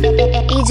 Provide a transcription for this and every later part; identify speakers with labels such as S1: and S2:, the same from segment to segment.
S1: Age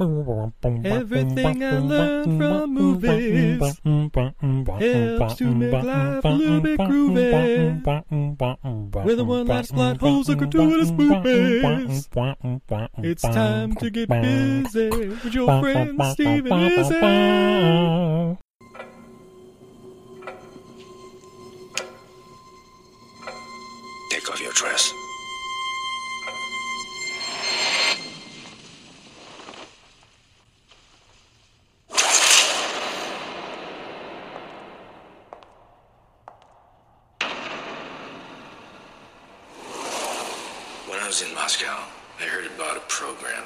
S2: Everything I learned from movies helps to make life a little bit groovy. Whether one last plot holes or gratuitous movies, it's time to get busy with your friend Steven Izzy.
S3: Take off your dress. When I was in Moscow, I heard about a program.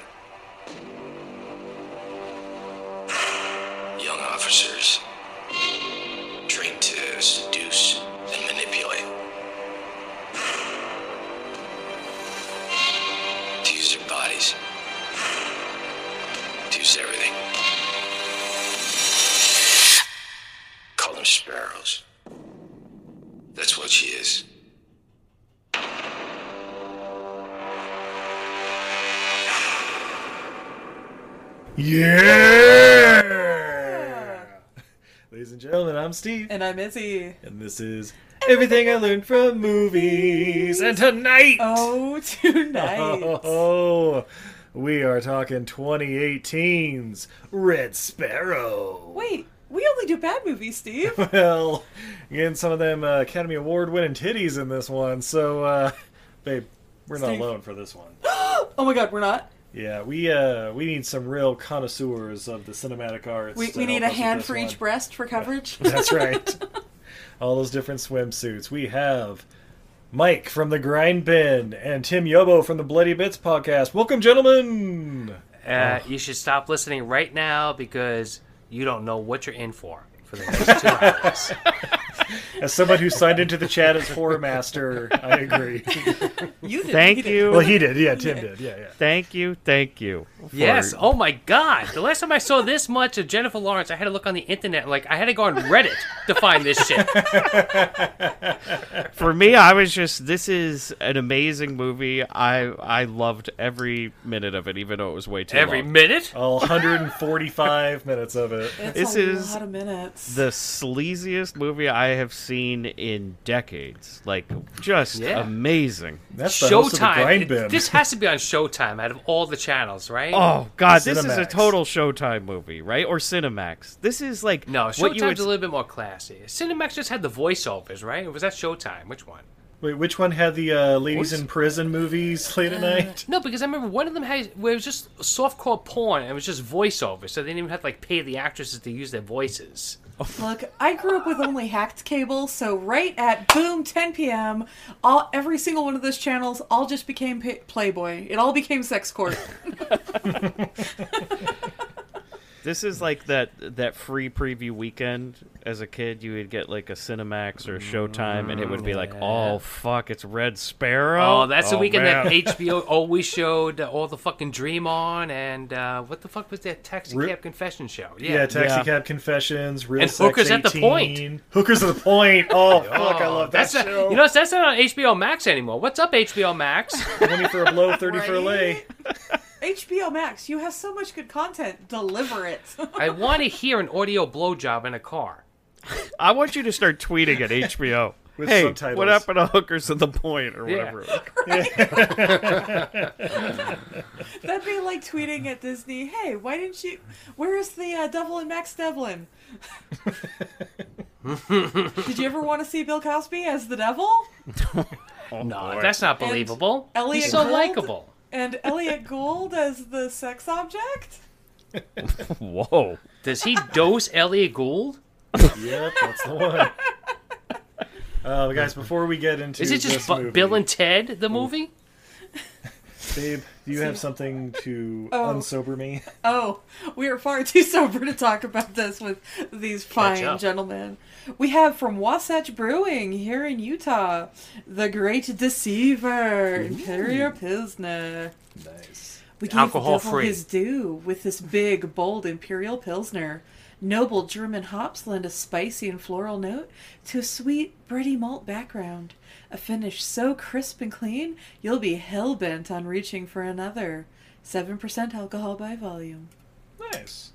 S3: Young officers trained to seduce and manipulate. To use their bodies. To use everything. Call them sparrows. That's what she is.
S4: Yeah! Ladies and gentlemen, I'm Steve,
S5: And I'm Izzy.
S4: and this is Everything I Learned from Movies. And tonight,
S5: Oh, tonight.
S4: oh, we are talking 2018's Red Sparrow.
S5: Wait, we only do bad movies, Steve.
S4: Well, getting some of them uh, Academy Award winning titties in this one, so, uh, babe, we're not
S5: Steve.
S4: alone for this one.
S5: Oh my god, we're not.
S4: Yeah, we uh, we need some real connoisseurs of the cinematic arts.
S5: We,
S4: to
S5: we need a
S4: help us with
S5: hand
S4: this
S5: for each
S4: one.
S5: breast for coverage.
S4: That's right. All those different swimsuits. We have Mike from the Grind Bin and Tim Yobo from the Bloody Bits podcast. Welcome, gentlemen.
S6: Uh, you should stop listening right now because you don't know what you're in for for the next two hours.
S4: As someone who signed into the chat as horror master, I agree.
S5: You did.
S7: Thank
S4: Well,
S7: you.
S4: he did. Yeah, Tim did. Yeah, yeah.
S7: Thank you. Thank you. for-
S6: yes. Oh my God! The last time I saw this much of Jennifer Lawrence, I had to look on the internet. Like I had to go on Reddit to find this shit.
S7: For me, I was just this is an amazing movie. I I loved every minute of it, even though it was way too
S6: Every
S7: long.
S6: minute.
S4: All 145 minutes of it.
S5: It's
S7: This
S5: a
S7: is
S5: lot of minutes.
S7: the sleaziest movie I have seen in decades. Like just
S6: Yeah.
S7: amazing.
S4: That's the host of the
S6: Showtime.
S4: Grind Bin.
S6: this has to be on Showtime out of all the channels, right?
S7: Oh god, this is a
S4: Cinemax.
S7: total Showtime movie, right? Or Cinemax. This is like
S6: No,
S7: what
S6: Showtime's
S7: you would
S6: a little bit more classy. Cinemax just had the voiceovers, right? Or was that Showtime? Which one?
S4: Wait, which one had the uh, ladies in prison movies late at
S6: Uh,
S4: night?
S6: No, because I remember one of them had where it was just softcore porn and it was just voiceover, so they didn't even have to like pay the actresses to use their voices.
S5: Look, I grew up with only hacked cable, so right at boom 10 p.m., all every single one of those channels all just became pa- Playboy. It all became sex court.
S7: This is like that that free preview weekend. As a kid, you would get like a Cinemax or a Showtime, and it would be like, "Oh fuck, it's Red Sparrow."
S6: Mm, Oh, that's the
S7: Oh,
S6: weekend
S7: man.
S6: that HBO always showed uh, all the fucking Dream on, and uh, what the fuck was that Taxi
S4: Ru-
S6: Cab Confession show?
S4: Yeah,
S6: Yeah,
S4: Taxi Cab Confessions, Real
S6: And
S4: Sex
S6: Hookers at the
S4: 18.
S6: Point.
S4: Hookers at the Point. Oh, fuck, I love that
S6: that's not-
S4: show.
S6: you know that's not on HBO Max anymore. What's up, HBO Max?
S4: 20 for a blow, 30 for a lay.
S2: HBO Max, you have so much good content. Deliver it.
S6: I want to hear an audio blowjob in a car.
S7: I want you to start tweeting at HBO.
S4: With
S7: hey,
S4: subtitles.
S7: what happened to hookers at the point or whatever? it was.
S2: That'd be like tweeting at Disney, "Hey, why didn't you? Where is the uh, Devlin Max Devlin? Did you ever want to see Bill Cosby as the devil?"
S6: no, Uh, that's not believable.
S2: Elliot
S6: He's so
S2: Gould?
S6: likable.
S2: And Elliot Gould as the sex object?
S7: Whoa.
S6: Does he dose Elliot Gould?
S4: Yep, that's the one. Uh, guys, before we get into
S6: Is it
S4: this
S6: just Bu-
S4: movie,
S6: Bill and Ted the movie?
S4: Babe, do you have something to unsober me?
S2: Oh, we are far too sober to talk about this with these fine
S6: up.
S2: gentlemen. We have from Wasatch Brewing here in Utah, the Great Deceiver, Imperial Pilsner.
S4: Nice.
S2: We gave the devil
S6: Alcohol-free.
S2: his due with this big, bold Imperial Pilsner. Noble German hops lend a spicy and floral note to a sweet, bready malt background. A finish so crisp and clean, you'll be hell bent on reaching for another. 7% alcohol by volume.
S4: Nice.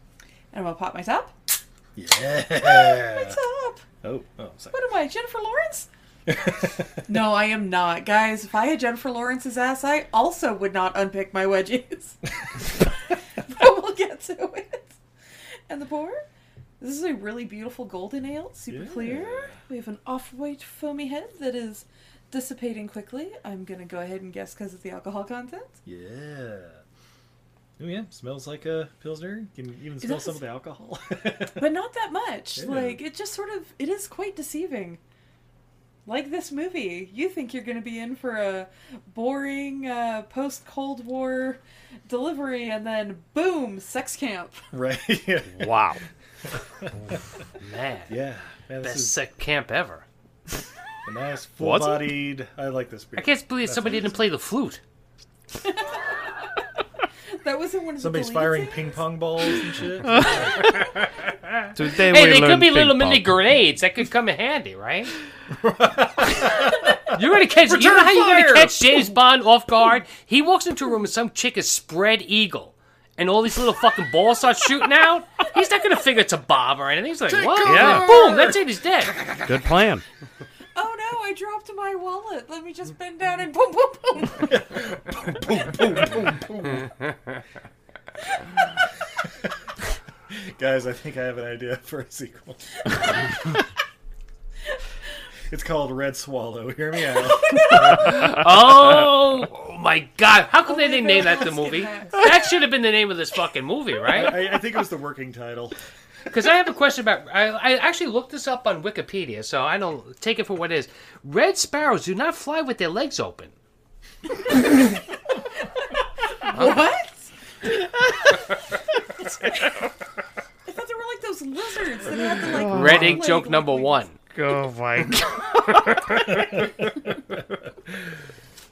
S2: And I'm gonna pop my top. My
S4: Yeah.
S2: top!
S4: Oh, oh, sorry.
S2: What am I, Jennifer Lawrence? no, I am not. Guys, if I had Jennifer Lawrence's ass, I also would not unpick my wedgies. but we'll get to it. And the pour? This is a really beautiful golden ale, super clear. We have an off white foamy head that is dissipating quickly. I'm going to go ahead and guess because of the alcohol content.
S4: Yeah. Oh yeah, smells like a pilsner. You can even smell some of the alcohol.
S2: But not that much.
S4: Yeah.
S2: Like, it just sort of, it is quite deceiving. Like this movie, you think you're going to be in for a boring uh, post Cold War delivery, and then boom, sex camp.
S4: right. Yeah.
S6: Wow. Man,
S4: Yeah. Man, this
S6: best
S4: is
S6: sec camp ever.
S4: a nice full-bodied. I like this beer.
S6: I can't believe somebody didn't play the flute.
S2: That was in one of
S4: Somebody's
S2: the deleted
S4: firing
S2: scenes.
S4: ping pong balls and shit.
S7: Today
S6: Hey,
S7: we
S6: they could
S7: learned
S6: be little
S7: ping
S6: mini
S7: pong.
S6: grenades that could come in handy, right? you're gonna catch. you know how you're
S4: fire!
S6: gonna catch James Bond off guard? He walks into a room and some chick is spread eagle, and all these little fucking balls start shooting out. He's not gonna figure it's a bomb or anything. He's like, what?
S7: Yeah.
S6: Boom! That's it. He's dead.
S7: Good plan.
S2: Oh no, I dropped my wallet. Let me just bend down and boom, boom, boom.
S4: Guys, I think I have an idea for a sequel. it's called Red Swallow. Hear me out.
S6: Oh, oh my god! How could they didn't name that the
S2: Basket
S6: movie?
S2: Max.
S6: That should have been the name of this fucking movie, right?
S4: I, I think it was the working title.
S6: Because I have a question about. I, I actually looked this up on Wikipedia, so I don't take it for what it is. Red sparrows do not fly with their legs open.
S2: What? I thought they were like those lizards that had the like.
S6: Red ink
S2: leg
S6: joke
S2: like
S6: number
S2: wings.
S6: one.
S7: Oh my god.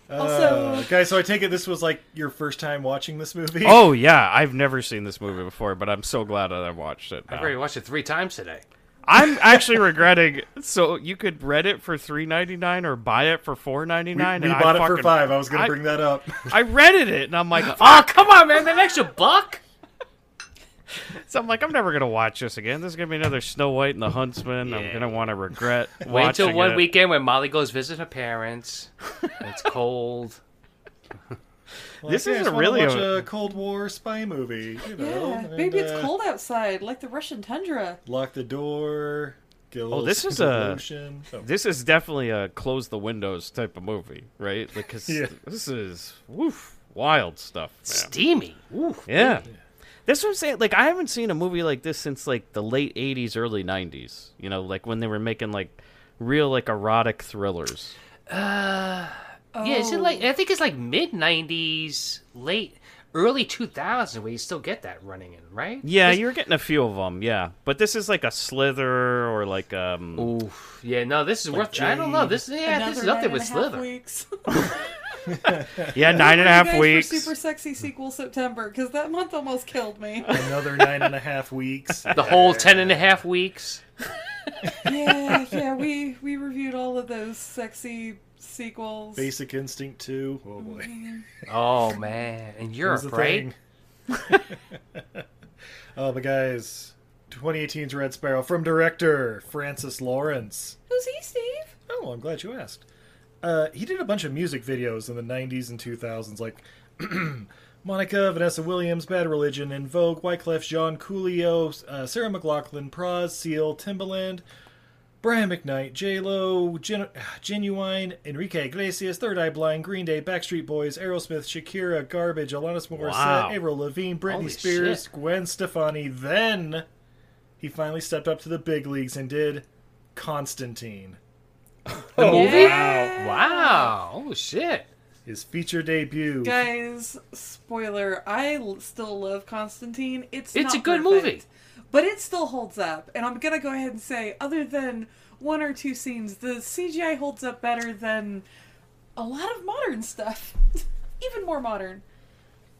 S2: Also,
S4: Uh, Guys, so I take it this was like your first time watching this movie.
S7: Oh yeah, I've never seen this movie before, but I'm so glad that I watched it.
S6: I've
S7: now.
S6: already watched it three times today.
S7: I'm actually regretting. So you could rent it for three ninety nine or buy it for four ninety
S4: we,
S7: nine.
S4: we
S7: and
S4: bought
S7: I
S4: it for
S7: fucking-
S4: five. I was gonna
S7: I-
S4: bring that up.
S7: I rented it, and I'm like, fuck.
S6: Oh come on, man! That extra buck.
S7: So I'm like, I'm never gonna watch this again. This is gonna be another Snow White and the Huntsman. I'm gonna want to regret.
S6: Wait till
S7: watching
S6: one
S7: it.
S6: weekend when Molly goes visit her parents. and it's cold.
S7: This
S4: Like, yeah, I
S7: isn't
S4: just wanna
S7: really
S4: watch
S7: a-
S4: a... Cold War spy movie. You know,
S2: yeah,
S4: and,
S2: maybe it's
S4: uh,
S2: cold outside, like the Russian tundra.
S4: Lock the door. Get a little
S7: Oh, this is
S4: scoop of
S7: a-
S4: lotion. Oh,
S7: This is definitely a close the windows type of movie, right? Because
S4: Yeah.
S7: this is woof wild stuff. man.
S6: Steamy. Ooh.
S7: Yeah. That's what I'm saying. Like, I haven't seen a movie like this since like the late '80s, early '90s. You know, like when they were making like real like erotic thrillers.
S6: Yeah, is it like I think it's like mid '90s, late, early 2000s where you still get that running in, right?
S7: Yeah, you were getting a few of them. Yeah, but this is like a Slither or like um.
S6: Oof. Yeah, no, this is worth. I don't know. This yeah, this is up there
S2: nine
S6: with
S2: and a half
S6: Slither.
S2: Weeks.
S7: Yeah, nine and a half
S2: Guys, for
S7: weeks.
S2: super sexy sequel September because that month almost killed me.
S4: Another nine and a half weeks.
S6: The whole ten and a half weeks.
S2: yeah, yeah, we we reviewed all of those sexy sequels.
S4: Basic Instinct 2. Oh boy.
S6: Oh man, and you're
S4: Here's the
S6: afraid.
S4: thing. oh, but guys, 2018's Red Sparrow from director Francis Lawrence.
S2: Who's he, Steve?
S4: Oh, I'm glad you asked. Uh, he did a bunch of music videos in the 90s and 2000s, like Monica, Vanessa Williams, Bad Religion, In Vogue, Wyclef Jean, Coolio, uh, Sarah McLaughlin, Praz, Seal, Timbaland, Brian McKnight, J Lo, Gen- Genuine, Enrique Iglesias, Third Eye Blind, Green Day, Backstreet Boys, Aerosmith, Shakira, Garbage, Alanis Morissette,
S7: Wow.
S4: Avril Lavigne, Britney
S6: Holy
S4: Spears,
S6: shit.
S4: Gwen Stefani. Then he finally stepped up to the big leagues and did Constantine.
S6: Oh,
S2: Yeah.
S6: Wow. Oh shit.
S4: His feature debut.
S2: Guys, spoiler, I l- still love Constantine. It's
S6: It's
S2: not
S6: a good
S2: perfect,
S6: movie.
S2: But it still holds up. And I'm going to go ahead and say other than one or two scenes, the CGI holds up better than a lot of modern stuff. Even more modern.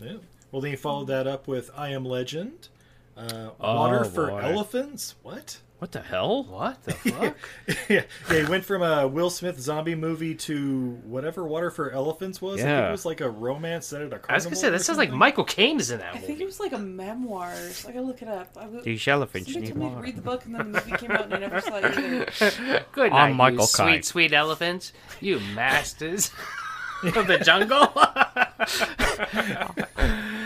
S4: Yeah. Well, then he followed that up with I Am Legend, uh, Water for
S7: Oh, boy.
S4: Elephants. What?
S7: What the hell?
S6: What the fuck?
S4: yeah, yeah, he went from a Will Smith zombie movie to whatever Water for Elephants was. I think
S7: Yeah.
S4: it was like a romance set at a carnival.
S6: I was gonna say that
S4: or
S6: sounds like
S4: something.
S6: Michael Caine is in
S2: I
S6: that
S2: think it
S6: movie.
S2: was like a memoir. I gotta look it up. I w-
S7: These elephants
S2: somebody
S7: need
S2: told me to
S7: water.
S2: read the book and then the movie came out and I never saw it either.
S6: Good night,
S7: I'm Michael
S6: you
S7: Caine.
S6: sweet, sweet elephants. You masters of the jungle.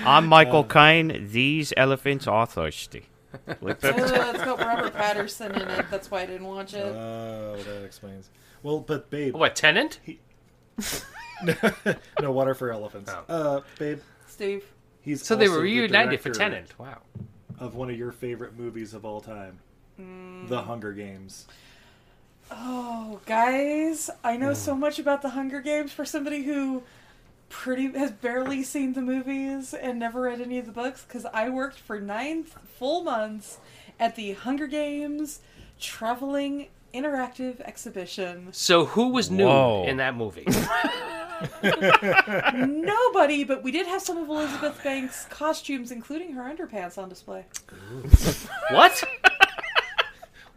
S7: I'm Michael Caine. These elephants are thirsty.
S2: Uh, it's got Robert Patterson in it. That's why I didn't watch it.
S4: Oh, that explains. Well, but babe,
S6: what tenant?
S4: no Water for Elephants. Uh, babe,
S2: Steve.
S4: he's
S6: Oh. So they
S4: also
S6: were
S4: the
S6: reunited for
S4: director
S6: tenant. Wow.
S4: of one of your favorite movies of all time,
S6: Mm.
S4: The Hunger Games.
S2: Oh, guys, I know so much about the Hunger Games for somebody who pretty has barely seen the movies and never read any of the books because I worked for nine full months at the Hunger Games traveling interactive exhibition.
S6: So who was nude
S7: Whoa.
S6: in that movie?
S2: Nobody, but we did have some of Elizabeth Banks' costumes, including her underpants, on display.
S6: what?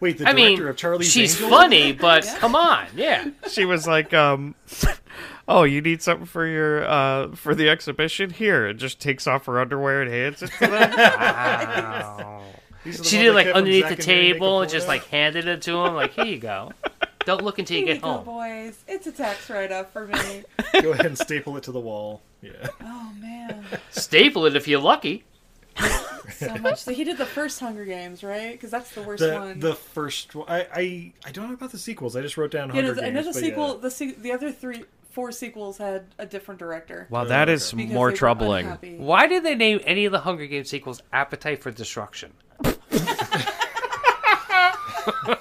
S4: Wait, the
S6: I
S4: director
S6: mean,
S4: of Charlie's
S6: she's
S4: Angels?
S6: funny, but come on, yeah.
S7: she was like, um, "Oh, you need something for your uh, for the exhibition here." And just takes off her underwear and hands it to them.
S4: These are the
S6: She
S4: ones
S6: did
S4: that
S6: like
S4: kept from Zack
S6: underneath the
S4: and Mary Make a
S6: table and just
S4: Porno?
S6: like handed it to him. Like, here you go. Don't look until you
S2: Here
S6: get
S2: you go,
S6: home.
S2: boys. It's a tax write-off for me.
S4: go ahead and staple it to the wall. Yeah.
S2: Oh man,
S6: Staple it if you're lucky.
S2: so much. So he did the first Hunger Games, right? Because that's the worst
S4: the,
S2: one.
S4: the first one. I, I I don't know about the sequels. I just wrote down
S2: Yeah,
S4: Hunger
S2: no, the- I know
S4: Games.
S2: the
S4: but
S2: sequel.
S4: yeah.
S2: The se- the other three, four sequels had a different director.
S7: Wow, that is
S2: because
S7: more
S2: they were
S7: troubling.
S2: unhappy.
S6: Why did they name any of the Hunger Games sequels Appetite for Destruction?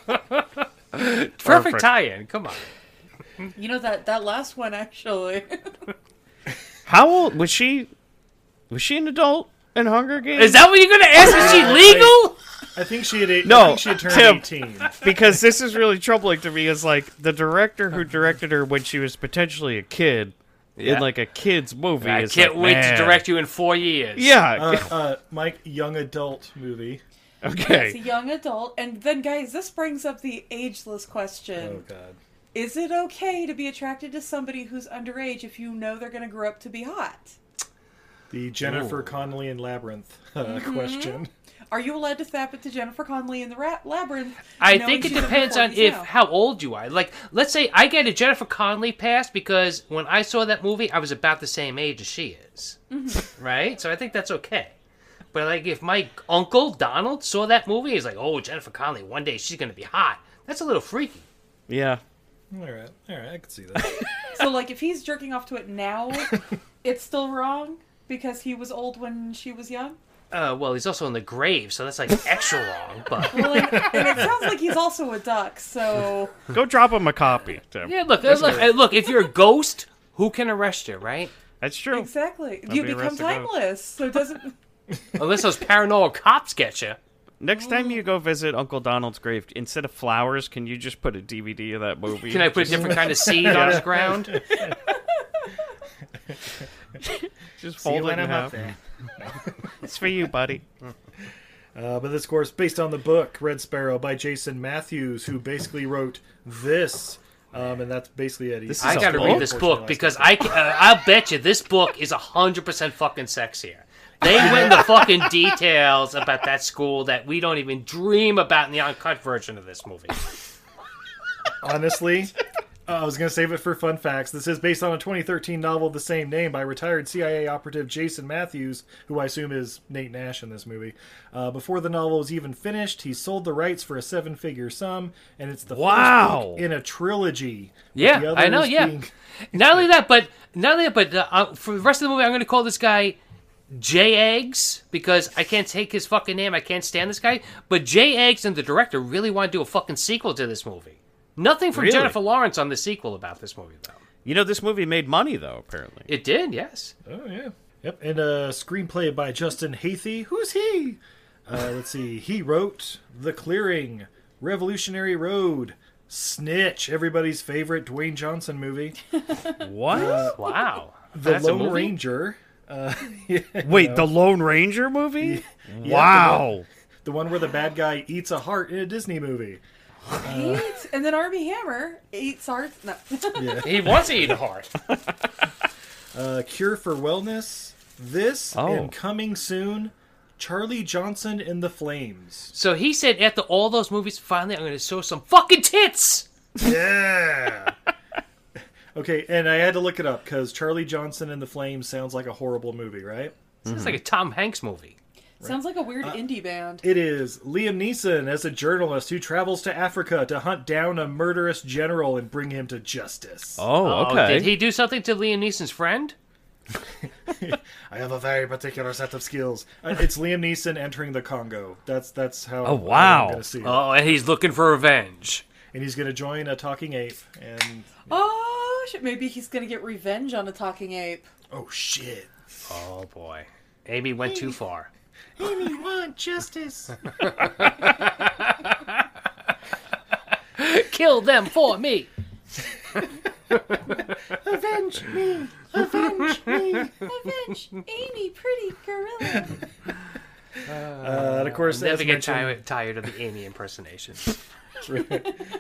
S6: Perfect,
S7: Perfect.
S6: tie-in. Come on.
S2: You know that that last one actually.
S7: How old was she? Was she an adult in Hunger Games?
S6: Is that what you're gonna ask? Is she legal?
S4: I think she had eight,
S7: No,
S4: I think she had turned
S7: Tim.
S4: eighteen.
S7: because this is really troubling to me. Is like the director who directed her when she was potentially a kid
S6: Yeah.
S7: in like a kids movie.
S6: I
S7: is
S6: can't
S7: like,
S6: wait
S7: man.
S6: to direct you in four years.
S7: Yeah.
S4: Uh, uh, Mike, young adult movie.
S2: it's a
S7: okay.
S2: young adult, and then guys, this brings up the ageless question:
S4: Oh God.
S2: Is it okay to be attracted to somebody who's underage if you know they're going to grow up to be hot?
S4: The Jennifer Connelly and Labyrinth uh,
S2: Mm-hmm.
S4: question.
S2: Are you allowed to tap it to Jennifer Connelly in the ra- labyrinth?
S6: I
S2: knowing
S6: think it
S2: she's in her
S6: depends on
S2: 40s
S6: if
S2: now?
S6: how old you are. Like, let's say I get a Jennifer Connelly pass because when I saw that movie, I was about the same age as she is, right? So I think that's okay. But like, if my uncle Donald saw that movie, he's like, "Oh, Jennifer Connelly, one day she's gonna be hot." That's a little freaky.
S7: Yeah.
S4: All right, all right, I can see that.
S2: So like if he's jerking off to it now, it's still wrong because he was old when she was young.
S6: Uh, well, he's also in the grave, so that's like extra wrong. But
S2: Well, and, and it sounds like he's also a duck, so
S7: Go drop him a copy. Tim.
S6: yeah, look, uh, look, uh, look. If you're a ghost, who can arrest you, right?
S7: That's true.
S2: exactly you
S7: be
S2: become
S7: arrested, guys.
S2: timeless. So it doesn't
S6: Unless those paranormal cops get you.
S7: Next
S4: Oh.
S7: time you go visit Uncle Donald's grave, instead of flowers, can you just put a DVD of that movie?
S6: Can I put a different kind of seed on his ground?
S7: just fold it in half? It's for you, buddy.
S4: Uh, but this course based on the book Red Sparrow by Jason Matthews, who basically wrote this Um, and that's basically it.
S7: This
S6: I
S7: is a
S6: gotta
S7: book?
S6: read this book because I ca- uh, I'll bet you this book is hundred percent fucking sexier. They went into fucking details about that school that we don't even dream about in the uncut version of this movie.
S4: honestly. uh, I was going to save it for fun facts. This is based on a 2013 novel of the same name by retired CIA operative Jason Matthews, who I assume is Nate Nash in this movie. Uh, before the novel was even finished, he sold the rights for a seven figure sum, and it's the first
S7: Wow.
S4: book in a trilogy. with the
S6: Yeah, I
S4: others
S6: know. Yeah,
S4: being-
S6: not only that, but not only that, but uh, uh, for the rest of the movie, I'm going to call this guy J Eggs because I can't take his fucking name. I can't stand this guy. But J Eggs and the director really want to do a fucking sequel to this movie. Nothing from
S7: Really?
S6: Jennifer Lawrence on the sequel about this movie though.
S7: You know, this movie made money though. Apparently,
S6: It did, yes.
S4: Oh yeah. Yep, and a screenplay by Justin Hathey. Who's he? Uh, let's see. He wrote The Clearing, Revolutionary Road, Snitch, everybody's favorite Dwayne Johnson movie,
S7: what?
S6: Wow.
S4: The
S6: That's a
S4: Lone
S6: movie?
S4: Ranger,
S7: Wait, the Lone Ranger movie? wow.
S4: the one where the bad guy eats a heart in a Disney movie.
S5: He eats, and then Army Hammer eats our. No.
S6: He wants to eat a heart.
S4: Uh, Cure for Wellness, this
S7: Oh.
S4: and coming soon, Charlie Johnson in the Flames.
S6: So he said, after all those movies, finally I'm going to show some fucking tits.
S4: Yeah. okay, and I had to look it up because Charlie Johnson in the Flames sounds like a horrible movie, right?
S6: Sounds like a Tom Hanks movie.
S5: Sounds like a weird indie band.
S4: It is Liam Neeson as a journalist who travels to Africa to hunt down a murderous general and bring him to justice.
S7: Oh,
S6: Oh,
S7: okay.
S6: did he do something to Liam Neeson's friend?
S4: I have a very particular set of skills. Uh, it's Liam Neeson entering the Congo. That's that's how.
S7: Oh, wow.
S4: I'm gonna see it.
S6: Oh, and he's looking for revenge.
S4: And he's gonna join a talking ape. And
S5: Oh shit! Maybe he's gonna get revenge on a talking ape.
S4: oh shit,
S6: Oh boy, Amy went too far.
S4: we want justice.
S6: Kill them for me.
S4: Avenge me. Avenge me.
S5: Revenge, Amy, pretty gorilla.
S4: Uh, and of course, as
S6: Never get
S4: mentioned-
S6: tired, tired of the Amy impersonation.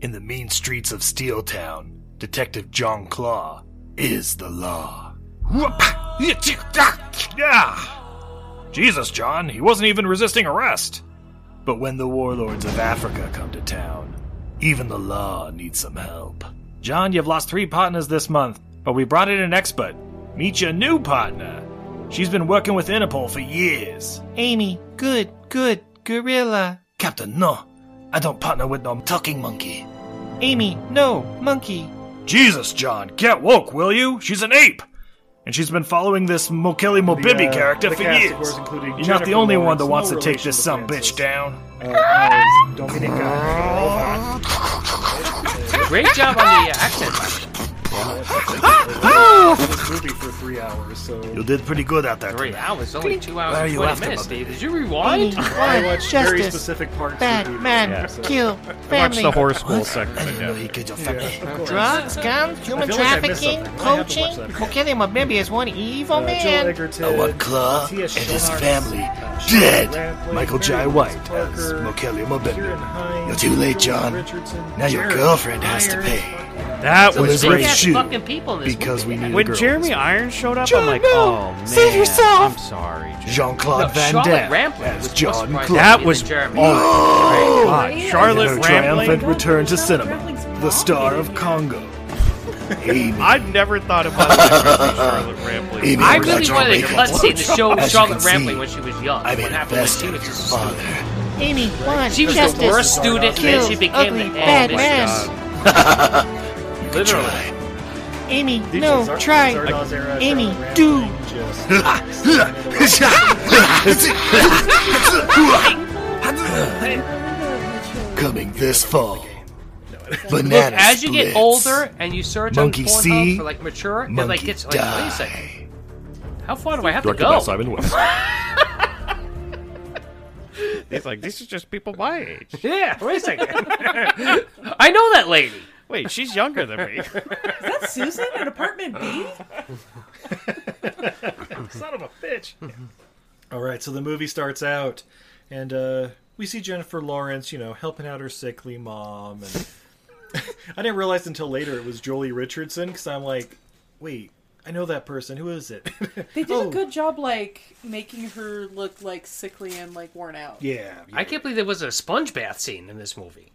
S2: In the mean streets of Steel Town, Detective John Claw is the law.
S4: Yeah. Jesus, John, he wasn't even resisting arrest.
S2: But when the warlords of Africa come to town, even the law needs some help.
S4: John, you've lost three partners this month, but we brought in an expert. Meet your new partner. She's been working with Interpol for years.
S2: Amy, good, good, gorilla. Captain, no. I don't partner with no talking monkey. Amy, no, monkey.
S4: Jesus, John, get woke, will you? She's an ape! And she's been following this Mokeli Mobibi character for years. You're not the only one that wants to take this some bitch down.
S6: Great job on the uh, accent. by the way.
S4: This movie for three three hours, so
S8: You did pretty good at that.
S6: Three
S8: tonight.
S6: hours, only two hours
S8: Why are
S6: and
S8: you
S6: 20
S8: laughing
S6: minutes,
S8: about
S6: Dave. Did you rewind?
S4: I watched very
S9: Justice.
S4: specific parts. of movies,
S9: Batman,
S4: yeah, so-
S9: kill,
S7: Watch
S9: family,
S7: the horse school
S8: I
S7: section.
S8: didn't know he killed your
S4: Yeah,
S8: family.
S4: of course.
S9: drugs, guns, human
S4: feel like I missed
S9: trafficking,
S4: something. I have to watch
S9: coaching.
S4: that.
S9: Okay, then, but maybe it's one evil
S4: Uh, Joel
S9: man.
S4: Egerton,
S8: I want Claw and
S4: T.S.
S8: his
S4: Schwartz,
S8: family
S4: uh, Shirley
S8: dead.
S4: Rapley,
S8: Michael J.
S4: Mary Louise
S8: White as
S4: Parker,
S8: Mokelly
S4: Kieran
S8: Mabedner.
S4: Hines,
S8: You're too late,
S4: Joel
S8: John.
S4: Richardson,
S8: Now your
S4: Jared
S8: girlfriend has to
S4: Myers,
S8: pay
S7: That
S8: So
S7: was
S8: there's
S6: Big
S8: Great
S7: great.
S8: a-
S6: ass
S8: shoot.
S6: fucking people in this
S8: because we
S6: movie.
S8: need a
S7: When
S8: girl.
S7: Jeremy Irons showed up,
S9: John,
S7: I'm like,
S9: no!
S7: oh man,
S9: Save yourself!
S7: I'm sorry, Jeremy.
S8: Jean Claude
S6: No,
S8: Van
S6: Charlotte
S8: Damme
S6: Rampling was
S8: as
S6: more
S8: John
S6: surprising
S8: Claude.
S7: That
S6: than
S7: was
S6: Jeremy.
S7: Oh, God.
S8: Her
S7: Charlotte
S8: triumphant
S7: Rampling.
S8: return to
S2: Charlotte Rampling's
S8: cinema. The star
S2: mom.
S8: of Congo. Amy.
S7: I never thought about that. Charlotte Rampling.
S8: Amy
S6: I
S8: was
S6: really
S8: such a
S6: wanted to
S8: remarkable
S6: let's see the
S8: woman.
S6: show
S8: As you
S6: Charlotte
S8: can see,
S6: Rampling when she was young.
S8: I
S6: what
S8: made a
S6: happened when
S8: best
S6: she
S8: of
S6: was
S8: your
S6: just a
S8: father.
S9: Amy, one,
S6: She was
S9: justice.
S6: the worst student, and
S9: kill,
S6: then she became
S9: ugly,
S6: the
S9: bad
S6: head.
S9: man.
S6: Literally.
S8: Try.
S9: Amy, no,
S4: Zardoz
S9: try.
S4: era,
S9: Amy,
S4: Charlotte
S9: do.
S4: Rampling, just-
S8: Coming this fall. Banana
S6: Look, as you get
S8: splits.
S6: older and you search
S8: Monkey
S6: on Pornhub
S8: see,
S6: for like mature, it like
S8: monkey
S6: gets like wait a second,
S8: die.
S6: how far do I have to
S10: Directed by
S6: go?
S10: Simon West.
S7: He's like, this is just people my age.
S6: Yeah, wait a second. I know that lady.
S7: Wait, she's younger than me.
S2: That's Susan in apartment B?
S4: Son of a bitch. All right, so the movie starts out, and uh, we see Jennifer Lawrence, you know, helping out her sickly mom. And I didn't realize until later it was Jolie Richardson because I'm like, wait, I know that person. Who is it?
S2: They did
S4: Oh.
S2: a good job, like, making her look, like, sickly and, like, worn out.
S4: yeah,
S6: I can't believe there was a sponge bath scene in this movie.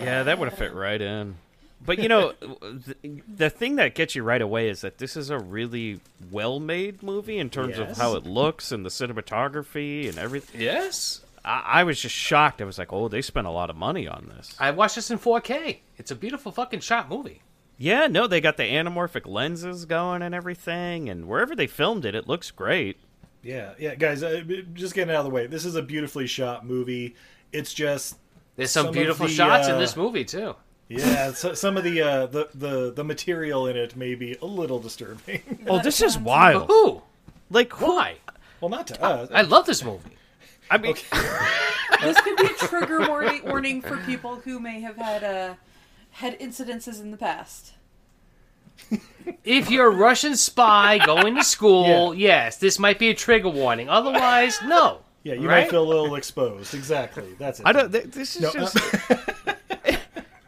S7: Yeah, that would have fit right in. But you know, th- the thing that gets you right away is that this is a really well-made movie in terms of
S4: Yes.
S7: how it looks and the cinematography and everything.
S6: Yes,
S7: I-, I was just shocked. I was like, "Oh, they spent a lot of money on this."
S6: I watched this in 4K. It's a beautiful fucking shot movie.
S7: Yeah, no, they got the anamorphic lenses going and everything, and wherever they filmed it, it looks great.
S4: yeah, yeah. Guys, uh, b- just getting out of the way. This is a beautifully shot movie. It's just
S6: There's some,
S4: Some of
S6: beautiful
S4: the,
S6: shots in
S4: uh,
S6: this movie too.
S4: yeah, so, some of the, uh, the the the material in it may be a little disturbing.
S7: Oh, this is
S6: But
S7: wild!
S6: who?
S7: Like, who-
S6: Why?
S4: well, not to us.
S6: I love this movie.
S7: I mean,
S2: This could be a trigger warning, warning for people who may have had, uh, had incidences in the past.
S6: If you're a Russian spy going to school, yes, this might be a trigger warning. Otherwise, no.
S4: yeah, you
S6: right?
S4: might feel a little exposed. Exactly. That's it.
S7: I don't. Th- this is
S4: No,
S7: just.
S4: uh,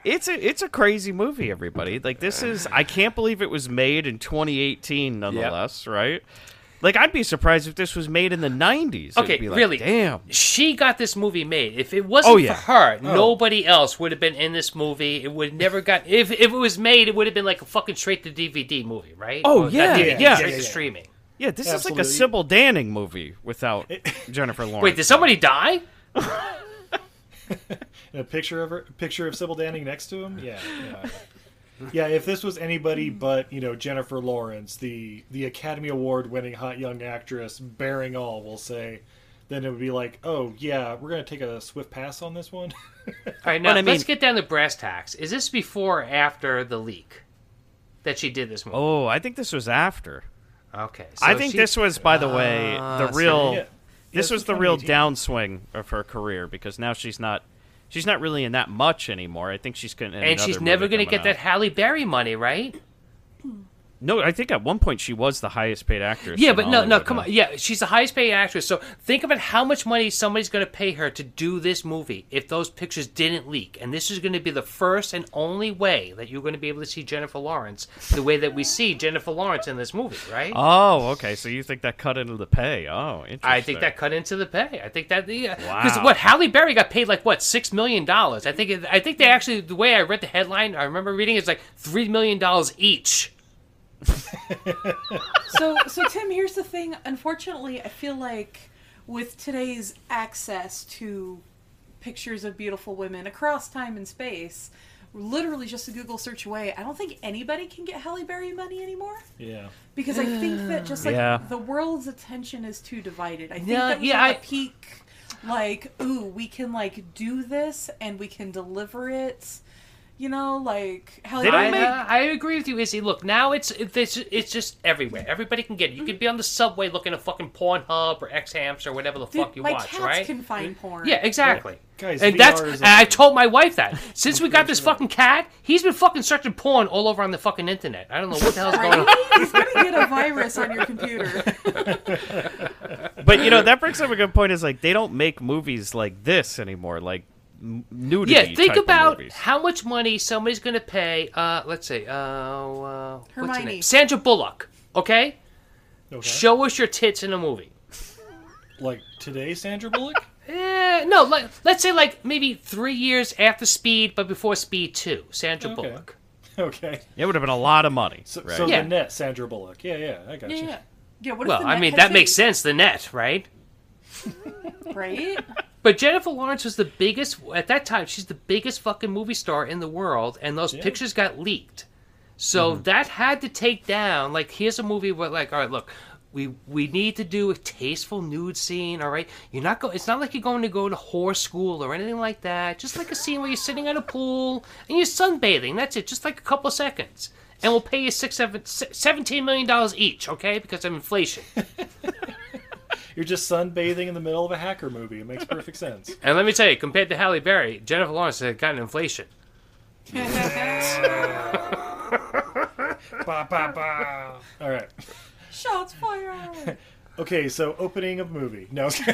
S7: It's a it's a crazy movie, everybody. Like this is I can't believe it was made in 2018, nonetheless, right? Like I'd be surprised if this was made in the 90s. It'd
S6: Okay,
S7: be like,
S6: really.
S7: Damn.
S6: She got this movie made. If it wasn't
S7: Oh, yeah.
S6: for her, nobody else would have been in this movie. It would have never got. If, if it was made, it would have been like a fucking straight to DVD movie, right?
S7: Oh,
S6: not
S7: yeah,
S6: DVD,
S7: yeah,
S6: straight
S7: yeah,
S6: to
S4: yeah.
S6: streaming.
S7: Yeah, this
S4: Absolutely.
S7: is like a Sybil Danning movie without Jennifer Lawrence.
S6: Wait, did somebody die?
S4: And a picture of her, a picture of Sybil Danning next to him. Yeah, yeah, yeah. If this was anybody but you know Jennifer Lawrence, the the Academy Award winning hot young actress, bearing all, we'll say, then it would be like, oh yeah, we're gonna take a swift pass on this one.
S6: All right, now
S7: But I
S6: let's
S7: mean-
S6: get down to brass tacks. Is this before or after the leak that she did this movie?
S7: Oh, I think this was after.
S6: Okay,
S7: I
S6: so
S7: think
S6: she-
S7: this was by the way
S6: Ah,
S7: the real
S4: yeah.
S7: this
S4: Yeah,
S7: was
S4: this
S7: the
S4: was
S7: real
S4: 2018.
S7: downswing of her career because now she's not she's not really in that much anymore. I think she's going
S6: and she's never going to get that Halle Berry money, right?
S7: No, I think at one point she was the highest paid actress.
S6: Yeah,
S7: in
S6: but no, no,
S7: Hollywood,
S6: come
S7: huh?
S6: on. Yeah, she's the highest paid actress. So think about how much money somebody's going to pay her to do this movie if those pictures didn't leak. And this is going to be the first and only way that you're going to be able to see Jennifer Lawrence the way that we see Jennifer Lawrence in this movie, right?
S7: Oh, okay. So you think that cut into the pay? Oh, interesting.
S6: I think that cut into the pay. I think that yeah. Because
S7: Wow.
S6: what Halle Berry got paid like what six million dollars. I think it, I think they actually the way I read the headline, I remember reading it's like three million dollars each.
S2: so so tim here's the thing unfortunately i feel like with today's access to pictures of beautiful women across time and space literally just a google search away i don't think anybody can get halle berry money anymore
S4: yeah,
S2: because i think that just like
S7: Yeah.
S2: the world's attention is too divided i think
S6: Yeah,
S2: that was
S6: yeah,
S2: like
S6: I-
S2: a peak like ooh we can like do this and we can deliver it
S5: You know, like hell
S7: They don't
S6: I,
S5: yeah.
S7: make-
S6: uh, I agree with you, Izzy. Look, now it's it's, it's just everywhere. Everybody can get it. You could be on the subway looking at fucking Pornhub or X Hamster or whatever the
S5: Dude,
S6: fuck you
S5: my
S6: watch,
S5: cats
S6: right?
S5: can find porn.
S6: Yeah, exactly.
S4: Guys,
S6: and
S4: VR
S6: that's
S4: is
S6: and
S4: a-
S6: I told my wife that since we got this fucking cat, he's been fucking searching porn all over on the fucking internet. I don't know what the hell's going on.
S5: He's gonna get a virus on your computer.
S7: But you know that brings up a good point. Is like they don't make movies like this anymore. Like n- nudity.
S6: Yeah, think
S7: type of
S6: about
S7: movies.
S6: how much money somebody's going to pay. Uh, let's say, uh, uh, what's her
S5: Hermione.
S6: name? Sandra Bullock. Okay? show us your tits in a movie.
S4: Like today, Sandra Bullock?
S6: Eh, no, like, let's say like maybe three years after Speed, but before Speed Two. Sandra
S4: Okay.
S6: Bullock.
S4: okay.
S7: it would have been a lot of money.
S4: So,
S7: right?
S4: so
S6: Yeah.
S4: the net, Sandra Bullock. Yeah, yeah, I got you.
S6: Yeah.
S5: Yeah, what if
S6: Well,
S5: the
S6: I
S5: net
S6: mean
S5: had
S6: that makes
S5: titties,
S6: sense. The net, right?
S5: right?
S6: But Jennifer Lawrence was the biggest at that time. She's the biggest fucking movie star in the world, and those pictures got leaked. So that had to take down. Like, here's a movie where, like, all right, look, we we need to do a tasteful nude scene. All right, you're not going. It's not like you're going to go to whore school or anything like that. Just like a scene where you're sitting at a pool and you're sunbathing. That's it. Just like a couple seconds. And we'll pay you six, seven, se- seventeen million dollars each, okay? Because of inflation.
S4: You're just sunbathing in the middle of a hacker movie. It makes perfect sense.
S6: and let me tell you, compared to Halle Berry, Jennifer Lawrence had gotten inflation.
S4: Ba, ba, ba. All right.
S5: Shots fired.
S4: Okay, so opening of movie. No.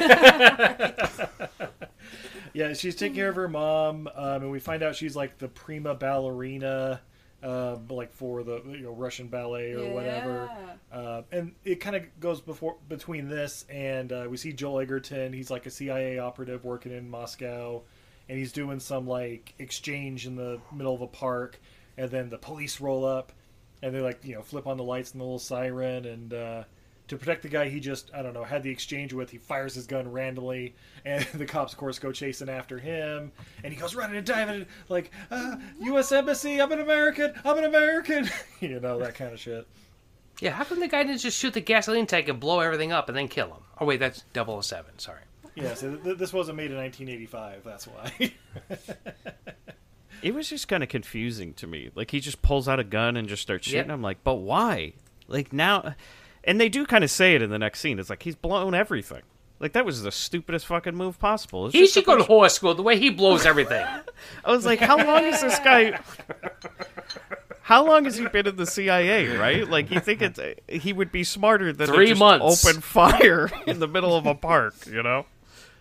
S4: yeah, she's taking care of her mom, um, and we find out she's like the prima ballerina, uh, like for the you know, Russian ballet or whatever. Uh, and it kind of goes before between this and uh, we see Joel Egerton. He's like a CIA operative working in Moscow, and he's doing some like exchange in the middle of a park. And then the police roll up, and they like you know flip on the lights and the little siren. And uh, to protect the guy he just I don't know had the exchange with, he fires his gun randomly, and the cops of course go chasing after him. And he goes running and diving like uh, U.S. Embassy. I'm an American. I'm an American. you know that kind of shit.
S6: Yeah, how come the guy didn't just shoot the gasoline tank and blow everything up and then kill him? Oh wait, that's 007, sorry.
S4: Yeah, so th- this wasn't made in 1985. That's why.
S7: It was just kind of confusing to me. Like he just pulls out a gun and just starts shooting.
S6: Yeah.
S7: I'm like, but why? Like now, and they do kind of say it in the next scene. It's like he's blown everything. Like that was the stupidest fucking move possible. It's
S6: He
S7: just
S6: should go to whore school the way he blows everything.
S7: I was like, how long is this guy? How long has he been in the CIA? Right? Like you think it's he would be smarter than to
S6: Three
S7: just
S6: months.
S7: Open fire in the middle of a park. You know.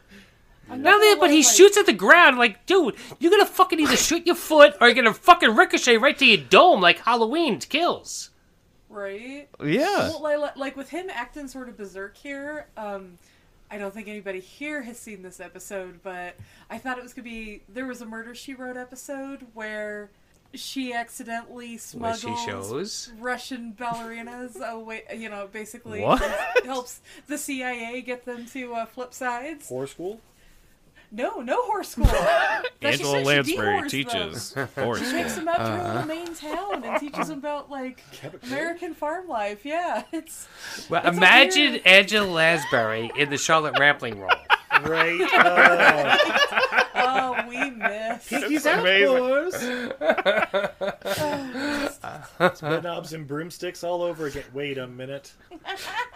S6: Not only that, but he shoots at the ground like, dude, you're gonna fucking either shoot your foot or you're gonna fucking ricochet right to your dome like Halloween kills.
S5: Right?
S7: Yeah.
S5: Well, li- li- like with him acting sort of berserk here, um, I don't think anybody here has seen this episode, but I thought it was gonna be there was a murder she wrote episode where she accidentally
S6: Where
S5: smuggles
S6: she shows.
S5: Russian ballerinas away. You know, basically
S7: What?
S5: helps the CIA get them to uh, flip sides.
S4: Horror school?
S5: No, no horse school. That's just
S7: Angela
S5: it, she
S7: Lansbury
S5: dehors
S7: teaches
S5: them.
S7: horse.
S5: She takes them out
S6: Uh-huh.
S5: to her little main town and teaches them about like American farm life. Yeah, it's
S6: Well,
S5: It's a
S6: imagine
S5: weird-
S6: Angela Lansbury in the Charlotte Rampling role.
S4: Right. Uh,
S5: oh, we missed.
S4: he's
S7: amazing.
S4: outdoors. it's knobs and broomsticks all over again. Wait a minute.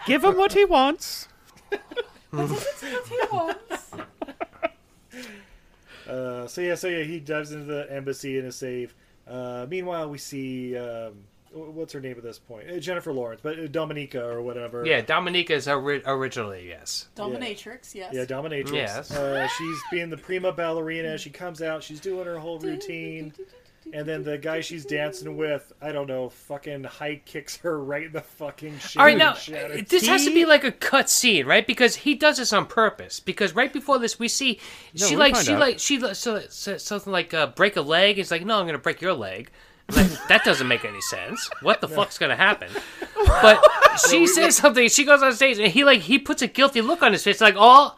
S7: Give him what he wants.
S5: It's what he wants.
S4: Uh, so yeah, so yeah, he dives into the embassy in a safe. Uh, meanwhile, we see um, wh- what's her name at this point? Uh, Jennifer Lawrence, but uh, Dominica or whatever.
S6: Yeah, Dominica is ori- originally yes.
S5: Dominatrix, yes.
S4: Yeah, dominatrix.
S6: Yes.
S4: Uh, she's being the prima ballerina. She comes out. She's doing her whole routine, and then the guy she's dancing with, I don't know, fucking high kicks her right in the fucking shin.
S6: All right, now
S4: and shatters-
S6: this has to be like a cut scene, right? Because he does this on purpose. Because right before this, we see she
S7: we
S6: like
S7: find
S6: she
S7: out.
S6: like she like, so, so, something like uh, break a leg. He's like, no, I'm gonna break your leg. Like, that doesn't make any sense. What the fuck's gonna happen? But she says something. She goes on stage, and he like he puts a guilty look on his face, like, oh,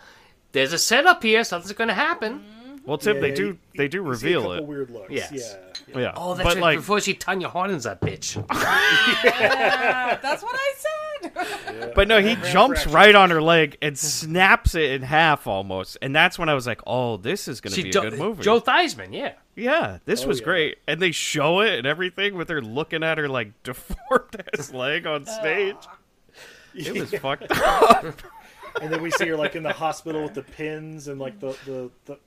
S6: there's a setup here. Something's gonna happen.
S7: Well, Tim,
S4: Yeah,
S7: they
S4: you-
S7: do they do
S4: you see a
S7: reveal
S4: couple
S7: it.
S4: Weird looks.
S6: Yes.
S4: Yeah.
S7: Yeah.
S6: Oh, that's
S7: but
S6: right,
S7: like
S6: before she Tanya Hardens that bitch.
S5: Uh, that's what I said.
S7: But no, he jumps right on her leg and snaps it in half almost. And that's when I was like, "Oh, this is going to
S6: She
S7: be a
S6: do-
S7: good movie."
S6: Joe Theismann, yeah.
S7: yeah, this
S10: Oh,
S7: was great. And they show it and everything with her looking at her like deformed ass leg on
S2: Ah.
S7: stage. It was fucked up.
S10: and then we see her like in the hospital with the pins and like the the, the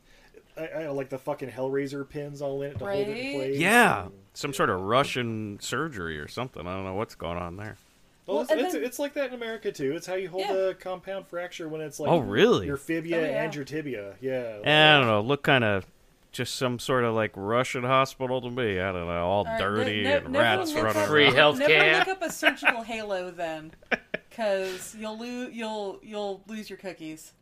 S10: I, I like the fucking Hellraiser pins all in it to hold it in
S2: Right?
S10: place.
S7: Yeah, some sort of Russian surgery or something. I don't know what's going on there.
S10: Well,
S2: Well,
S10: it's,
S2: and
S10: it's,
S2: then-
S10: it's like that in America too. It's how you hold
S2: Yeah.
S10: a compound fracture when it's like
S7: Oh, really?
S10: your fibia
S2: Oh, yeah.
S10: and your tibia. Yeah.
S7: Eh, I don't know. Look kind of just some sort of like Russian hospital to me. I don't know. All
S2: All right, ne-
S7: dirty
S2: ne-
S7: and
S2: never
S7: rats
S2: look
S7: running
S2: up-
S7: around.
S6: Free health
S2: Never
S6: care.
S2: look up a surgical halo then, because you'll lose you'll you'll lose your cookies.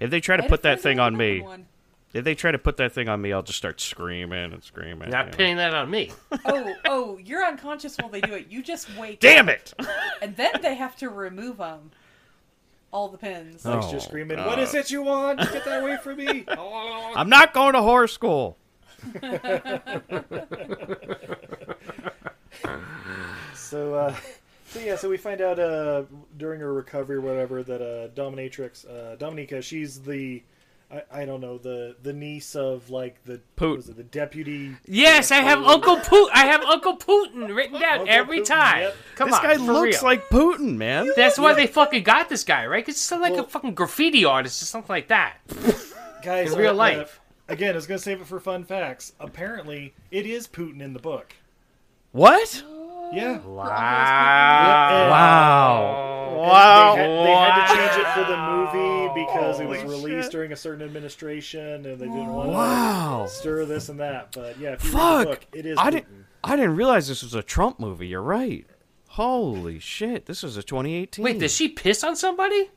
S7: If they try to
S2: And
S7: put
S2: if
S7: that
S2: there's
S7: thing on
S2: another
S7: me,
S2: one-
S7: if they try to put that thing on me, I'll just start screaming and screaming.
S6: Not
S7: you know.
S6: pinning that on me.
S2: Oh, oh, you're unconscious while they do it. You just wake.
S7: Damn it!
S2: up, And then they have to remove them. All the pins.
S10: Mike's
S7: Oh.
S10: just screaming, "What is it you want? Get that away from me!" Oh,
S7: I'm not going to horror school.
S10: So, uh, so yeah, so we find out uh, during her recovery, or whatever, that uh, Dominatrix uh, Dominica, she's the I, I don't know the the niece of like the
S7: Putin.
S10: was it the deputy?
S6: Yes, I have Uncle Putin. I have Uncle Putin written down
S10: Uncle
S6: every
S10: Putin,
S6: time.
S10: yep.
S6: Come
S7: this
S6: on,
S7: guy
S6: for
S7: looks
S6: real.
S7: like Putin, man.
S6: That's why they fucking got this guy, right? Because he's some, like
S10: Well-
S6: a fucking graffiti artist or something like that.
S10: Guys,
S6: In real
S10: uh,
S6: life.
S10: uh, again, I was gonna save it for fun facts. Apparently, it is Putin in the book.
S7: What?
S10: Yeah.
S6: Wow.
S7: Wow.
S10: They had,
S7: Wow.
S10: they had to change it for the movie because it was
S7: Holy
S10: released
S7: shit.
S10: during a certain administration, and they didn't want
S7: Wow.
S10: to stir this and that. But yeah, if you read the
S7: Fuck.
S10: book, it is.
S7: I
S10: Putin.
S7: didn't. I didn't realize this was a Trump movie. You're right. Holy shit! This was a 2018.
S6: Wait, does she piss on somebody?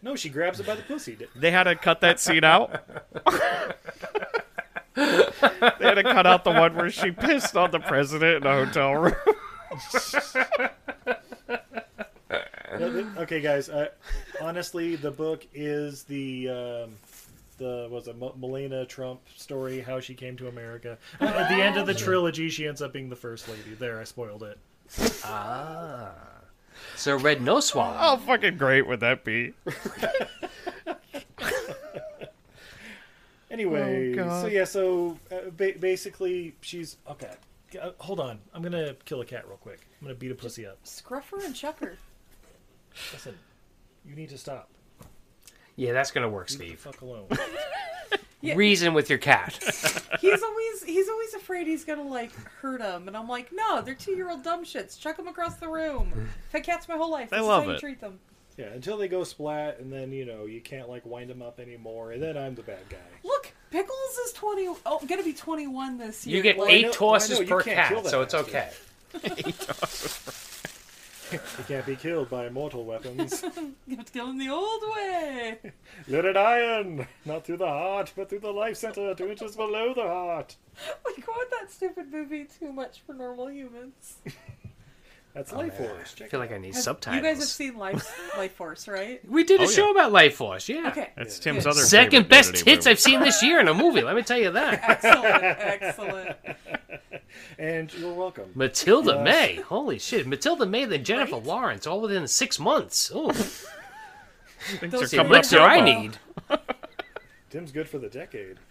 S10: No, she grabs it by the pussy. didn't-
S7: They had to cut that scene out. they had to cut out the one where she pissed on the president in a hotel room.
S10: No, th- okay, guys. Uh, honestly, the book is the um, the was it M- Melania Trump story, how she came to America. Uh, At the end of the trilogy, she ends up being the first lady. There, I spoiled it.
S6: So red nose swallow.
S7: How fucking great would that be?
S2: Oh,
S10: Anyway, so yeah, so uh, ba- basically, she's okay. g- Uh, hold on, I'm gonna kill a cat real quick. I'm gonna beat a pussy up.
S2: Scruffer and Chucker.
S10: Listen, you need to stop.
S6: Yeah, that's gonna work,
S10: Leave the
S6: Steve.
S10: fuck alone.
S6: Reason with your cat.
S2: He's always he's always afraid he's gonna like hurt him, and I'm like, no, they're two year old dumb shits. Chuck them across the room. Pet cats my whole life.
S7: I
S2: This
S7: love
S2: is how
S7: it.
S2: you treat them.
S10: yeah, until they go splat, and then you know you can't like wind them up anymore, and then I'm the bad guy.
S2: Look, Pickles is twenty. Oh, gonna be twenty one this year.
S6: You get
S2: Like,
S10: I know-
S6: eight
S10: I
S6: tosses
S10: know, you
S6: per
S10: can't kill
S6: cat,
S10: that
S6: so it's
S10: bastard.
S6: okay.
S10: He can't be killed by immortal weapons.
S2: You have to kill him the old way.
S10: Let it iron, not through the heart, but through the life center, two inches below the heart.
S2: We quote that stupid movie too much for normal humans.
S10: That's life force.
S6: Oh, I
S10: Check
S6: feel like I need
S2: You
S6: subtitles.
S2: guys have seen Life Life Force, right?
S6: we did a
S7: yeah.
S6: show about Life Force, yeah.
S2: Okay.
S7: That's Tim's
S2: good.
S7: other
S6: Second
S7: favorite
S6: best
S7: nudity
S6: tits
S7: movie.
S6: I've seen this year in a movie, let me tell you that.
S2: Excellent, excellent.
S10: and you're welcome.
S6: Matilda May. Holy shit. Matilda May then Jennifer Lawrence, all within six months. Oh,
S7: They're
S2: Those
S6: the
S7: coming up
S2: movies
S6: elixir
S7: to
S2: are
S6: I
S7: elbow.
S6: need.
S10: Tim's good for the decade.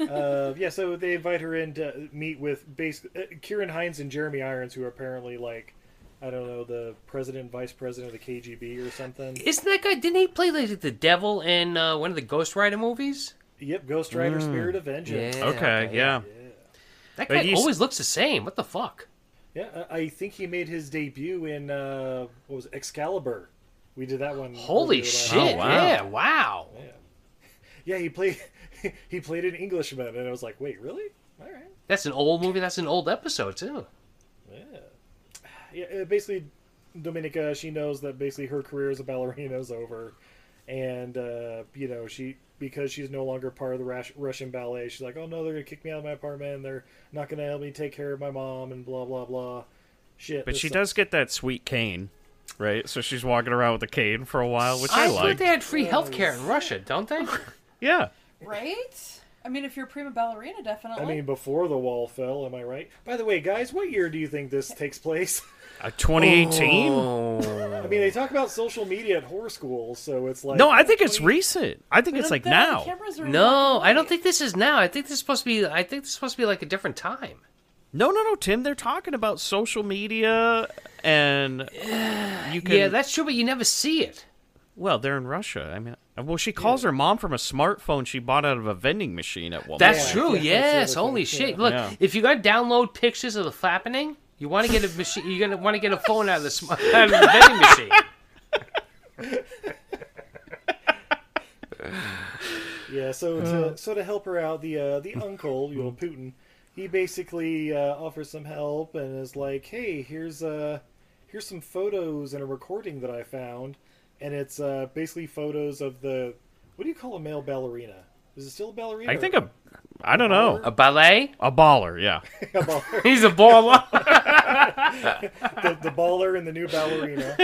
S10: All right. uh, yeah, so they invite her in to meet with base uh, Kieran Hines and Jeremy Irons, who are apparently like, I don't know, the president, and vice president of the KGB or something.
S6: Isn't that guy? Didn't he play like the devil in uh, one of the Ghost Rider movies?
S10: Yep, Ghost Rider,
S6: Mm.
S10: Spirit of Vengeance.
S7: Okay, yeah.
S6: That
S7: But
S6: guy
S7: he's-
S6: always looks the same. What the fuck?
S10: Yeah, I- I think he made his debut in uh, what was it, Excalibur. We did that one.
S6: Holy
S10: earlier last
S6: shit!
S7: Oh, wow.
S6: Yeah, wow.
S10: Yeah, he played he played an Englishman, and I was like, wait, really? All right.
S6: That's an old movie. That's an old episode too.
S10: Yeah, uh, basically, Dominica she knows that basically her career as a ballerina is over, and uh, you know she because she's no longer part of the Rash- Russian ballet, she's like, oh no, they're gonna kick me out of my apartment, and they're not gonna help me take care of my mom, and blah blah blah. Shit.
S7: But
S10: this
S7: she
S10: sucks.
S7: does get that sweet cane, right? So she's walking around with a cane for a while, which I,
S6: thought
S7: like.
S6: they had free healthcare in Russia, don't they?
S7: Yeah.
S2: Right? I mean, if you're a prima ballerina, definitely.
S10: I mean, before the wall fell, am I right? By the way, guys, what year do you think this takes place?
S7: Uh, 2018?
S6: Oh.
S10: I mean, they talk about social media at horror school, so it's like
S7: no, I think it's recent. I think it's like
S2: They're not- the
S7: now.
S2: cameras are
S6: No, I don't think this is now. I think this is supposed to be. I think this is supposed to be like a different time.
S7: No, no, no, Tim. They're talking about social media and you can.
S6: Yeah, that's true, but you never see it.
S7: well, they're in Russia. I mean, well, she calls her mom from a smartphone she bought out of a vending machine at one.
S6: That's
S7: point.
S10: yeah,
S6: true.
S10: that's the
S6: yes.
S10: other
S6: Holy
S10: thing,
S6: shit!
S10: yeah.
S6: Look,
S7: Yeah.
S6: if you got to download pictures of the flappening, you want to get a machine. You're gonna want to get a phone out of the, sm- out of the vending machine.
S10: Yeah, so
S7: Uh.
S10: to so to help her out, the uh, the uncle, you know, Putin, he basically uh, offers some help and is like, "Hey, here's uh here's some photos and a recording that I found, and it's uh, basically photos of the what do you call a male ballerina? Is it still a ballerina?
S7: I
S10: or
S7: think a. I don't know.
S6: A ballet?
S7: A baller, yeah.
S10: a baller?
S6: He's a baller.
S10: the, the baller and the new ballerina.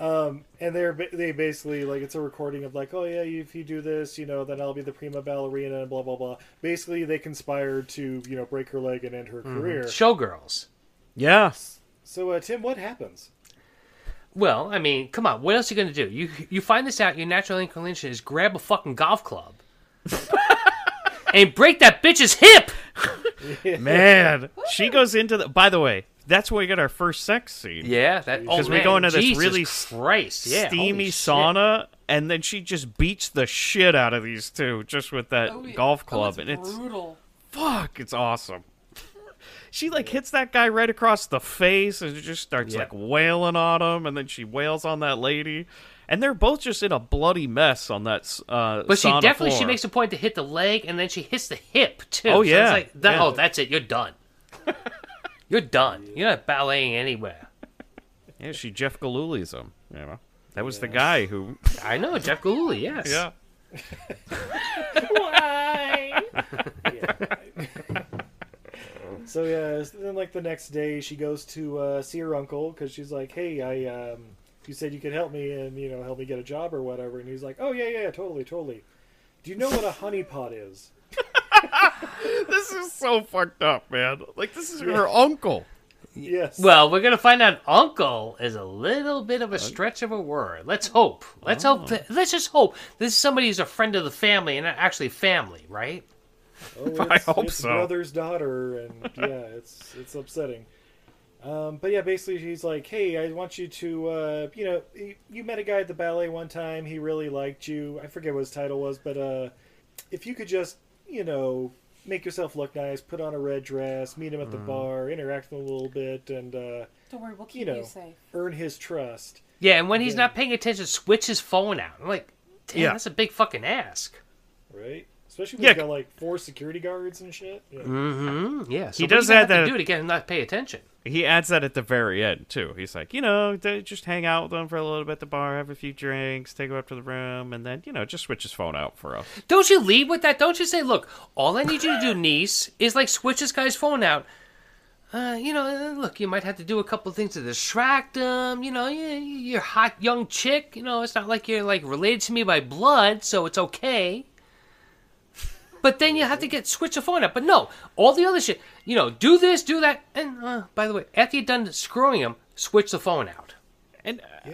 S10: Um, and they're ba- they basically like it's a recording of like, oh yeah, if you do this, you know, then I'll be the prima ballerina and blah blah blah. Basically, they conspired to you know break her leg and end her
S7: Mm-hmm.
S10: career.
S6: Showgirls.
S7: Yeah.
S10: So uh, Tim, what happens?
S6: Well, I mean, come on. What else are you gonna do? You you find this out. Your natural inclination is grab a fucking golf club and break that bitch's hip.
S7: Man, she goes into the. By the way, that's where we get our first sex scene.
S6: Yeah, that because
S7: we go into this really
S6: Christ, yeah,
S7: steamy
S6: holy shit.
S7: sauna, and then she just beats the shit out of these two just with that
S2: Oh, yeah.
S7: golf
S2: Oh,
S7: club,
S2: it's
S7: and it's
S2: brutal.
S7: fuck, it's awesome. she like hits that guy right across the face, and just starts
S6: Yeah.
S7: like wailing on him, and then she wails on that lady, and they're both just in a bloody mess on that. s- Uh,
S6: But she
S7: sauna
S6: definitely she
S7: floor.
S6: makes a point to hit the leg and then she hits the hip too.
S7: Oh,
S6: So it's
S7: yeah,
S6: like, that-
S7: yeah.
S6: oh that's it. You're done. you're done. You're not balleting anywhere.
S7: yeah, she Jeff Galuli's him. You know, that was the guy who
S6: I know Jeff Galooly. Yes.
S10: So yeah, so then like the next day, she goes to uh, see her uncle because she's like, hey, I um, you said you could help me and you know help me get a job or whatever, and he's like, oh yeah yeah totally totally. Do you know what a honeypot is?
S7: This is so fucked up, man. Like this is her uncle.
S10: Yes.
S6: Well, we're gonna find out. Uncle is a little bit of a stretch of a word. Let's hope. Let's hope. That, let's just hope this is somebody who's a friend of the family and not actually family, right?
S10: Oh, it's-
S7: hope
S10: it's
S7: so.
S10: Brother's daughter, and yeah, it's it's upsetting. Um, but yeah, basically, she's like, "Hey, I want you to, uh, you know, you, you met a guy at the ballet one time. He really liked you. I forget what his title was, but uh, if you could just, you know, make yourself look nice, put on a red dress, meet him at the
S7: Mm-hmm.
S10: bar, interact with him a little bit, and uh,
S2: Don't worry, we'll keep
S10: you
S2: you,
S10: know,
S2: safe.
S10: earn his trust."
S6: Yeah. And when he's not paying attention, switch his phone out. I'm like, damn,
S7: Yeah.
S6: that's a big fucking ask.
S10: Right? Especially when you
S7: Yeah.
S10: you got like four security guards and shit. Yeah.
S6: Hmm, Yeah. So
S7: He
S6: what do
S7: does
S6: you
S7: add
S6: have
S7: that-
S6: to do to get him not to pay attention.
S7: He adds that at the very end too. He's like, you know, th- just hang out with them for a little bit at the bar, have a few drinks, take him up to the room, and then you know, just switch his phone out for us.
S6: Don't you lead with that? Don't you say, look, all I need you to do, niece, is like switch this guy's phone out. Uh, you know, uh, look, you might have to do a couple things to distract him. You know, you- you're a hot young chick. You know, it's not like you're like related to me by blood, so it's okay. But then you have to get switch the phone out. But no, all the other shit, you know, do this, do that. And uh, by the way, after you're done screwing him, switch the phone out.
S7: And uh,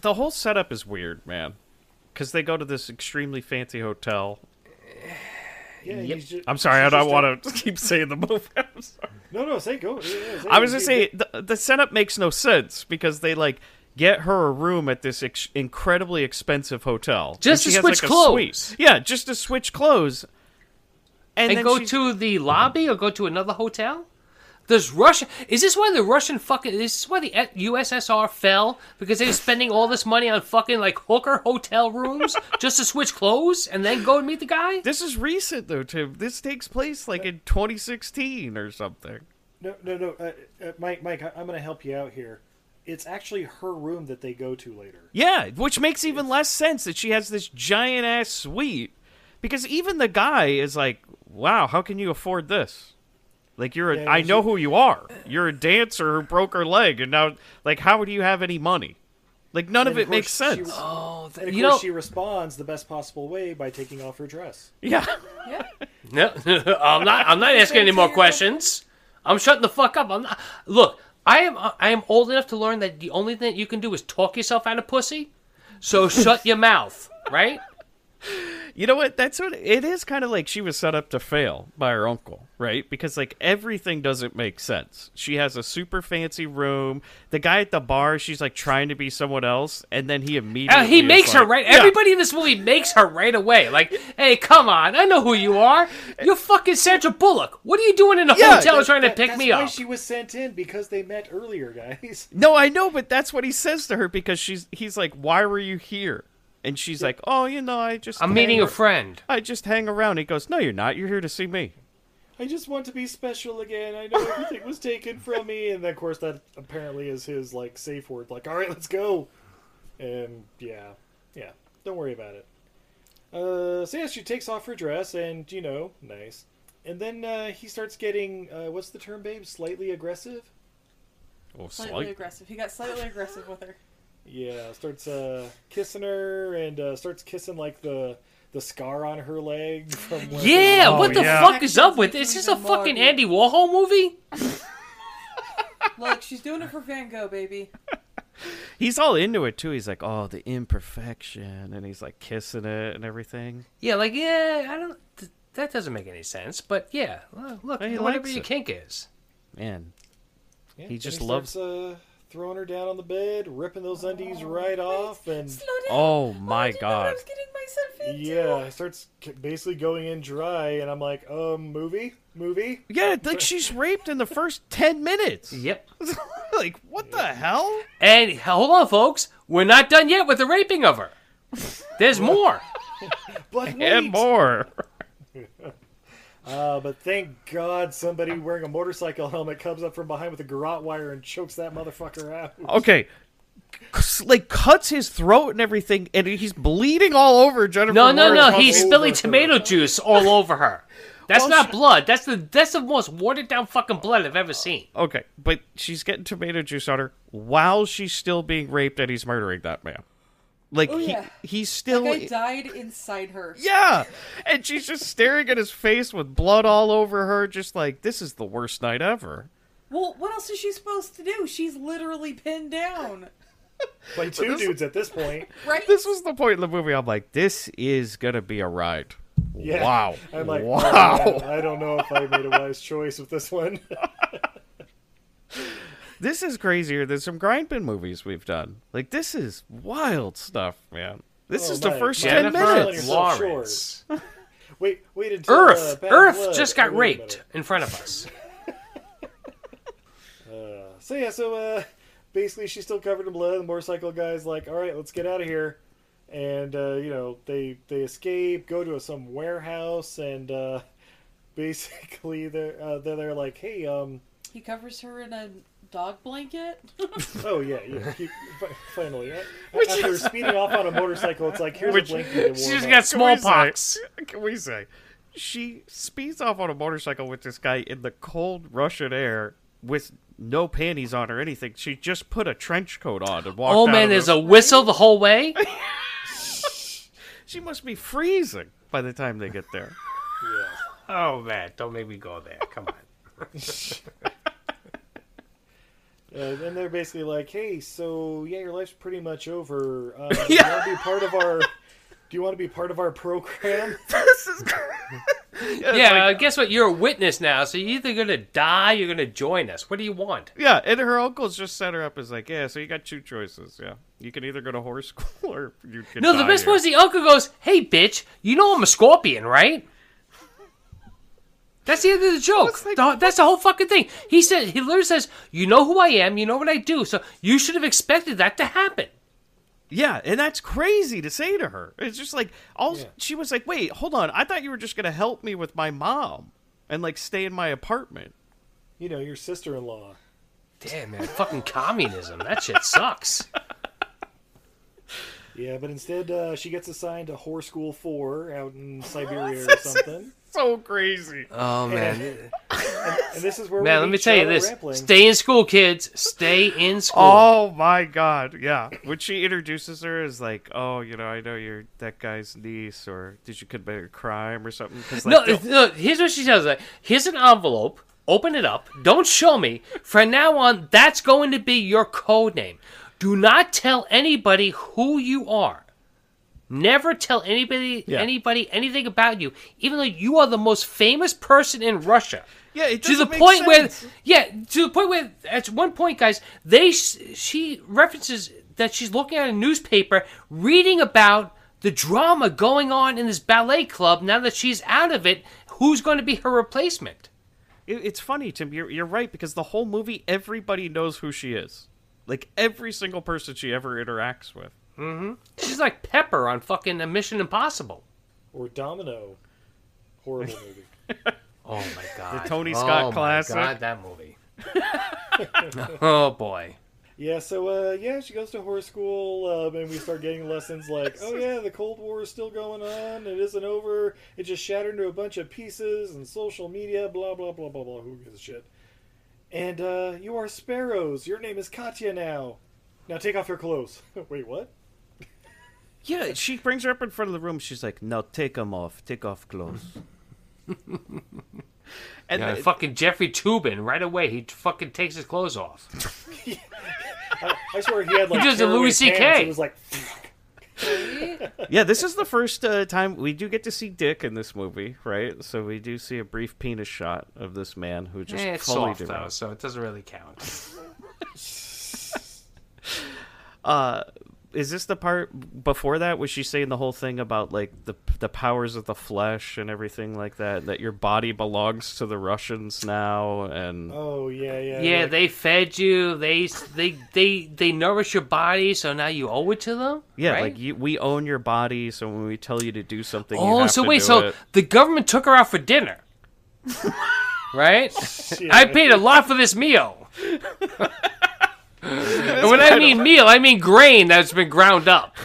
S7: the whole setup is weird, man. Because they go to this extremely fancy hotel.
S10: Yeah, he's ju-
S7: I'm sorry, I
S10: she's
S7: don't
S10: just a-
S7: want to keep saying the movie. I'm sorry.
S10: No, no, say go. Yeah, yeah,
S7: I was gonna
S10: you-
S7: say the, the setup makes no sense because they like get her a room at this ex- incredibly expensive hotel
S6: Just
S7: And
S6: to
S7: she
S6: switch
S7: has, like, a
S6: clothes.
S7: suite. Yeah, just to switch clothes. And,
S6: and
S7: then
S6: go
S7: she's-
S6: to the lobby or go to another hotel? There's Russia. Is this why the Russian fucking? Is this why the E, USSR fell? Because they were spending all this money on fucking like hooker hotel rooms just to switch clothes and then go and meet the guy?
S7: This is recent though, Tim. This takes place like in 2016 or something.
S10: No, no, no, uh, uh, Mike, Mike, I, I'm going to help you out here. It's actually her room that they go to later.
S7: Yeah, which makes even less sense that she has this giant ass suite because even the guy is like, "Wow, how can you afford this?" Like you're a,
S10: Yeah,
S7: I
S10: you
S7: know
S10: should-
S7: who you are. You're a dancer who broke her leg and now like how do you have any money? Like none of
S10: And
S7: it
S10: of
S7: makes
S10: course she
S7: sense.
S10: was-
S6: Oh,
S10: And of
S6: you
S10: course,
S6: know,
S10: she responds the best possible way by taking off her dress.
S7: yeah.
S2: Yeah.
S6: No, I'm not. I'm not asking any more questions. I'm shutting the fuck up. I'm not. Look, I am. I am old enough to learn that the only thing you can do is talk yourself out of pussy. So shut your mouth, right?
S7: You know what? That's what it is. Kind of like she was set up to fail by her uncle, right? Because like everything doesn't make sense. She has a super fancy room. The guy at the bar, she's like trying to be someone else, and then he immediately
S6: Uh, he
S7: is
S6: makes her
S7: like-
S6: right.
S7: Yeah.
S6: Everybody in this movie makes her right away. Like, hey, come on, I know who you are. You're fucking Sandra Bullock. What are you doing in a
S7: Yeah,
S6: hotel
S7: that-
S6: trying to
S2: That-
S6: pick
S2: that's
S6: me
S2: why
S6: up?
S2: she was sent in because they met earlier, guys.
S7: No, I know, but that's what he says to her because she's he's like, "Why were you here?" And she's like, "Oh, you know, I just
S6: I'm
S7: hang
S6: meeting a
S7: ar-
S6: friend.
S7: I just hang around." He goes, "No, you're not. You're here to see me."
S2: I just want to be special again. I know everything was taken from me, and of course that apparently is his like safe word. Like, all right, let's go. And yeah, yeah, don't worry about it. Uh, so yeah, she takes off her dress, and you know, nice. And then uh, he starts getting uh, what's the term, babe? Slightly aggressive.
S7: Oh,
S5: Slightly aggressive. He got slightly aggressive with her.
S2: Yeah, starts uh, kissing her, and uh, starts kissing like the the scar on her leg from when-
S6: Yeah, what the
S7: Oh, yeah.
S6: fuck is up with this? Is this a
S5: Even more,
S6: fucking
S5: dude.
S6: Andy Warhol movie?
S5: Look, she's doing it for Van Gogh, baby.
S7: He's all into it too. He's like, "Oh, the imperfection," and he's like kissing it and everything.
S6: Yeah, like yeah, I don't. Th- that doesn't make any sense. But yeah, well, look,
S7: He
S6: whatever
S7: likes
S6: your
S7: it.
S6: kink is.
S7: Man,
S2: Yeah,
S7: He
S2: then
S7: just
S2: starts, uh, throwing her down on the bed, ripping those undies right off, and
S5: Slow down.
S7: Oh, my
S5: I didn't know what I
S7: God.
S5: was getting myself into.
S10: uh,
S2: yeah, starts k- basically going in dry. And I'm like, um, movie, movie.
S7: yeah, like she's raped in the first ten minutes.
S6: Yep.
S7: like, what the hell?
S6: And hold on, folks, we're not done yet with the raping of her. There's more.
S2: But
S7: And
S2: wait.
S7: more.
S2: Uh, but thank God somebody wearing a motorcycle helmet comes up from behind with a garrote wire and chokes that motherfucker out.
S7: Okay. C- Like cuts his throat and everything, and he's bleeding all over Jennifer.
S6: No, no,
S7: Lawrence.
S6: no. He's
S2: over
S6: spilling
S2: her.
S6: tomato juice all over her. That's
S7: Well,
S6: not
S7: she-
S6: blood. That's the that's the most watered down fucking blood I've ever seen.
S7: Okay, but she's getting tomato juice on her while she's still being raped and he's murdering that man. Like
S5: Oh,
S7: he
S5: yeah.
S7: he's still
S5: Like I died inside her.
S7: Yeah. And she's just staring at his face with blood all over her just like this is the worst night ever.
S5: Well, what else is she supposed to do? She's literally pinned down.
S2: By two dudes at this point.
S5: Right?
S7: This was the point in the movie I'm like this is going to be a ride.
S2: Yeah.
S7: Wow.
S2: I'm like,
S7: wow.
S2: I don't know if I made a wise choice with this one.
S7: This is crazier than some grindbin movies we've done. Like this is wild stuff, man. This
S2: Oh,
S7: is the
S2: my-
S7: first
S2: my God.
S7: 10
S2: Jennifer
S7: minutes.
S2: Lawrence. wait, wait until uh,
S6: Earth,
S2: Bad
S6: Earth
S2: Blood.
S6: just
S2: Oh,
S6: got
S2: wait a
S6: raped
S2: minute.
S6: in front of us.
S2: So yeah, so uh, basically she's still covered in blood. The motorcycle guy's like, "All right, let's get out of here," and uh, you know they they escape, go to some warehouse, and uh, basically they're uh, they're, they're like, "Hey, um,
S5: He covers her in a dog blanket.
S2: oh yeah, yeah, you, fi- finally." Right? After speeding off on a motorcycle, it's like here's
S7: Which-
S2: a blanket. to
S6: She
S2: warm
S6: just
S2: up.
S6: got
S7: Can we say-
S6: smallpox.
S7: Can we say? She speeds off on a motorcycle with this guy in the cold Russian air with no panties on or anything. She just put a trench coat on and walked
S6: Oh
S7: out
S6: man,
S7: of
S6: there's
S7: the-
S6: a whistle the whole way.
S7: She must be freezing by the time they get there.
S6: Oh man, don't make me go there. Come on.
S2: Uh, and they're basically like, "Hey, so yeah, your life's pretty much over. Uh, Do you want to be part of our? Do you want to be part of our program?"
S6: Yeah, uh, guess what? You're a witness now, so you're either gonna die, you're gonna join us. What do you want?
S7: Yeah, and her uncles just set her up as like, yeah, so you got two choices. Yeah, you can either go to horse school or you can.
S6: No, the
S7: die
S6: best
S7: here.
S6: was the uncle goes, "Hey, bitch, you know I'm a scorpion, right?" That's the end of the joke.
S7: What's that-
S6: The- that's the whole fucking thing. He said he literally says, "You know who I am. You know what I do. So you should have expected that to happen."
S7: Yeah, and that's crazy to say to her. It's just like all she was like, "Wait, hold on. I thought you were just going to help me with my mom and like stay in my apartment."
S2: You know, your sister-in-law.
S6: Damn man, fucking communism. That shit sucks.
S2: Yeah, but instead uh, she gets assigned to whore school four out in Siberia or something.
S7: So crazy.
S6: Oh man,
S10: And this is where
S6: Man,
S10: we
S6: let me
S10: meet
S6: tell you
S10: Charlotte
S6: this:
S10: Rampling.
S6: stay in school, kids. Stay in school.
S7: Oh my god, yeah. When she introduces her as like, oh, you know, I know you're that guy's niece, or did you commit a crime or something? 'Cause,
S6: no,
S7: like,
S6: it's- no, here's what she tells us. Here's an envelope. Open it up. Don't show me. From now on, that's going to be your code name. Do not tell anybody who you are. Never tell anybody
S7: Yeah.
S6: anybody anything about you, even though you are the most famous person in Russia.
S7: Yeah, it
S6: to the
S7: doesn't make
S6: point
S7: sense.
S6: where yeah, to the point where at one point, guys, they s- she references that she's looking at a newspaper, reading about the drama going on in this ballet club. Now that she's out of it, who's going to be her replacement?
S7: It- it's funny, Tim. You're, you're right because the whole movie, everybody knows who she is. Like every single person she ever interacts with.
S6: She's like Pepper on fucking Mission Impossible.
S10: or Domino. Horrible movie.
S6: Oh my god,
S7: The Tony Scott
S6: oh my
S7: classic.
S6: God, that movie. oh boy.
S10: Yeah, so uh, yeah, she goes to horse school, um, and we start getting lessons like, "Oh yeah, the Cold War is still going on; it isn't over. It just shattered into a bunch of pieces, and social media, blah blah blah blah blah. Who gives a shit?" And uh, you are sparrows. Your name is Katya now. Now take off your clothes. Wait, what?
S7: Yeah, she brings her up in front of the room. She's like, "Now take 'em off. Take off clothes." and
S6: Yeah,
S7: the-
S6: fucking Jeffrey Tubin right away. He fucking takes his clothes off.
S10: I swear he had like.
S6: He does a
S10: tearaway
S6: Louis CK.
S10: pants. It was like,
S7: yeah, this is the first uh, time we do get to see Dick in this movie, right? So we do see a brief penis shot of this man who just
S6: Eh, it's
S7: fully
S6: soft
S7: developed.
S6: though, so it doesn't really count.
S7: Uh, is this the part before that was she saying the whole thing about like the the powers of the flesh and everything like that that your body belongs to the Russians now and
S10: "Oh yeah, yeah."
S6: Yeah,
S10: like,
S6: they fed you. They they they they nourish your body, so now you owe it to them.
S7: yeah
S6: right?
S7: like you, we own your body so when we tell you to do something you
S6: oh,
S7: have
S6: so
S7: to
S6: wait,
S7: do
S6: so
S7: it.
S6: the government took her out for dinner, right? I paid a lot for this meal. and when I mean meal, I mean grain that's been ground up.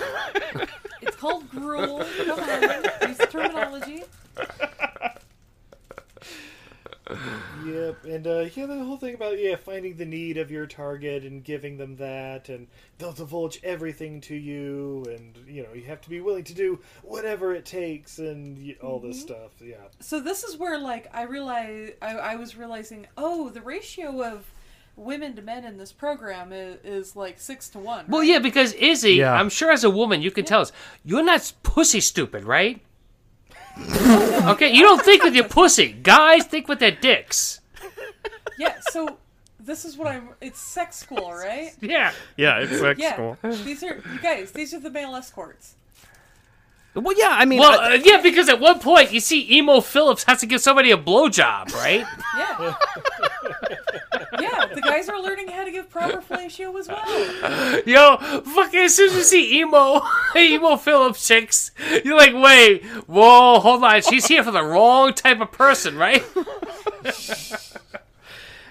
S2: It's called gruel. Come on, use terminology.
S10: Yep, and uh, yeah, the whole thing about yeah finding the need of your target and giving them that, and they'll divulge everything to you, and you know you have to be willing to do whatever it takes, and y- all this stuff. Yeah,
S2: So this is where, like, I realize I, I was realizing, oh, the ratio of women to men in this program is, is like six to one.
S6: Well,
S2: right?
S6: yeah, because Izzy,
S7: Yeah.
S6: I'm sure as a woman, you can tell us you're not pussy stupid, right? okay, you don't think with your pussy. Guys think with their dicks.
S2: yeah. So this is what I'm. It's sex school, right?
S6: Yeah.
S7: yeah it's sex
S2: Yeah.
S7: school
S2: These are you guys. These are the male escorts.
S7: well yeah I mean
S6: Well,
S7: I-
S6: uh, yeah, because at one point you see Emo Phillips has to give somebody a blowjob, right?
S2: Yeah. yeah, the guys are learning how to give proper fellatio as well.
S6: Yo, fucking as soon as you see Emo, Emo Phillips chicks, you're like, wait, whoa, hold on, she's here for the wrong type of person, right?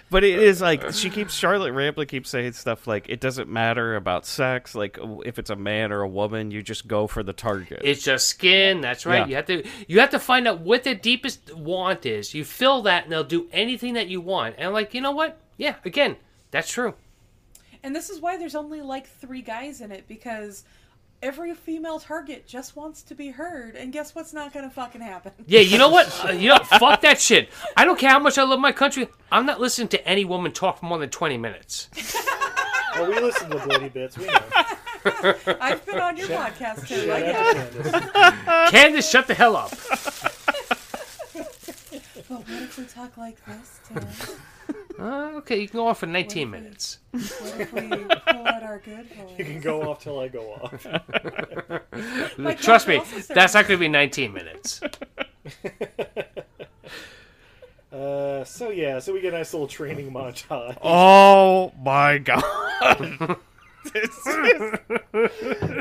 S7: But it is like she keeps Charlotte Rampling keeps saying stuff like it doesn't matter about sex, like if it's a man or a woman, you just go for the target.
S6: It's just skin. That's right.
S7: Yeah.
S6: You have to you have to find out what their deepest want is. You fill that, and they'll do anything that you want. And I'm like, you know what? Yeah, again, that's true.
S2: And this is why there's only like three guys in it because every female target just wants to be heard, and guess what's not gonna fucking happen?
S6: Yeah, you know what? Uh, you know, fuck that shit. I don't care how much I love my country. I'm not listening to any woman talk for more than 20 minutes.
S10: oh, we listen to bloody bits. We know.
S2: I've been on your podcast too. I
S10: Shout
S2: get
S10: out to Candace.
S6: Candace, shut the hell up.
S2: it. But what if we talk like this, Tim?
S6: Uh, okay, you can go on for 19 minutes.
S2: What if we pull out our good
S10: You
S2: boys?
S10: can go off till I go off.
S2: Like,
S6: Trust me,
S2: also serves-
S6: that's not going to be 19 minutes.
S10: Uh, so yeah, so we get a nice little training montage.
S7: oh my god. This is-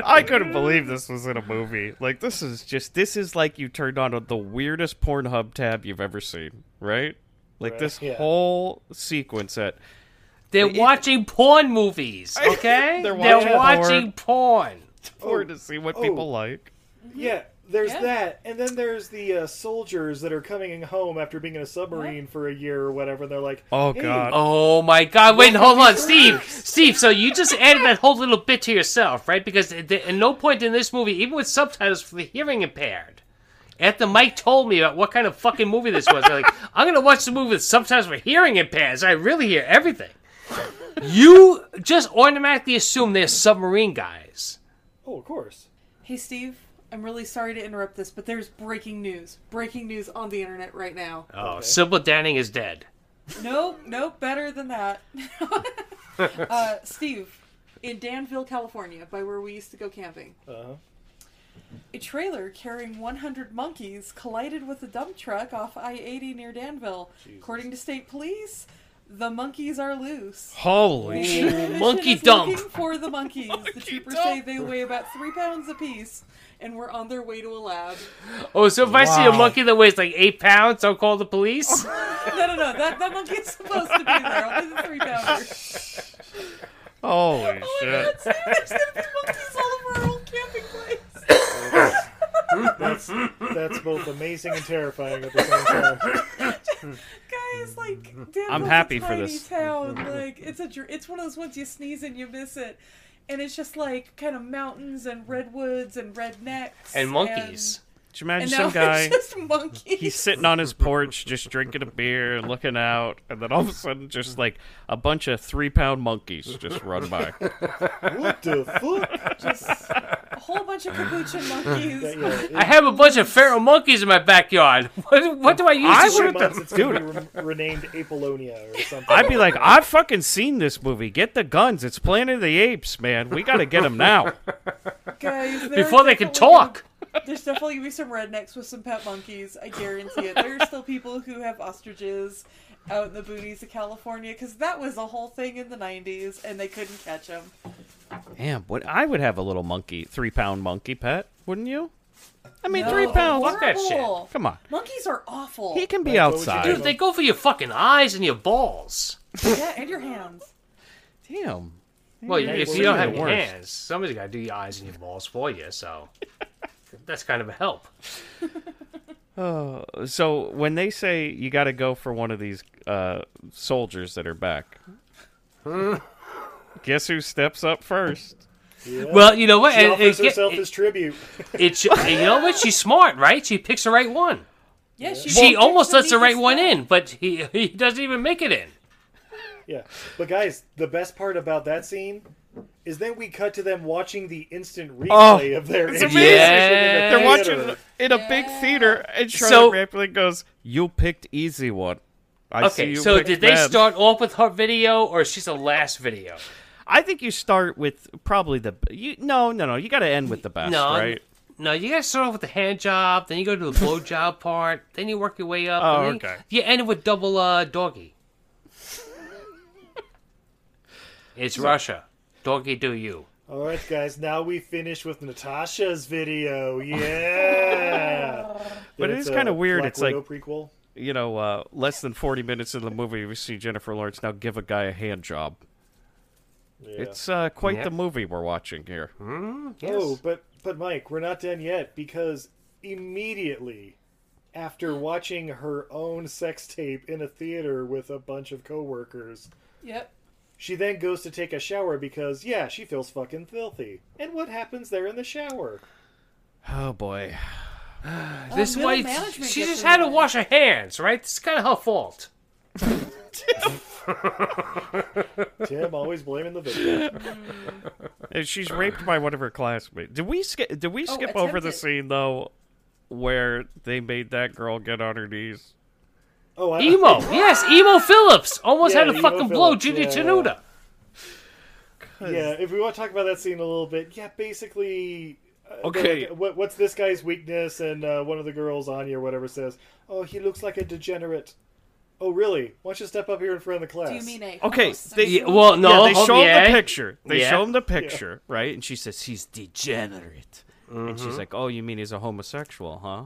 S7: I couldn't believe this was in a movie. Like this is just this is like you turned on the weirdest Pornhub tab you've ever seen, right? Like this
S10: yeah.
S7: whole sequence at
S6: They're watching porn movies, okay?
S7: They're
S6: They're
S7: watching
S6: watching porn.
S7: for to see what people like.
S10: Yeah,
S4: there's
S2: Yeah.
S4: that, and then there's the uh, soldiers that are coming home after being in a submarine for a year or whatever. And they're like,
S7: Oh,
S4: "Hey,
S7: God.
S6: Oh my God! Wait, hold on, Steve. Steve, so you just added that whole little bit to yourself, right? Because at the- at no point in this movie, even with subtitles for the hearing impaired, after Mike told me about what kind of fucking movie this was, I'm like, I'm gonna watch the movie with subtitles for hearing impaired, so I really hear everything. You just automatically assume they're submarine guys.
S4: Oh, of course.
S2: Hey, Steve, I'm really sorry to interrupt this, but there's breaking news. Breaking news on the internet right now.
S6: Oh, Sybil Danning is dead.
S2: No, no, better than that. uh, Steve, in Danville, California, by where we used to go camping,
S4: Uh-huh.
S2: a trailer carrying 100 monkeys collided with a dump truck off I 80 near Danville. According to state police, the monkeys are loose.
S7: Holy
S2: The
S7: shit.
S2: Commission
S6: Monkey
S2: is
S6: dump.
S2: Looking for the monkeys. the troopers say they weigh about three pounds apiece and were on their way to a lab.
S6: Oh, so if I see a monkey that weighs like eight pounds, I'll call the police.
S2: No, no, no. That, that monkey is supposed to be there. Only the three pounder.
S7: Holy
S2: Oh my
S7: shit.
S2: god, Sam, there's gonna be monkeys all over our old camping place.
S4: That's both amazing and terrifying at the same time.
S2: Guys, like, Danville's
S7: I'm happy
S2: a
S7: for
S2: tiny
S7: this.
S2: town. Like, it's a dr- it's one of those ones you sneeze and you miss it, and it's just like kind of mountains and redwoods and rednecks
S6: and monkeys.
S7: Could you
S2: And,
S7: imagine
S2: and now
S7: some guy?
S2: it's just monkeys.
S7: He's sitting on his porch, just drinking a beer and looking out, and then all of a sudden, just like a bunch of three-pound monkeys just run by.
S4: What the fuck?
S2: just a whole bunch of capuchin monkeys.
S4: Yeah, in
S6: I have a bunch of feral monkeys in my backyard. What, what do I use?
S7: I
S6: to
S7: would
S4: three
S7: have
S4: months,
S7: done-
S4: it's gonna be re- renamed Apollonia or something.
S7: I'd be like, I've fucking seen this movie. Get the guns. It's Planet of the Apes, man. We gotta get them now.
S2: Guys, there are
S6: before they can
S2: definitely gonna-
S6: talk.
S2: There's definitely gonna be some rednecks with some pet monkeys. I guarantee it. There's still people who have ostriches out in the boonies of California because that was a whole thing in the '90s, and they couldn't catch them.
S7: Damn, what I would have a little monkey, three-pound monkey pet, wouldn't you? I mean,
S2: No,
S7: three pounds.
S6: Fuck that shit.
S2: horrible.
S7: Come on,
S2: Monkeys are awful.
S7: he can be
S4: Like, what would you
S7: outside.
S6: Dude, they go for your fucking eyes and your balls.
S2: Yeah, and your hands.
S7: Damn.
S6: Well, if
S4: well,
S6: you don't
S7: Mm, yeah,
S6: have
S7: the
S6: your
S7: worst.
S6: hands, somebody's got to do your eyes and your balls for you. So that's kind of a help.
S7: So when they say you got to go for one of these uh, soldiers that are back, guess who steps up first?
S6: Well, you know what?
S4: she
S6: and- and
S4: offers
S6: get-
S4: herself
S6: it-
S4: as tribute.
S6: it sh- you know what? She's smart, right? She picks the right one.
S2: Yeah, she,
S6: She
S2: won't catch
S6: almost
S2: them
S6: lets the
S2: either
S6: right one
S2: step.
S6: in, but he he doesn't even make it in.
S4: Yeah. But guys, the best part about that scene is then we cut to them watching the instant replay of their
S7: amazing.
S6: Oh, Yeah.
S7: They're watching
S4: Theater.
S7: in a big theater, and Charlotte
S6: So-
S7: Rampling goes, "You picked easy one." I see
S6: Okay,
S7: you
S6: so
S7: picked
S6: did they
S7: bad."
S6: start off with her video, or is she's the last video?
S7: I think you start with probably the you. No, no, no. You got to end with the best,
S6: No,
S7: right?
S6: no, you gotta start off with the hand job, then you go to the blow job part, then you work your way up.
S7: Oh,
S6: and then
S7: okay.
S6: You end with double uh, doggy. It's Russia. Doggy do you.
S4: All right, guys. Now we finish with Natasha's video. Yeah.
S7: But it
S4: It's
S7: is
S4: a
S7: kind of weird.
S4: Black
S7: It's like
S4: Widow prequel.
S7: you know, uh, less than forty minutes in the movie, we see Jennifer Lawrence now give a guy a hand job. It's uh, quite
S6: Yeah.
S7: the movie we're watching here.
S4: Oh, but but Mike, we're not done yet because immediately after watching her own sex tape in a theater with a bunch of coworkers,
S2: Yep.
S4: she then goes to take a shower because yeah, she feels fucking filthy. And what happens there in the shower?
S7: Oh boy.
S6: this
S2: Oh, middle
S6: way,
S2: management
S6: she
S2: gets
S6: just had to
S2: involved.
S6: wash her hands, right? This is kind of her fault.
S4: Tim always blaming the victim.
S7: And she's raped by one of her classmates. Did we skip? Did we skip over the
S2: attempted.
S7: scene though, where they made that girl get on her knees?
S4: Oh, I,
S6: Emo, yes, Emo Phillips almost
S4: Yeah,
S6: had to
S4: Emo
S6: fucking blow
S4: Phillips,
S6: Judy
S4: yeah.
S6: Tenuta.
S4: yeah. If we want to talk about that scene a little bit, yeah, basically
S7: Okay.
S4: Like, what, what's this guy's weakness? And uh, one of the girls, Anya or whatever, says, "Oh, he looks like a degenerate." Oh, really? Why don't you step up here in front of the class?
S2: Do you mean a?
S7: Okay. They,
S6: Yeah, well, no,
S7: yeah, they
S6: hold-
S7: show him
S6: Oh, yeah.
S7: the picture. They
S6: Yeah.
S7: show him the picture, right? And she says he's degenerate. And
S6: Mm-hmm.
S7: she's like, "Oh, you mean he's a homosexual, huh?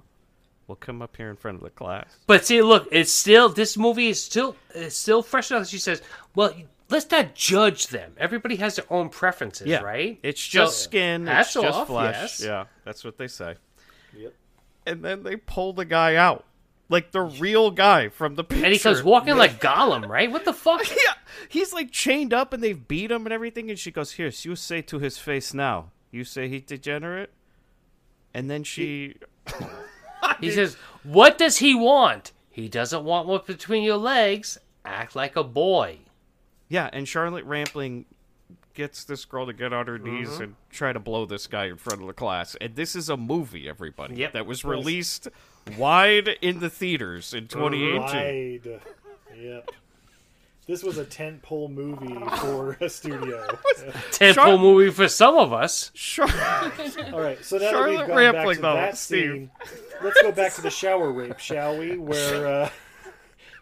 S7: Well, come up here in front of the class."
S6: But see, look, it's still this movie is still it's still fresh enough. She says, "Well, let's not judge them. Everybody has their own preferences, right?"
S7: It's
S6: So-
S7: just skin.
S6: Hats
S7: it's just
S6: off,
S7: flesh.
S6: yes.
S7: Yeah, that's what they say.
S4: Yep.
S7: and then they pull the guy out, like the real guy from the picture.
S6: And he comes walking like Gollum, right? What the fuck?
S7: Yeah, he's like chained up, and they've beat him and everything. And she goes, "Here, you say to his face now. You say he's degenerate." And then she,
S6: He says, What does he want? He doesn't want what's between your legs. Act like a boy.
S7: yeah, and Charlotte Rampling gets this girl to get on her knees and try to blow this guy in front of the class. And this is a movie, everybody,
S6: Yep.
S7: that was released wide in the theaters in 2018.
S4: Wide. Yep. This was a tentpole movie for a studio.
S6: Temple
S7: Char-
S6: movie for some of us.
S7: Sure.
S4: All right, so now that
S7: Charlotte
S4: we've gone back
S7: Rampling,
S4: to
S7: though,
S4: that
S7: Steve.
S4: scene, let's go back to the shower rape, shall we? Where uh,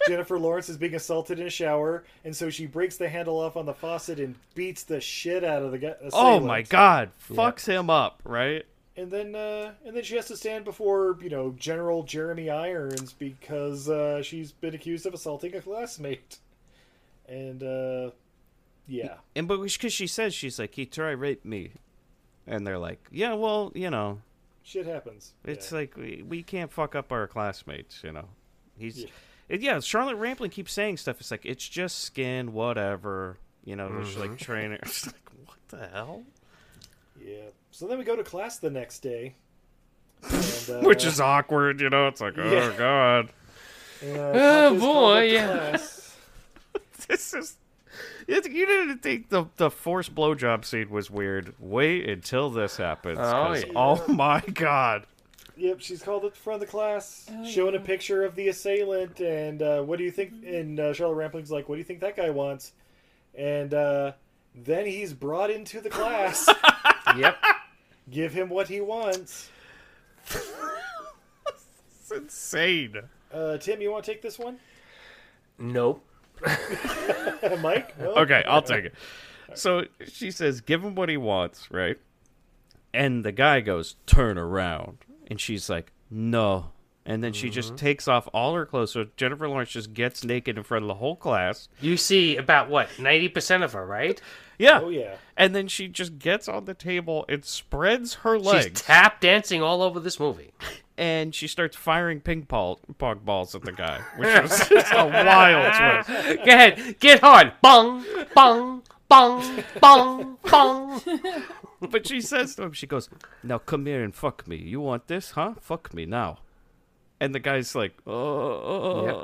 S4: Jennifer Lawrence is being assaulted in a shower, and so she breaks the handle off on the faucet and beats the shit out of the guy.
S7: Oh my god, fucks him up, right?
S4: And then, uh, and then she has to stand before you know General Jeremy Irons because uh, she's been accused of assaulting a classmate, and uh, yeah,
S7: And but because she says she's like he try rape me, and they're like, yeah, well, you know,
S4: shit happens.
S7: it's
S4: yeah.
S7: like we, we can't fuck up our classmates, you know. He's it- yeah. Charlotte Rampling keeps saying stuff. It's like it's just skin, whatever, you know. There's like trainer. It's like what the hell?
S4: yeah. So then we go to class the next day, and, uh,
S7: Which is awkward, you know. It's like oh
S4: Yeah.
S7: god,
S4: Uh,
S6: boy, yeah.
S7: this is. It, you didn't think the the forced blowjob scene was weird. Wait until this happens. 'cause-
S6: yeah.
S7: oh my god.
S4: Yep, she's called up front of the class, showing a picture of the assailant, and uh, what do you think? And uh, Charlotte Rampling's like, "What do you think that guy wants?" And uh, then he's brought into the class.
S6: Yep.
S4: Give him what he wants.
S7: It's insane.
S4: Uh, Tim, you want to take this one?
S6: Nope.
S4: Mike? No?
S7: Okay, I'll take it. So she says, "Give him what he wants," right? And the guy goes, "Turn around," and she's like, "No." And then she just takes off all her clothes. So Jennifer Lawrence just gets naked in front of the whole class.
S6: You see about what, 90% of her, right?
S7: Yeah.
S4: Oh yeah.
S7: And then she just gets on the table and spreads her
S6: She's
S7: legs,
S6: tap dancing all over this movie.
S7: and she starts firing ping pong, pong balls at the guy, which was just a wild twist.
S6: Go ahead, get hard. Bong, bong, bong, bong, bong.
S7: But she says to him, she goes, "Now come here and fuck me. You want this, huh? Fuck me now." And the guy's like, "Oh,", oh,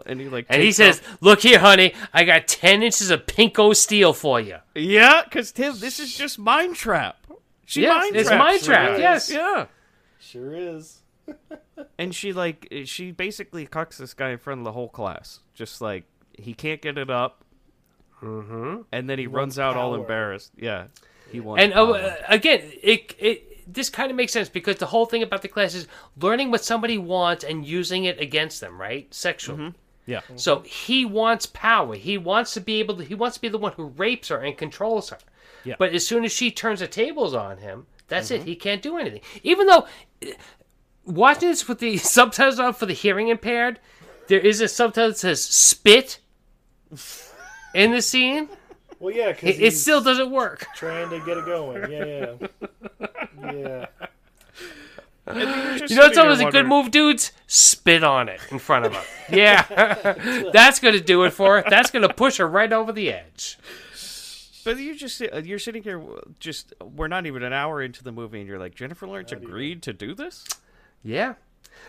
S7: oh," and he like,
S6: And he
S7: takes
S6: says,
S7: off-
S6: Look here, honey, I got 10 inches of pinko steel for you.
S7: "Yeah, because Tim, this is just mind trap. She
S6: Yes,
S7: mind
S6: it's
S7: traps
S6: mind
S7: her
S6: trap,
S7: guys.
S6: yes.
S7: yeah."
S4: Sure is.
S7: And she like, she basically cucks this guy in front of the whole class, just like he can't get it up. Mm-hmm. And then he runs, out all
S4: power.
S7: embarrassed. Yeah, he wants.
S6: And oh,
S7: power.
S6: uh, again, it it this kind of makes sense because the whole thing about the class is learning what somebody wants and using it against them, right? Sexually.
S7: yeah,
S6: So he wants power. He wants to be able to. He wants to be the one who rapes her and controls her.
S7: Yeah.
S6: But as soon as she turns the tables on him, that's it. He can't do anything. Even though eh, watching this with the subtitles on for the hearing impaired, there is a subtitle that says "spit" in the scene.
S4: Well, yeah, because
S6: It, it still doesn't work.
S4: trying to get it going. Yeah, yeah, yeah.
S6: You know what's always a good move, dudes? Spit on it in front of her. Yeah. That's going to do it for her. That's going to push her right over the edge.
S7: But you just sit- uh, you're sitting here, uh, just we're not even an hour into the movie, and you're like, Jennifer Lawrence agreed to do this.
S6: Yeah.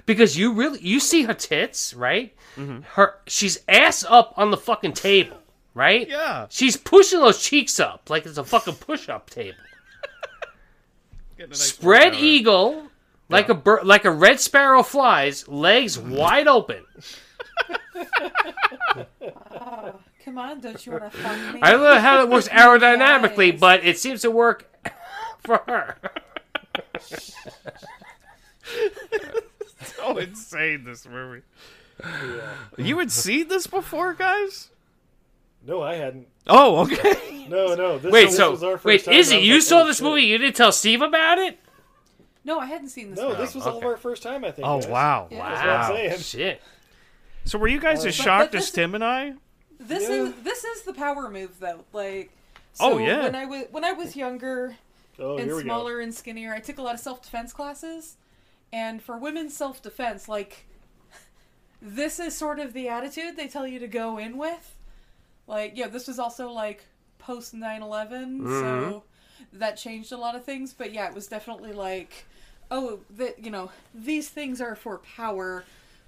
S6: Because you really you see her tits, right?
S4: Mm-hmm.
S6: Her she's ass up on the fucking table, right?
S7: Yeah.
S6: She's pushing those cheeks up like it's a fucking push-up table. Spread eagle like a bir- like a red sparrow flies, legs wide open.
S2: Come on, don't you want to fuck me?
S6: I don't know how that works aerodynamically, but it seems to work for her.
S7: So Oh, insane this movie. You had seen this before, guys?
S4: No, I hadn't.
S7: Oh, okay.
S4: No, no. This,
S6: Wait,
S4: this
S6: so
S4: was our first
S6: wait,
S4: time,
S6: Izzy,
S4: and I was
S6: you
S4: like,
S6: saw
S4: oh,
S6: this
S4: shit.
S6: movie? You didn't tell Steve about it?
S2: No, I hadn't seen this.
S4: No,
S2: one.
S4: this was all of our first time. I
S7: Oh,
S4: think. guys. That's
S2: Yeah.
S4: what I'm
S6: Wow,
S4: saying.
S6: Oh, shit.
S7: So were you guys as
S2: But-
S7: shocked
S2: but
S7: as
S2: this-
S7: Tim and I?
S2: This
S4: Yeah.
S2: is this is the power move though. Like so
S7: Oh, yeah.
S2: when I was when I was younger
S4: Oh,
S2: and
S4: here we go.
S2: smaller and skinnier, I took a lot of self defense classes. And for women's self defense, like, this is sort of the attitude they tell you to go in with. Like, yeah, this was also, like, post 9 11, so
S4: Mm-hmm.
S2: that changed a lot of things. But yeah, it was definitely like, oh, that, you know, these things are for power,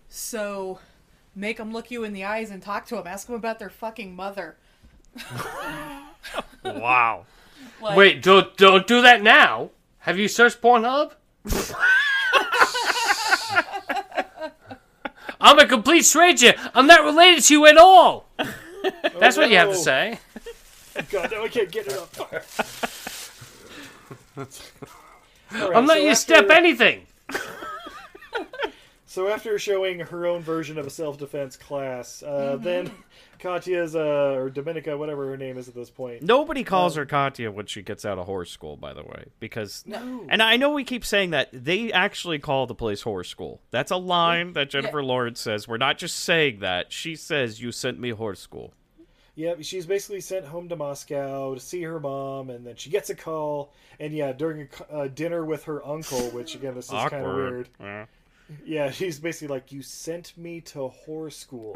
S2: so make them look you in the eyes and talk to them. Ask them about their fucking mother.
S7: Wow.
S2: Like,
S6: Wait, don't don't do that now. Have you searched Pornhub? I'm a complete stranger. I'm not related to you at all. That's what you have to
S4: no.
S6: say.
S4: God, no, I can't get it up. Fuck. All right,
S6: I'm not
S4: so
S6: your
S4: after-
S6: step anything.
S4: So after showing her own version of a self-defense class, uh, then Katya's uh, or Dominica, whatever her name is at this point.
S7: Nobody calls her Katya when she gets out of horse school, by the way, because and I know we keep saying that they actually call the place horse school. That's a line that Jennifer Lawrence says. We're not just saying that. She says you sent me horse school.
S4: Yep, she's basically sent home to Moscow to see her mom, and then she gets a call. And yeah, during a c- uh, dinner with her uncle, which again, this is kind of
S7: Awkward.
S4: weird.
S7: Yeah.
S4: Yeah, she's basically like, "You sent me to whore school."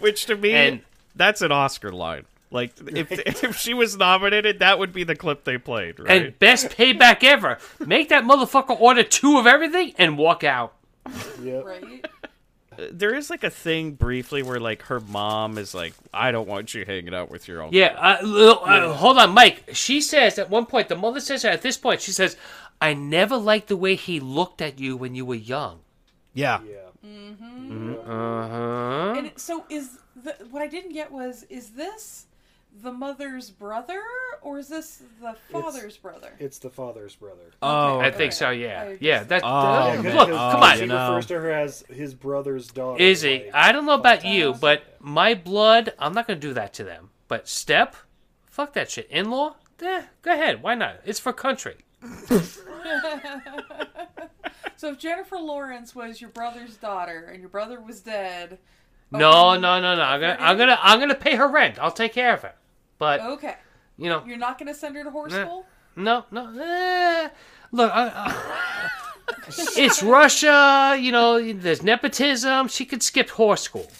S7: Which to me,
S6: And-
S7: that's an Oscar line. Like if if she was nominated, that would be the clip they played, right?
S6: And best payback ever. Make that motherfucker order two of everything and walk out.
S4: yep.
S2: right?
S7: Uh, there is like a thing briefly where like her mom is like, "I don't want you hanging out with your uncle."
S6: Yeah, uh, l- uh, hold on, Mike. She says at one point, the mother says at this point, she says, I never liked the way he looked at you when you were young.
S11: Yeah.
S4: Yeah.
S2: And it- so is the, what I didn't get was is this the mother's brother or is this the father's brother?
S4: It's the father's brother.
S7: Oh,
S6: I think
S2: okay.
S6: so, yeah.
S2: I
S6: Yeah, that's.
S7: Oh,
S6: look,
S7: man.
S6: look,
S4: Because
S6: come on.
S4: She
S7: you know.
S4: refers to her as his brother's daughter.
S6: Izzy,
S4: like-
S6: I don't know about you, but my blood, I'm not going to do that to them. But step, fuck that shit. In law, eh, go ahead. Why not? It's for country.
S2: So if Jennifer Lawrence was your brother's daughter and your brother was dead, Oh,
S6: No,
S2: okay,
S6: no, no, no. I'm gonna, I'm gonna, I'm gonna pay her rent. I'll take care of her. But
S2: Okay,
S6: you know,
S2: Oh, you're not gonna send her to horse
S6: Nah.
S2: school.
S6: no, no. eh, look, I, I- it's Russia. You know, there's nepotism. She could skip horse school.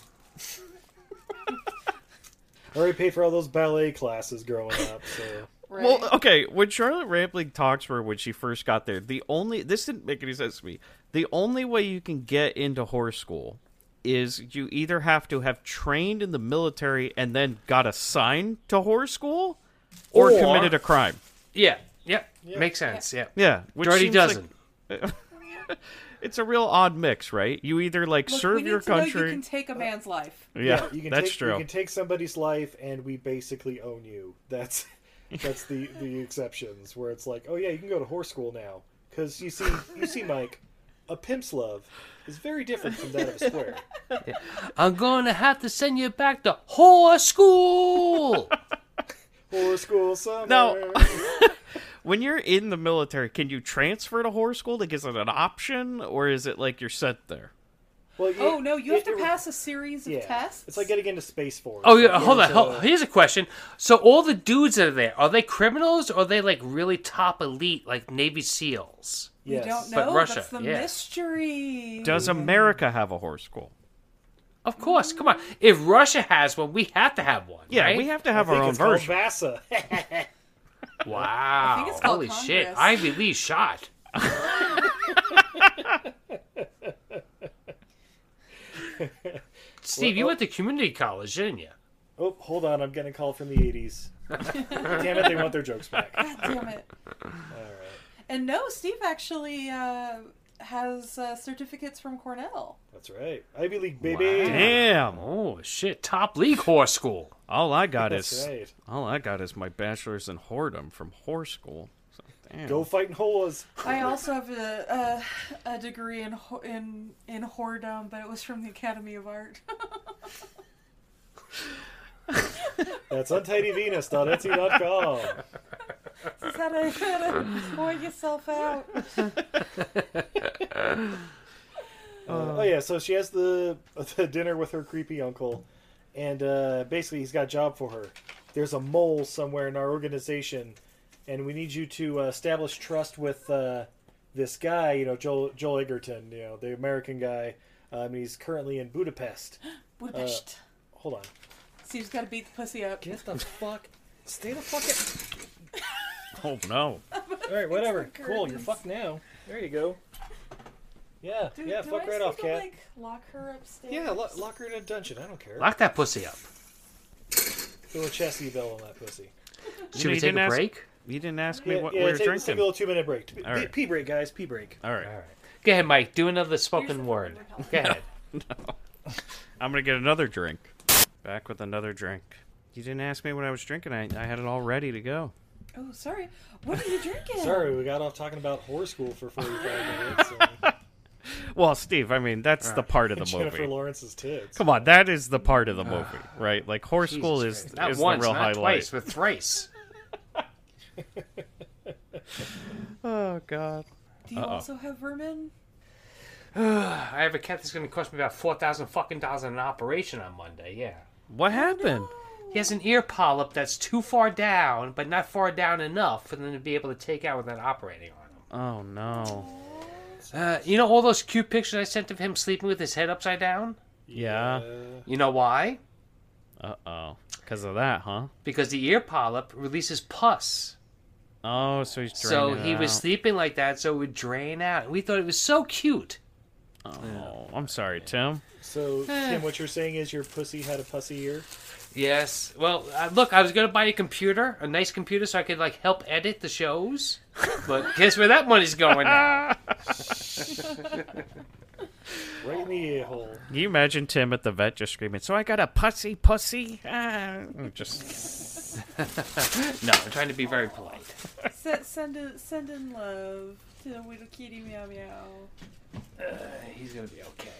S4: I already paid for all those ballet classes growing up. So
S2: Right?
S4: uh,
S7: Well, okay. When Charlotte Rampling talks to her when she first got there, the only this didn't make any sense to me. The only way you can get into horse school is you either have to have trained in the military and then got assigned to horse school, or,
S6: Or-
S7: committed a crime.
S6: Yeah, yeah, makes sense. Yeah,
S7: Yeah, which
S6: dirty
S7: seems like-
S6: dozen.
S7: it's a real odd mix, right? You either like
S2: Look, we
S7: serve
S2: need
S7: your
S2: to know
S7: country.
S2: you can
S4: Uh,
S2: take a man's life.
S7: yeah,
S4: you can
S7: that's
S4: take,
S7: true.
S4: You can take somebody's life, and we basically own you. That's that's the the exceptions where it's like, oh yeah, you can go to horse school now because you see you see Mike, a pimp's love is very different from that of a square.
S6: I'm gonna have to send you back to horse school.
S4: Horse school summer.
S7: Now- When you're in the military, can you transfer to horse school? Like, is it an option, or is it like you're sent there?
S4: well, you,
S2: Oh no, you have
S4: it-
S2: to
S4: it-
S2: pass a series of
S4: Yeah,
S2: tests.
S4: it's like getting into space force.
S6: Oh yeah, hold on.
S4: it's,
S6: Hold,
S4: uh,
S6: here's a question. So all the dudes that are there, are they criminals or are they like really top elite, like Navy SEALs?
S2: we
S4: yes.
S2: don't
S6: But
S2: know.
S6: Russia,
S2: That's the
S6: yeah.
S2: mystery.
S4: Mm.
S7: Does America have a horse school?
S6: Of course. Come on. If Russia has one, we have to have one.
S7: Yeah,
S6: right?
S7: we have to have
S4: I think
S7: our own
S4: it's called
S7: version.
S4: Vasa.
S6: Wow.
S2: I think it's called
S6: Holy shit!
S2: Congress.
S6: Ivy Lee shot. Steve, you went to community college, didn't you?
S4: oh, hold on, I'm getting called from the '80s. Damn it, they want their jokes back.
S2: Damn it. And no, Steve actually uh, has uh, certificates from Cornell.
S4: That's right, Ivy League baby.
S7: Damn!
S6: Oh shit! Top league horse school.
S7: All I got
S4: That's
S7: is
S4: right.
S7: all I got is my bachelor's in whoredom from horse school. So, damn.
S4: Go fighting holas.
S2: I also have a a, a degree in wh- in in whoredom, but it was from the Academy of Art.
S4: That's untidyvenus.etsy.com.
S2: Is that a, is that a pour yourself out?
S4: oh yeah, so she has the the dinner with her creepy uncle, and uh, basically he's got a job for her. There's a mole somewhere in our organization, and we need you to uh, establish trust with uh,
S10: this guy, you know, Joel Joel Egerton, you know, the American guy. Um, he's currently in Budapest.
S2: Budapest.
S10: Hold on.
S2: so you've got to beat the pussy up.
S10: Uh, Get the fuck. Stay the fuck.
S7: Oh no.
S10: All right, whatever.
S2: the
S10: Cool. You're
S2: curtains.
S10: fucked now. There you go. Yeah.
S2: Do,
S10: yeah.
S2: do
S10: fuck
S2: I
S10: right
S2: still
S10: off, cat.
S2: Like lock her upstairs.
S10: Yeah. Lo- lock her in a dungeon. I don't care.
S6: Lock that pussy up.
S10: Throw a chastity bell on that pussy.
S6: Should we take
S7: you didn't
S6: a
S7: ask-
S6: break?
S7: You didn't ask me what
S10: yeah,
S7: we were
S10: take, let's take a
S7: drinking.
S10: little two minute break. P-
S7: All right.
S10: pee break, guys. Pee break.
S7: All right.
S6: Go ahead, Mike. Do another
S2: Here's
S6: spoken
S2: the
S6: word.
S2: fucking repellent.
S6: Go ahead.
S7: I'm gonna get another drink. Back with another drink. You didn't ask me what I was drinking. I, I had it all ready to go.
S2: Oh, sorry. What are you drinking?
S10: Sorry, we got off talking about horror school for 45 minutes. uh, and
S7: Well, Steve, I mean that's the part of the
S10: Jennifer
S7: movie.
S10: Lawrence's tits.
S7: Come on, that is the part of the movie, right? Like horse school
S6: Ah. Jesus
S7: is
S6: Christ. not
S7: is
S6: once,
S7: the real
S6: not
S7: highlight.
S6: twice, but thrice.
S7: Oh god.
S2: Do
S6: Uh-uh.
S2: you also have vermin?
S6: I have a cat that's going to cost me about four thousand fucking dollars in an operation on Monday. Yeah,
S7: What happened?
S6: he has an ear polyp that's too far down, but not far down enough for them to be able to take out without operating on him.
S7: Oh no.
S6: Uh, you know all those cute pictures I sent of him sleeping with his head upside down?
S7: Yeah.
S6: You know why?
S7: Uh oh. Because of that, huh?
S6: Because the ear polyp releases pus.
S7: Oh, so he's draining
S6: so
S7: it
S6: he was
S7: out.
S6: sleeping like that, so it would drain out. And we thought it was so cute.
S7: Oh, I'm sorry, Tim.
S10: So, Tim, what you're saying is your pussy had a pussy ear?
S6: Yes. Well, uh, look, I was going to buy a computer, a nice computer, so I could like help edit the shows. But guess where that money's going now?
S10: Right in the ear hole.
S7: Can you imagine Tim at the vet just screaming, "So I got a pussy, pussy!" Ah. Just
S6: No, I'm trying to be very polite.
S2: Se- send in, send in love to the little kitty meow meow.
S6: Uh, He's going to be okay.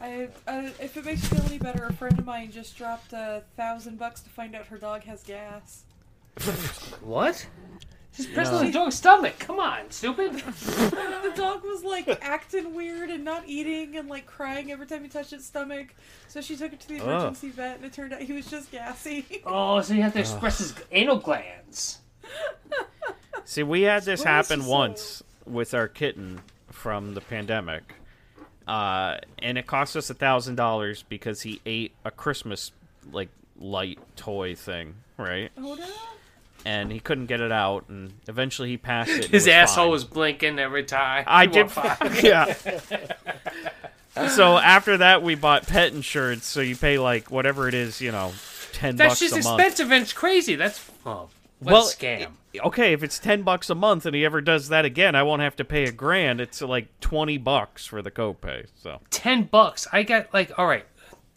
S2: I, I, if it makes you feel any better, a friend of mine just dropped a thousand bucks to find out her dog has gas.
S6: What? Just press on the dog's Oh, stomach. Come on, stupid.
S2: The dog was like acting weird and not eating and like crying every time you touched its stomach. So she took it to
S6: Uh.
S2: the emergency vet, and it turned out he was just gassy.
S6: Oh, so you have to express his anal glands.
S7: see, we had this
S2: Squirrels
S7: happen
S2: is so-
S7: once with our kitten from the pandemic, uh, and it cost us a thousand dollars because he ate a Christmas like light toy thing, right?
S2: oh no!
S7: And he couldn't get it out, and eventually he passed it. and
S6: His
S7: it was
S6: asshole
S7: fine.
S6: was blinking every time.
S7: I
S6: He
S7: did.
S6: walked by.
S7: yeah. so after that, we bought pet insurance. So you pay like whatever it is, you know, ten
S6: That's
S7: bucks
S6: just
S7: a month.
S6: expensive and it's crazy. That's oh, what
S7: Well,
S6: a scam.
S7: Okay, if it's ten bucks a month, and he ever does that again, I won't have to pay a grand. It's uh, like twenty bucks for the copay. So
S6: Ten bucks. I got like all right.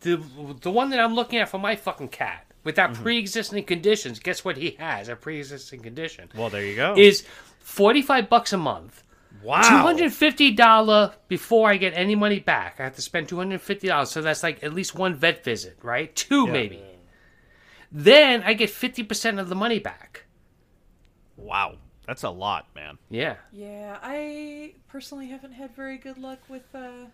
S6: The the one that I'm looking at for my fucking cat without pre-existing conditions. Guess what? He has a pre-existing condition.
S7: well, there you go.
S6: Is forty-five bucks a month.
S7: wow,
S6: Two hundred fifty dollar before I get any money back. I have to spend two hundred fifty dollars, so that's like at least one vet visit, right? Two maybe. Then I get fifty percent of the money back.
S7: Wow, that's a lot, man.
S6: Yeah.
S2: Yeah, I personally haven't had very good luck with uh,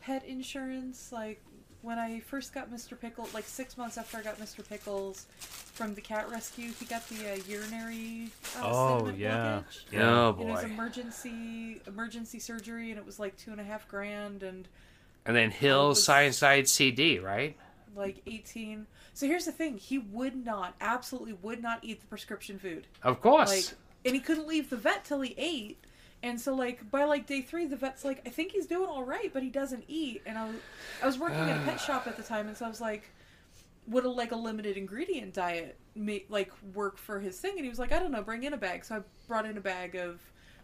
S2: pet insurance. Like when I first got Mr. Pickles, like six months after I got Mr. Pickles from the cat rescue, he got the uh, urinary uh,
S7: Oh,
S2: sediment
S7: yeah.
S2: blockage.
S6: Oh
S2: It was emergency emergency surgery, and it was like two and a half grand, and
S6: And then Hill
S2: was-
S6: Science Side CD, right?
S2: like 18 so here's the thing he would not absolutely would not eat the prescription food
S6: Of course.
S2: like and he couldn't leave the vet till he ate and so like by like day three the vet's like i think he's doing all right but he doesn't eat and i was i was working at a pet shop at the time and so i was like would a like a limited ingredient diet make like work for his thing and he was like i don't know bring in a bag so i brought in a bag of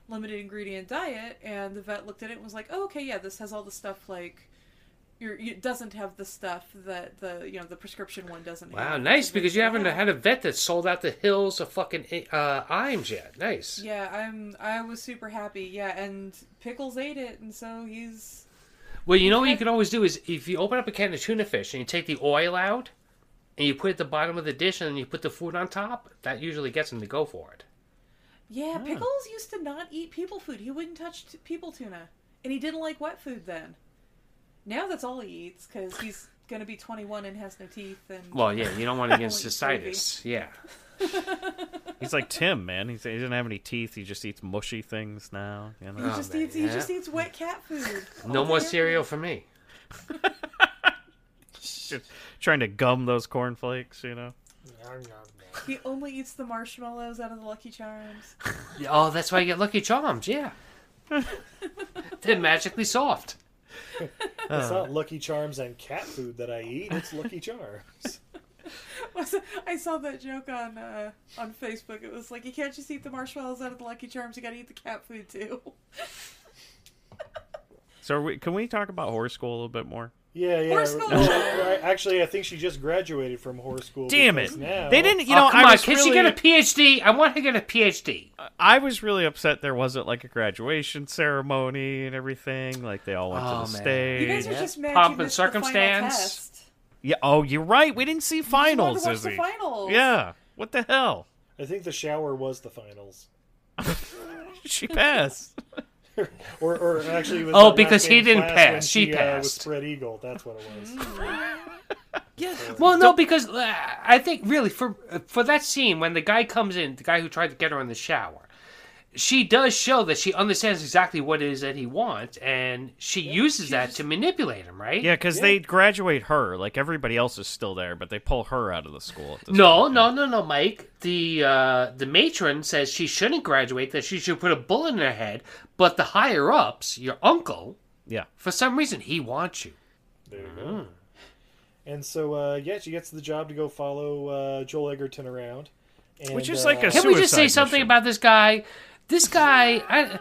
S2: limited ingredient diet and the vet looked at it and was like oh, okay yeah this has all the stuff like your it doesn't have the stuff that the you know the prescription one doesn't have
S6: wow, nice
S2: It
S6: because
S2: makes
S6: you
S2: it
S6: haven't
S2: out.
S6: had a vet that sold out the Hills of fucking uh, Imes yet. Nice.
S2: Yeah, I'm. I was super happy. Yeah, and Pickles ate it, and so he's.
S6: Well, you know what you can always do is if you open up a can of tuna fish and you take the oil out and you put it at the bottom of the dish and you put the food on top, that usually gets them to go for it.
S2: Yeah,
S6: Ah.
S2: Pickles used to not eat people food. He wouldn't touch t- people tuna, and he didn't like wet food then. Now that's all he eats because he's gonna be 21 and has no teeth. And
S6: Well, yeah, you don't want to get
S2: Holy
S6: cystitis. Yeah.
S7: He's like Tim, man. He's, he doesn't have any teeth. He just eats mushy things now. You know.
S2: He just eats. He just eats wet cat food.
S6: oh, No more cereal for me.
S7: Just trying to gum those cornflakes. You know.
S2: He only eats the marshmallows out of the Lucky Charms.
S6: Oh, that's why you get Lucky Charms. Yeah, they're magically soft.
S10: It's not Lucky Charms and cat food that I eat. It's Lucky Charms.
S2: Was it- I saw that joke on uh, on Facebook. It was like you can't just eat the marshmallows out of the Lucky Charms. You got to eat the cat food too.
S7: So are we, can we talk about horse school a little bit more?
S10: Yeah, yeah.
S2: Horse
S10: Well,
S2: school.
S10: I- actually, I think she just graduated from horse school.
S7: Damn
S10: because
S7: it!
S10: Now,
S7: They didn't. You
S6: You
S7: know,
S6: oh, come
S7: I
S6: on,
S7: was
S6: can
S7: really,
S6: she get a PhD? I want her to get a PhD.
S7: I was really upset there wasn't like a graduation ceremony and everything. Like they all went
S6: Oh,
S7: to the
S6: man.
S7: stage.
S2: You guys are just mad.
S6: Pomp
S2: you
S6: and
S2: missed the final
S6: circumstance.
S2: test.
S7: yeah. Oh, you're right. We didn't see
S2: You wanted
S7: finals,
S2: to watch
S7: Izzy.
S2: the finals.
S7: Yeah. What the hell?
S10: I think the shower was the finals.
S7: She passed.
S10: Or, or actually, it was
S6: Oh,
S10: that
S6: because
S10: last
S6: he
S10: day in
S6: didn't
S10: class when
S6: pass, she
S10: Uh, was
S6: passed.
S10: spread eagle. That's what it was.
S6: Well, no, because uh, I think really for for that scene when the guy comes in, the guy who tried to get her in the shower, she does show that she understands exactly what it is that he wants, and she uses that to manipulate him, right?
S7: Yeah, because they graduate her. Like everybody else is still there, but they pull her out of the school. At this
S6: No, no, no, no, Mike. The uh, the matron says she shouldn't graduate; that she should put a bullet in her head. But the higher ups, your uncle,
S7: Yeah.
S6: for some reason, he wants you.
S10: There you go. And so, uh, yeah, she gets the job to go follow uh, Joel Egerton around. And,
S7: Which is
S10: uh,
S7: like a
S6: Can we just say
S7: suicide
S6: something
S7: mission.
S6: about this guy? This guy, I,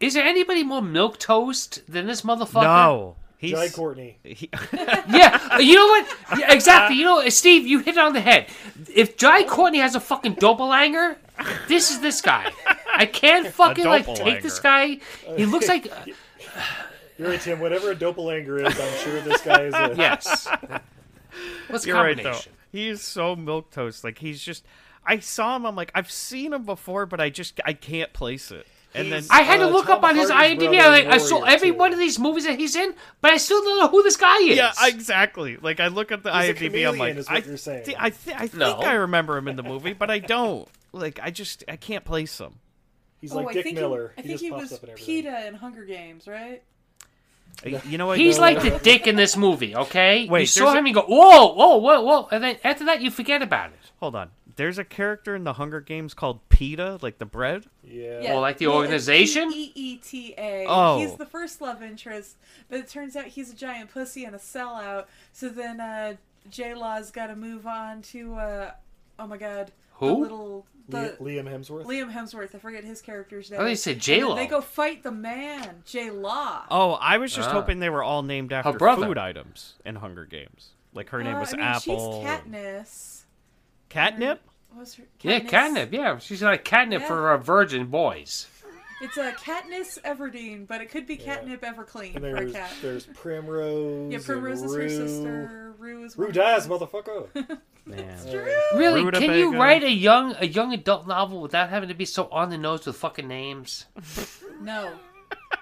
S6: is there anybody more milk toast than this motherfucker?
S7: No. He's
S10: Jai Courtney.
S6: Yeah, you know what? Yeah, exactly. You know, Steve, you hit it on the head. If Jai Courtney has a fucking doppelganger, this is this guy. I can't fucking like take this guy. He looks like uh,
S10: You're right, Tim. Whatever a doppelganger is, I'm sure this guy is a
S6: yes. What's
S7: You're right
S6: combination?
S7: though. He is so milk toast. Like he's just. I saw him. I'm like, I've seen him before, but I just I can't place it. And then
S6: I had to
S10: Uh,
S6: look
S10: Tom
S6: up on his
S10: Hardy's
S6: IMDb.
S10: brother
S6: Like, I
S10: in
S6: saw
S10: Warrior,
S6: every
S10: too.
S6: one of these movies that he's in, but I still don't know who this guy is.
S7: Yeah, exactly. Like I look at the
S10: He's a
S7: IMDb, I'm
S10: chameleon,
S7: like,
S10: is what
S7: I,
S10: you're saying.
S7: thi- I, thi- I think
S6: No.
S7: I remember him in the movie, but I don't. Like I just I can't place him.
S10: He's
S2: Oh,
S10: like
S2: I
S10: Dick
S2: think
S10: Miller.
S2: He, I
S10: he
S2: think
S10: just
S2: he
S10: pops
S2: was
S10: up in everything.
S2: PETA in Hunger Games, right?
S7: I- You know what?
S6: He's
S7: No.
S6: like the dick in this movie, okay?
S7: Wait,
S6: you saw
S7: there's a-
S6: him, you go, whoa, whoa, whoa, whoa, and then after that, you forget about it.
S7: Hold on. There's a character in the Hunger Games called PETA, like the bread.
S10: Yeah.
S6: Well, Oh, like the organization?
S2: E E T A.
S7: Oh.
S2: He's the first love interest, but it turns out he's a giant pussy and a sellout. So then uh, J Law's got to move on to, uh, oh my god, the
S6: Who?
S2: little the,
S10: Li- Liam Hemsworth.
S2: Liam Hemsworth. I forget his character's name.
S6: thought you said
S2: And then
S6: J-Lo.
S2: They go fight the man, J Law.
S7: Oh, I was just
S6: Ah.
S7: hoping they were all named after
S6: brother.
S7: food items in Hunger Games. Like her name was
S2: Uh, I mean,
S7: Apple.
S2: She's Katniss.
S7: Catnip?
S2: What was her?
S6: Yeah, catnip. Yeah, she's like catnip
S2: Yeah.
S6: for uh, virgin boys.
S2: It's a Katniss Everdeen, but it could be Catnip Everclean
S10: And
S2: for a
S10: there's,
S2: cat.
S10: there's Primrose.
S2: Yeah,
S10: and
S2: Primrose is her
S10: Rue.
S2: sister. Rue is one
S10: Rue
S2: of
S10: dies,
S2: them.
S10: motherfucker.
S6: Really? Can you
S7: Rutabaga.
S6: write a young a young adult novel without having to be so on the nose with fucking names?
S2: No,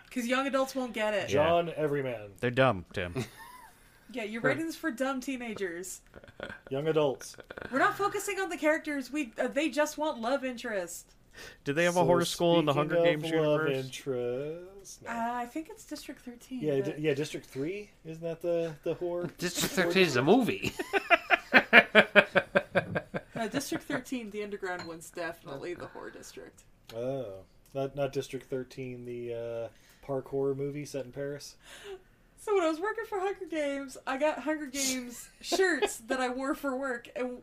S2: because young adults won't get it. Yeah,
S10: John Everyman.
S7: They're dumb, Tim.
S2: you're writing this for dumb teenagers.
S10: Young adults.
S2: We're not focusing on the characters. We uh, they just want love interest.
S7: Did they have a horror school in the
S10: speaking
S7: Hunger
S10: of
S7: Games
S10: love
S7: universe?
S10: interest.
S2: Uh,
S10: No.
S2: I think it's District Thirteen.
S10: yeah,
S2: but-
S10: d- yeah, District 3? Isn't that the, the whore?
S6: District Thirteen is a movie.
S2: uh, District Thirteen, the underground one's definitely the horror district.
S10: Oh. Not, not District 13, the uh, park horror movie set in Paris?
S2: So when I was working for Hunger Games, I got Hunger Games shirts that I wore for work, and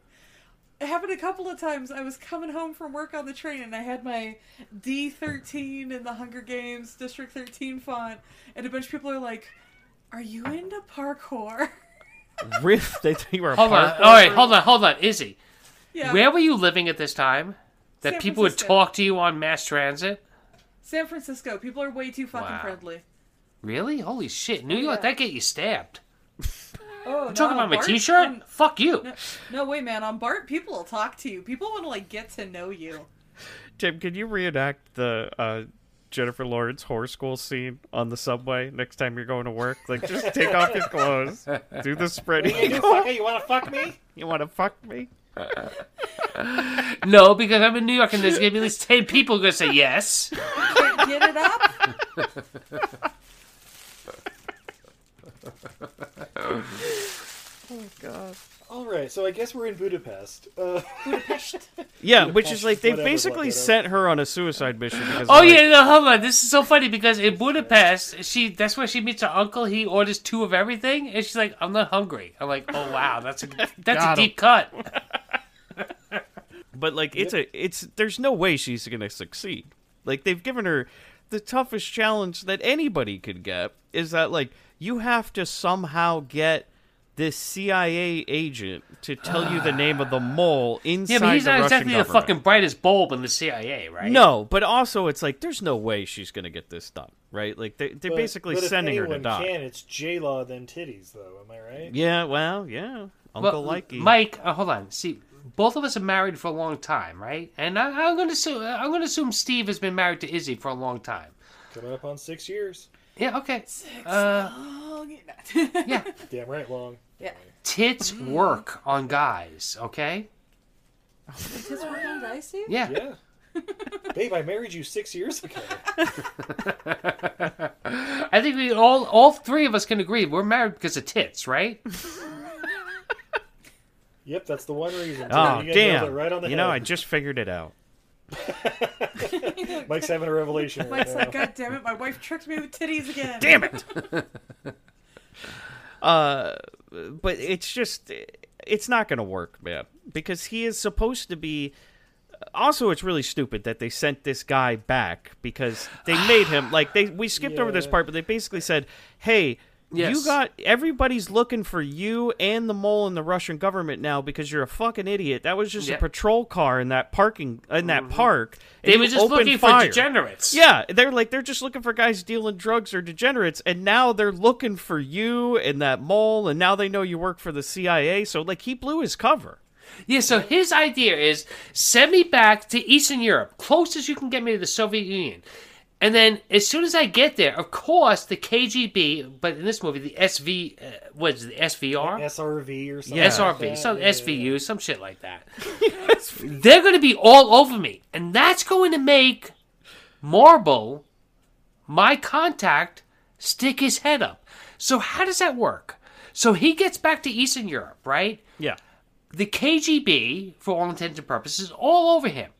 S2: it happened a couple of times. I was coming home from work on the train, and I had my D thirteen in the Hunger Games District thirteen font, and a bunch of people are like, "Are you into parkour?"
S7: Riff, they think you were a
S6: Hold on.
S7: part-
S6: All right, hold on, hold on. Izzy,
S2: Yeah,
S6: where were you living at this time that
S2: San
S6: people would
S2: Francisco.
S6: talk to you on mass transit?
S2: San Francisco people are way too fucking
S6: Wow.
S2: friendly.
S6: Really? Holy shit! New York, that get you stabbed.
S2: Oh, no,
S6: Talking about my
S2: Bart-
S6: T-shirt?
S2: on-
S6: Fuck you.
S2: no way, man! On Bart, people will talk to you. People want to like get to know you.
S7: Tim, can you reenact the uh, Jennifer Lawrence horror school scene on the subway next time you're going to work? Like, just take off your clothes, do the spread eagle.
S10: you want to fuck me?
S7: You want to fuck me?
S6: No, because I'm in New York and there's gonna be at least ten people gonna say yes.
S5: Get it up?
S2: All right, so I guess we're in Budapest. Uh,
S7: Yeah, which is like they
S2: Whatever,
S7: basically
S2: whatever.
S7: sent her on a suicide mission. Because
S6: Oh
S7: like,
S6: yeah, no, hold on. This is so funny because in Budapest, she that's where she meets her uncle. He orders two of everything, and she's like, "I'm not hungry." I'm like, "Oh wow, that's a that's a
S7: Got 'em.
S6: deep cut."
S7: but like it's a it's there's no way she's gonna succeed. Like they've given her the toughest challenge that anybody could get is that like you have to somehow get this CIA agent to tell you the name of the mole inside
S6: Yeah, but he's
S7: the
S6: not
S7: Russian
S6: exactly the
S7: government.
S6: fucking brightest bulb in the CIA, right?
S7: No, but also it's like there's no way she's gonna get this done, right? Like they, they're
S2: but-
S7: basically
S2: but if
S7: sending her to
S2: anyone
S7: die.
S2: Can it's J Law then titties though? Am I right?
S7: Yeah, well, yeah,
S6: Well,
S7: Uncle Likey.
S6: Mike, uh, hold on. See, both of us are married for a long time, right? And I, I'm gonna assume I'm gonna assume Steve has been married to Izzy for a long time.
S2: Coming up on six years.
S6: Yeah. Okay. Uh, yeah.
S2: Damn right, long.
S6: Tits work on guys. Okay.
S5: His work on dice, dude?
S6: Yeah.
S2: Yeah. Babe, I married you six years ago.
S6: I think we all all three of us can agree we're married because of tits, right?
S2: Yep, that's the one reason.
S7: Oh
S2: You guys nailed
S7: damn!
S2: it Right on the
S7: you know, I
S2: head.
S7: just figured it out.
S2: Mike's having a revelation. Right
S5: Mike's
S2: now.
S5: like, God damn it, my wife tricked me with titties again.
S7: Damn it! uh, but it's just, it's not going to work, man. Because he is supposed to be. Also, it's really stupid that they sent this guy back because they made him like they. We skipped over this part, but they basically said, "Hey." You
S6: Yes.
S7: got everybody's looking for you and the mole in the Russian government now because you're a fucking idiot. That was just
S6: Yeah. Mm-hmm.
S7: a patrol car in that parking in that park. and
S6: They
S7: you
S6: were just
S7: opened
S6: looking for
S7: fire.
S6: degenerates.
S7: Yeah, they're like they're just looking for guys dealing drugs or degenerates, and now they're looking for you and that mole, and now they know you work for the CIA. So like he blew his cover.
S6: Yeah, so his idea is send me back to Eastern Europe, closest you can get me to the Soviet Union. And then as soon as I get there, of course, the KGB, but in this movie, the SV, uh, what is it, the SVR?
S2: SRV or something.
S7: Yeah.
S2: like
S6: SRV,
S2: that.
S6: some
S2: Yeah.
S6: SVU, some shit like that. They're going to be all over me. And that's going to make Marble, my contact, stick his head up. So, how does that work? So, he gets back to Eastern Europe, right?
S7: Yeah,
S6: the KGB, for all intents and purposes, is all over him.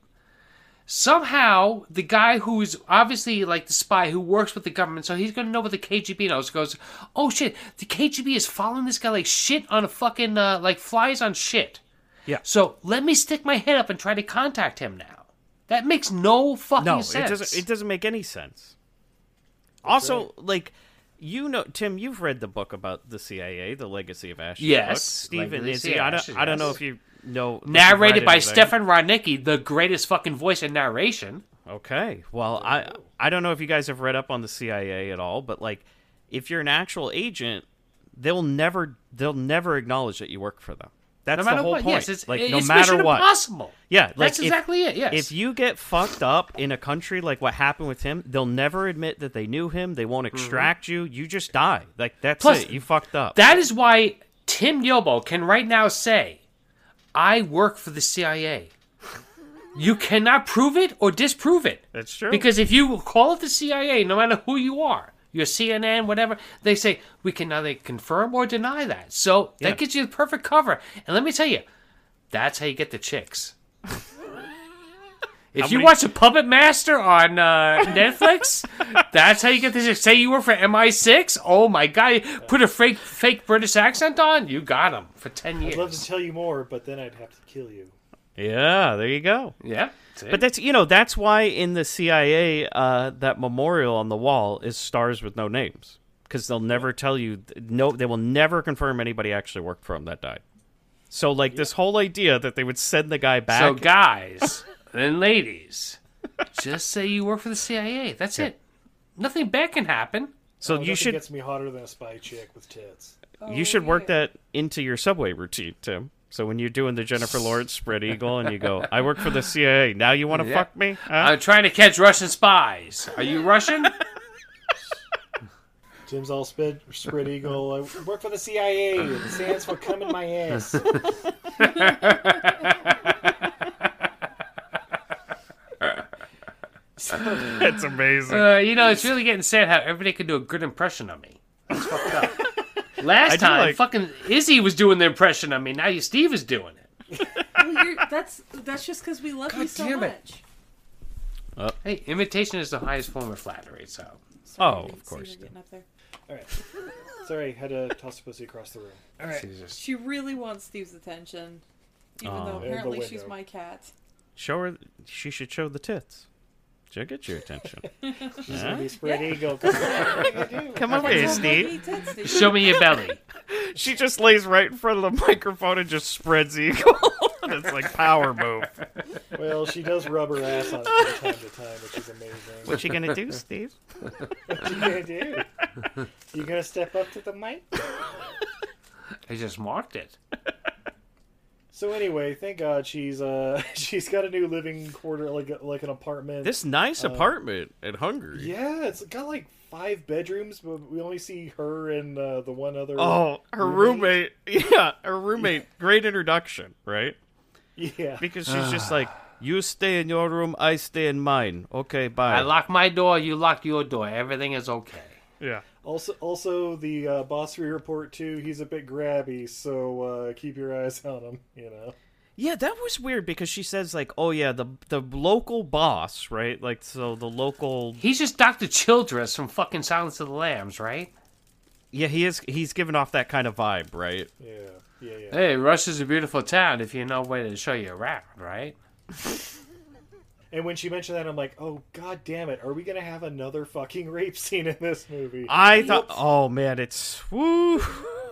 S6: Somehow, the guy who is obviously like the spy who works with the government, so he's gonna know what the KGB knows. Goes, oh shit, the KGB is following this guy like shit on a fucking uh, like flies on shit.
S7: Yeah.
S6: So let me stick my head up and try to contact him now. That makes no fucking
S7: no,
S6: sense.
S7: it doesn't. It doesn't make any sense. also, like you know, Tim, you've read the book about the CIA, the Legacy of Ashes.
S6: Yes,
S7: book. Steve and
S6: Legacy
S7: Izzy.
S6: of
S7: I don't.
S6: Ashes,
S7: I don't know
S6: yes.
S7: if you know. if you've
S6: Narrated
S7: read
S6: by
S7: anything.
S6: Stefan Rodnicki, the greatest fucking voice in narration.
S7: Okay. Well, I I don't know if you guys have read up on the CIA at all, but like if you're an actual agent, they'll never they'll never acknowledge that you work for them. That's
S6: No
S7: the
S6: matter
S7: whole
S6: what,
S7: point.
S6: yes, it's
S7: like
S6: it's
S7: no
S6: Mission
S7: matter what.
S6: Impossible.
S7: Yeah, like
S6: that's
S7: if-
S6: exactly it. Yes.
S7: If you get fucked up in a country like what happened with him, they'll never admit that they knew him. They won't extract you. You just die. Like that's
S6: Mm-hmm. Plus,
S7: it. You fucked up.
S6: That is why Tim Yobo can right now say, I work for the CIA. You cannot prove it or disprove it.
S7: that's true.
S6: Because if you call it the CIA, no matter who you are, your CNN, whatever, they say, we can neither confirm or deny that. So
S7: Yeah.
S6: that gives you the perfect cover. And let me tell you, that's how you get the chicks. If you
S7: many-
S6: watch The Puppet Master on uh, Netflix, that's how you get the chicks. Say you work for MI6. Oh my God. Put a fake, fake British accent on. You got them for 10 years.
S2: I'd love to tell you more, but then I'd have to kill you.
S7: yeah, there you go.
S6: yeah. see?
S7: But that's you know that's why in the CIA uh, that memorial on the wall is stars with no names because they'll never tell you no they will never confirm anybody actually worked for him that died. So like this whole idea that they would send the guy back.
S6: So, guys and ladies, just say you work for the CIA. That's it. Nothing bad can happen.
S7: so
S2: Oh,
S7: you
S2: nothing
S7: should
S2: gets me hotter than a spy chick with tits.
S7: you should work that into your subway routine, Tim. So when you're doing the Jennifer Lawrence spread eagle and you go, I work for the CIA. Now you want to fuck me? Huh?
S6: I'm trying to catch Russian spies. Are you Russian?
S2: Jim's all spread, spread eagle. I work for the CIA. It stands for come in my ass.
S7: That's amazing.
S6: Uh, you know, it's really getting sad how everybody can do a good impression of me. That's fucked up. Last
S7: I do
S6: time,
S7: like-
S6: fucking Izzy was doing the impression of me. Now you, Steve is doing it.
S5: Well, you're, that's that's just because we love you so
S4: damn it.
S5: much.
S6: Hey, imitation is the highest form of flattery. So
S5: Sorry, I
S7: Oh,
S5: didn't
S7: of
S5: see her
S7: course.
S5: getting up there.
S2: Sorry, had to toss a pussy across the room. All right.
S5: She really wants Steve's attention, even though
S2: the
S5: apparently she's
S2: window.
S5: my cat.
S7: Show her. She should show the tits. She'll get your attention.
S2: Maybe spread eagle. Come on.
S7: Come over here, Steve.
S6: show me your belly.
S7: She just lays right in front of the microphone and just spreads eagle. It's like power move.
S2: Well, she does rub her ass on it from time to time, which is amazing.
S7: What you gonna do, Steve?
S2: What you gonna do? You gonna step up to the mic?
S6: I just marked it.
S2: So anyway, thank God she's uh she's got a new living quarter, like a- like an apartment.
S7: This nice apartment at Hungary.
S2: Uh, yeah, it's got like five bedrooms, but we only see her and uh, the one other.
S7: Oh, her roommate. Yeah, her roommate. Great introduction, right?
S2: yeah.
S7: Because she's just like, you stay in your room, I stay in mine. Okay, bye.
S6: I lock my door. You lock your door. Everything is okay.
S7: yeah.
S2: Also, also the uh, boss we report to, he's a bit grabby, so uh, keep your eyes on him. You know.
S7: Yeah, that was weird because she says like, "Oh yeah, the the local boss, right? Like so the local
S6: He's just Doctor Childress from fucking Silence of the Lambs, right?
S7: Yeah, he is he's giving off that kind of vibe, right?
S2: Yeah. Yeah. Yeah.
S6: Hey, Russia's a beautiful town if you know where to show you around, right?
S2: And when she mentioned that, I'm like, oh god damn it, are we gonna have another fucking rape scene in this movie?
S7: I thought oh man, it's woo.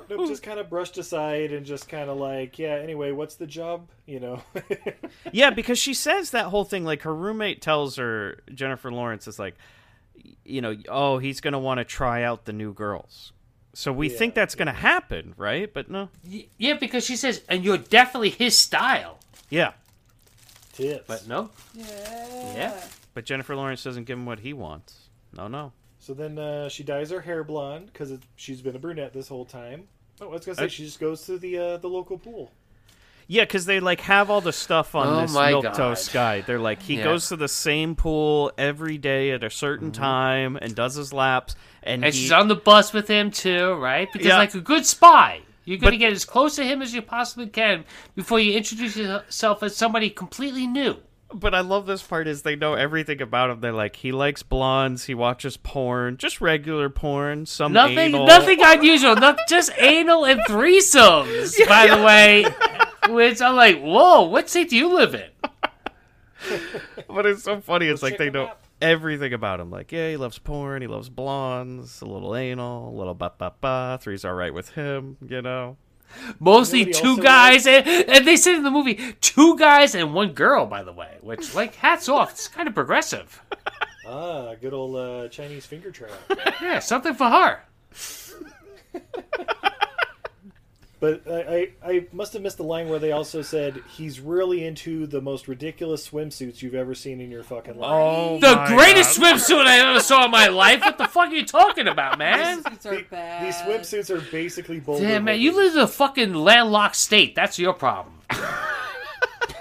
S2: nope, just kind of brushed aside and just kind of like, yeah. Anyway, what's the job? You know.
S7: Yeah, because she says that whole thing like her roommate tells her Jennifer Lawrence is like you know, oh, he's going to want to try out the new girls. So we think that's going to happen, right? But no.
S6: Y- yeah, because she says, and you're definitely his style.
S7: Yeah.
S2: Tits.
S6: But no.
S5: Yeah.
S6: Yeah.
S7: But Jennifer Lawrence doesn't give him what he wants. No, no.
S2: So then uh, she dyes her hair blonde because she's been a brunette this whole time. Oh, I was gonna say
S7: Uh,
S2: she just goes to the uh, the local pool.
S7: Yeah, because they like have all the stuff on
S6: Oh
S7: this
S6: my
S7: milk
S6: God.
S7: toast guy. They're like he
S6: Yeah. Mm-hmm.
S7: goes to the same pool every day at a certain time and does his laps, and,
S6: And
S7: he-
S6: she's on the bus with him too, right? Because
S7: Yeah.
S6: like a good spy, you're gonna
S7: But-
S6: get as close to him as you possibly can before you introduce yourself as somebody completely new.
S7: But I love this part is they know everything about him. They're like he likes blondes, he watches porn, just regular porn, some
S6: Nothing,
S7: anal.
S6: nothing unusual. Not just anal and threesomes, by the way. Which I'm like, whoa, what state do you live in?
S7: But it's so funny. It's like
S2: check
S7: they
S2: him
S7: know
S2: out.
S7: everything about him. Like yeah, he loves porn, he loves blondes, a little anal, a little ba ba ba. Three's all right with him, you know.
S6: Mostly
S2: Nobody
S6: two
S2: also
S6: guys, and, and they said in the movie, two guys and one girl, by the way. Which, like, hats off. It's kind of progressive.
S2: Ah, good old uh, Chinese finger trap.
S6: Yeah, something for her.
S2: but I, I I must have missed the line where they also said he's really into the most ridiculous swimsuits you've ever seen in your fucking life.
S7: Oh,
S6: The greatest swimsuit I ever saw in my life. What the fuck are you talking about, man?
S5: Swimsuits are bad.
S2: These swimsuits are basically bold.
S6: Damn, man, you live in a fucking landlocked state. That's your problem.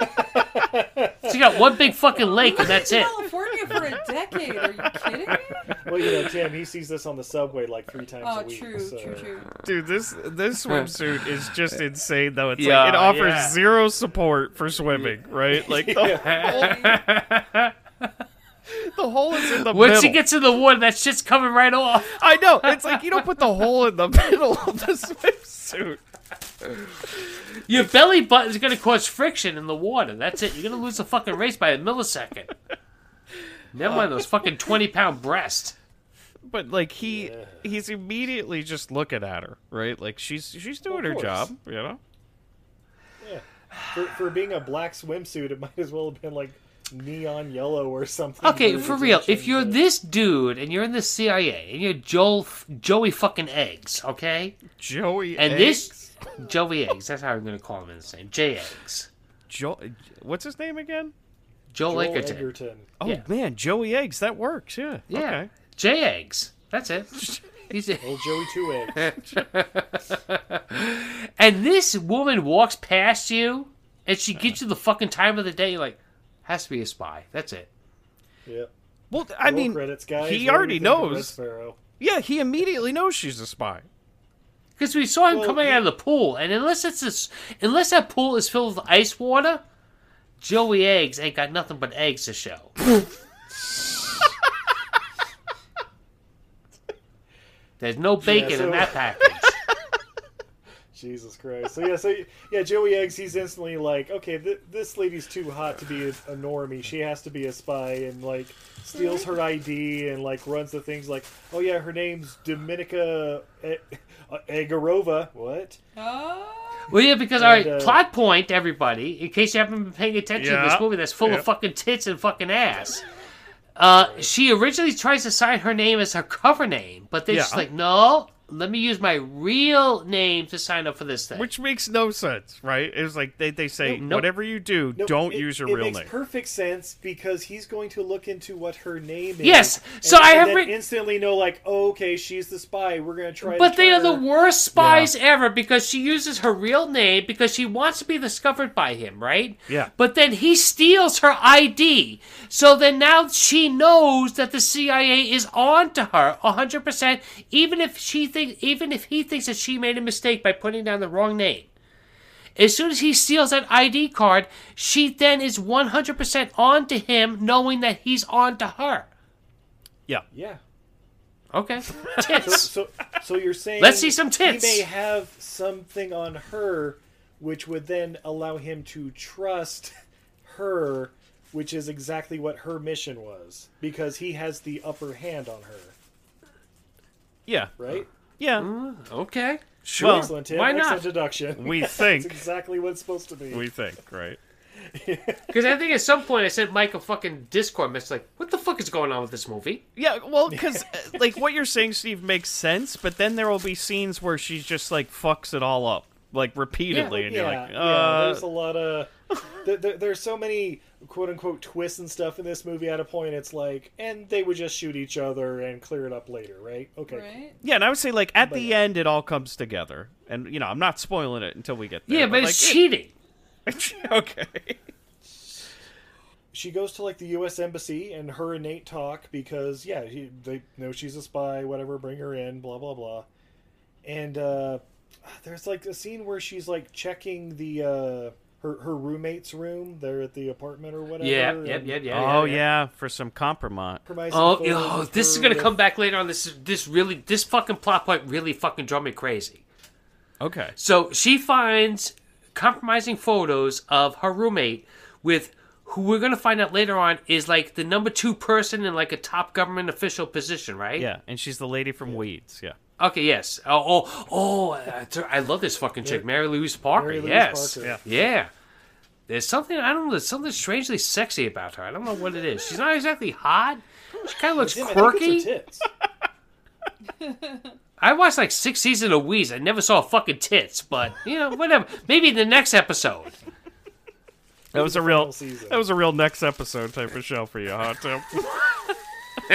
S6: so you got one big fucking lake, and that's it.
S5: California for a decade. Are you kidding me?
S2: Well, you know, Tim, he sees this on the subway like three times
S5: Oh,
S2: a week.
S5: true,
S2: so.
S5: true, true.
S7: Dude, this this swimsuit is just insane though. It's
S6: Yeah,
S7: like it offers
S6: yeah.
S7: zero support for swimming, right? Like the, the hole is in the
S6: Once
S7: middle.
S6: she gets in the water, that shit's coming right off.
S7: I know. It's like you don't put the hole in the middle of the swimsuit.
S6: Your belly button's gonna cause friction in the water. That's it. You're gonna lose the fucking race by a millisecond. Never mind those fucking twenty pound breasts.
S7: But like he he's immediately just looking at her, right? Like she's she's doing
S2: Of
S7: her
S2: course.
S7: job, you know?
S2: For, for being a black swimsuit, it might as well have been like neon yellow or something.
S6: Okay,
S2: Really
S6: for real. If
S2: attention,
S6: you're
S2: but-
S6: this dude and you're in the CIA and you're Joel, Joey fucking eggs, okay?
S7: Joey
S6: And
S7: Eggs?
S6: this Joey eggs. That's how I'm gonna call him in the same. J eggs.
S7: Jo- what's his name again?
S6: Joel,
S2: Joel
S6: Edgerton.
S2: Edgerton.
S7: Oh
S6: Yeah.
S7: man, Joey Eggs, that works, yeah.
S6: Yeah.
S7: Okay.
S6: J eggs. That's it. He's a-
S2: Old Joey Two Eggs.
S6: and this woman walks past you and she gives you the fucking time of the day. You're like, has to be a spy. That's it.
S2: yeah.
S7: Well, I
S10: Roll
S7: mean,
S10: credits, guys. What do
S7: he
S10: we
S7: already
S10: think of Red
S7: knows.
S10: Sparrow?
S7: Yeah, he immediately knows she's a spy.
S6: Because we saw him
S10: Well,
S6: coming
S10: he-
S6: out of the pool, and unless it's this, unless that pool is filled with ice water, Joey Eggs ain't got nothing but eggs to show. There's no bacon
S10: so-
S6: in that package.
S10: Jesus Christ. So yeah, so yeah, Joey Eggs. He's instantly like, okay, th- this lady's too hot to be a, a normie. She has to be a spy, and like steals her ID and like runs the things like, oh yeah, her name's Dominica e- uh, Egorova. What?
S2: Oh,
S6: Well, yeah, because all right,
S10: uh,
S6: plot point, everybody. In case you haven't been paying attention to
S7: Yeah,
S6: this movie that's full
S7: yeah.
S6: of fucking tits and fucking ass. Uh, she originally tries to sign her name as her cover name, but then
S7: Yeah.
S6: she's like, "No, let me use my real name to sign up for this thing."
S7: Which makes no sense, right? It was like they, they say,
S6: Nope.
S7: whatever you do,
S10: No,
S7: don't
S10: it-
S7: use your
S10: it
S7: real
S10: makes
S7: name.
S10: perfect sense because he's going to look into what her name is.
S6: Yes,
S10: and-
S6: so I
S10: and
S6: have
S10: then
S6: writ-
S10: instantly know like, oh, okay, she's the spy. We're gonna try. to
S6: But they are the
S10: turn-
S6: worst spies ever because she uses her real name because she wants to be discovered by him, right?
S7: Yeah.
S6: But then he steals her ID. So then now she knows that the CIA is on to her 100% even if she think even if he thinks that she made a mistake by putting down the wrong name. As soon as he steals that ID card, she then is 100% on to him knowing that he's on to her.
S7: yeah.
S10: Yeah.
S6: Okay. Tits.
S10: So, so you're saying
S6: Let's see some tits.
S10: He may have something on her, which would then allow him to trust her, which is exactly what her mission was, because he has the upper hand on her,
S7: Yeah.
S10: right? Mm.
S7: Yeah.
S6: okay.
S7: Sure. Well,
S10: Excellent tip.
S6: why
S10: excellent
S6: not?
S10: deduction.
S7: we
S10: That's
S7: think.
S10: exactly what it's supposed to be.
S7: We think, right?
S6: Because I think at some point I sent Mike a fucking Discord message like, "What the fuck is going on with this movie?"
S7: Yeah, well, because like what you're saying, Steve, makes sense, but then there will be scenes where she's just like fucks it all up, like repeatedly, and
S10: yeah,
S7: you're like,
S10: yeah,
S7: uh,
S10: there's a lot of there, there, there's so many quote unquote twists and stuff in this movie. At a point, it's like, and they would just shoot each other and clear it up later, right? Okay,
S2: right.
S7: yeah, and I would say like at the end it all comes together, and you know I'm not spoiling it until we get there.
S6: Yeah, but
S7: like,
S6: it's cheating.
S7: it- okay.
S10: she goes to like the U.S. embassy, and her and Nate talk because yeah, he, they know she's a spy. Whatever, bring her in. Blah blah blah. And uh, there's like a scene where she's like checking the uh, her her roommate's room. They're at the apartment or whatever.
S6: Yeah, yep,
S10: and
S6: yep, yeah.
S7: oh yeah, for some compromise.
S10: compromising
S6: Oh,
S10: photos
S6: oh,
S10: of
S6: this is
S10: her
S6: gonna
S10: with-
S6: come back later on. This this really this fucking plot point really fucking drove me crazy.
S7: Okay.
S6: So she finds compromising photos of her roommate with who we're gonna find out later on is like the number two person in like a top government official position, right?
S7: Yeah, and she's the lady from Weeds. Yeah.
S6: Okay. Yes. Oh. Oh. oh I- I love this fucking chick, Mary Louise Parker.
S10: Mary Louise
S6: yes.
S10: Parker.
S6: Yeah. There's something I don't know. There's something strangely sexy about her. I don't know what it is. She's not exactly hot. She kind of looks
S10: Damn, I think it's her
S6: quirky.
S10: tits.
S6: I watched like six seasons of Wheeze. I never saw fucking tits, but you know, whatever. Maybe the next episode.
S7: That was a
S10: final
S7: real.
S10: season.
S7: That was a real next episode type of show for you, huh, Tim?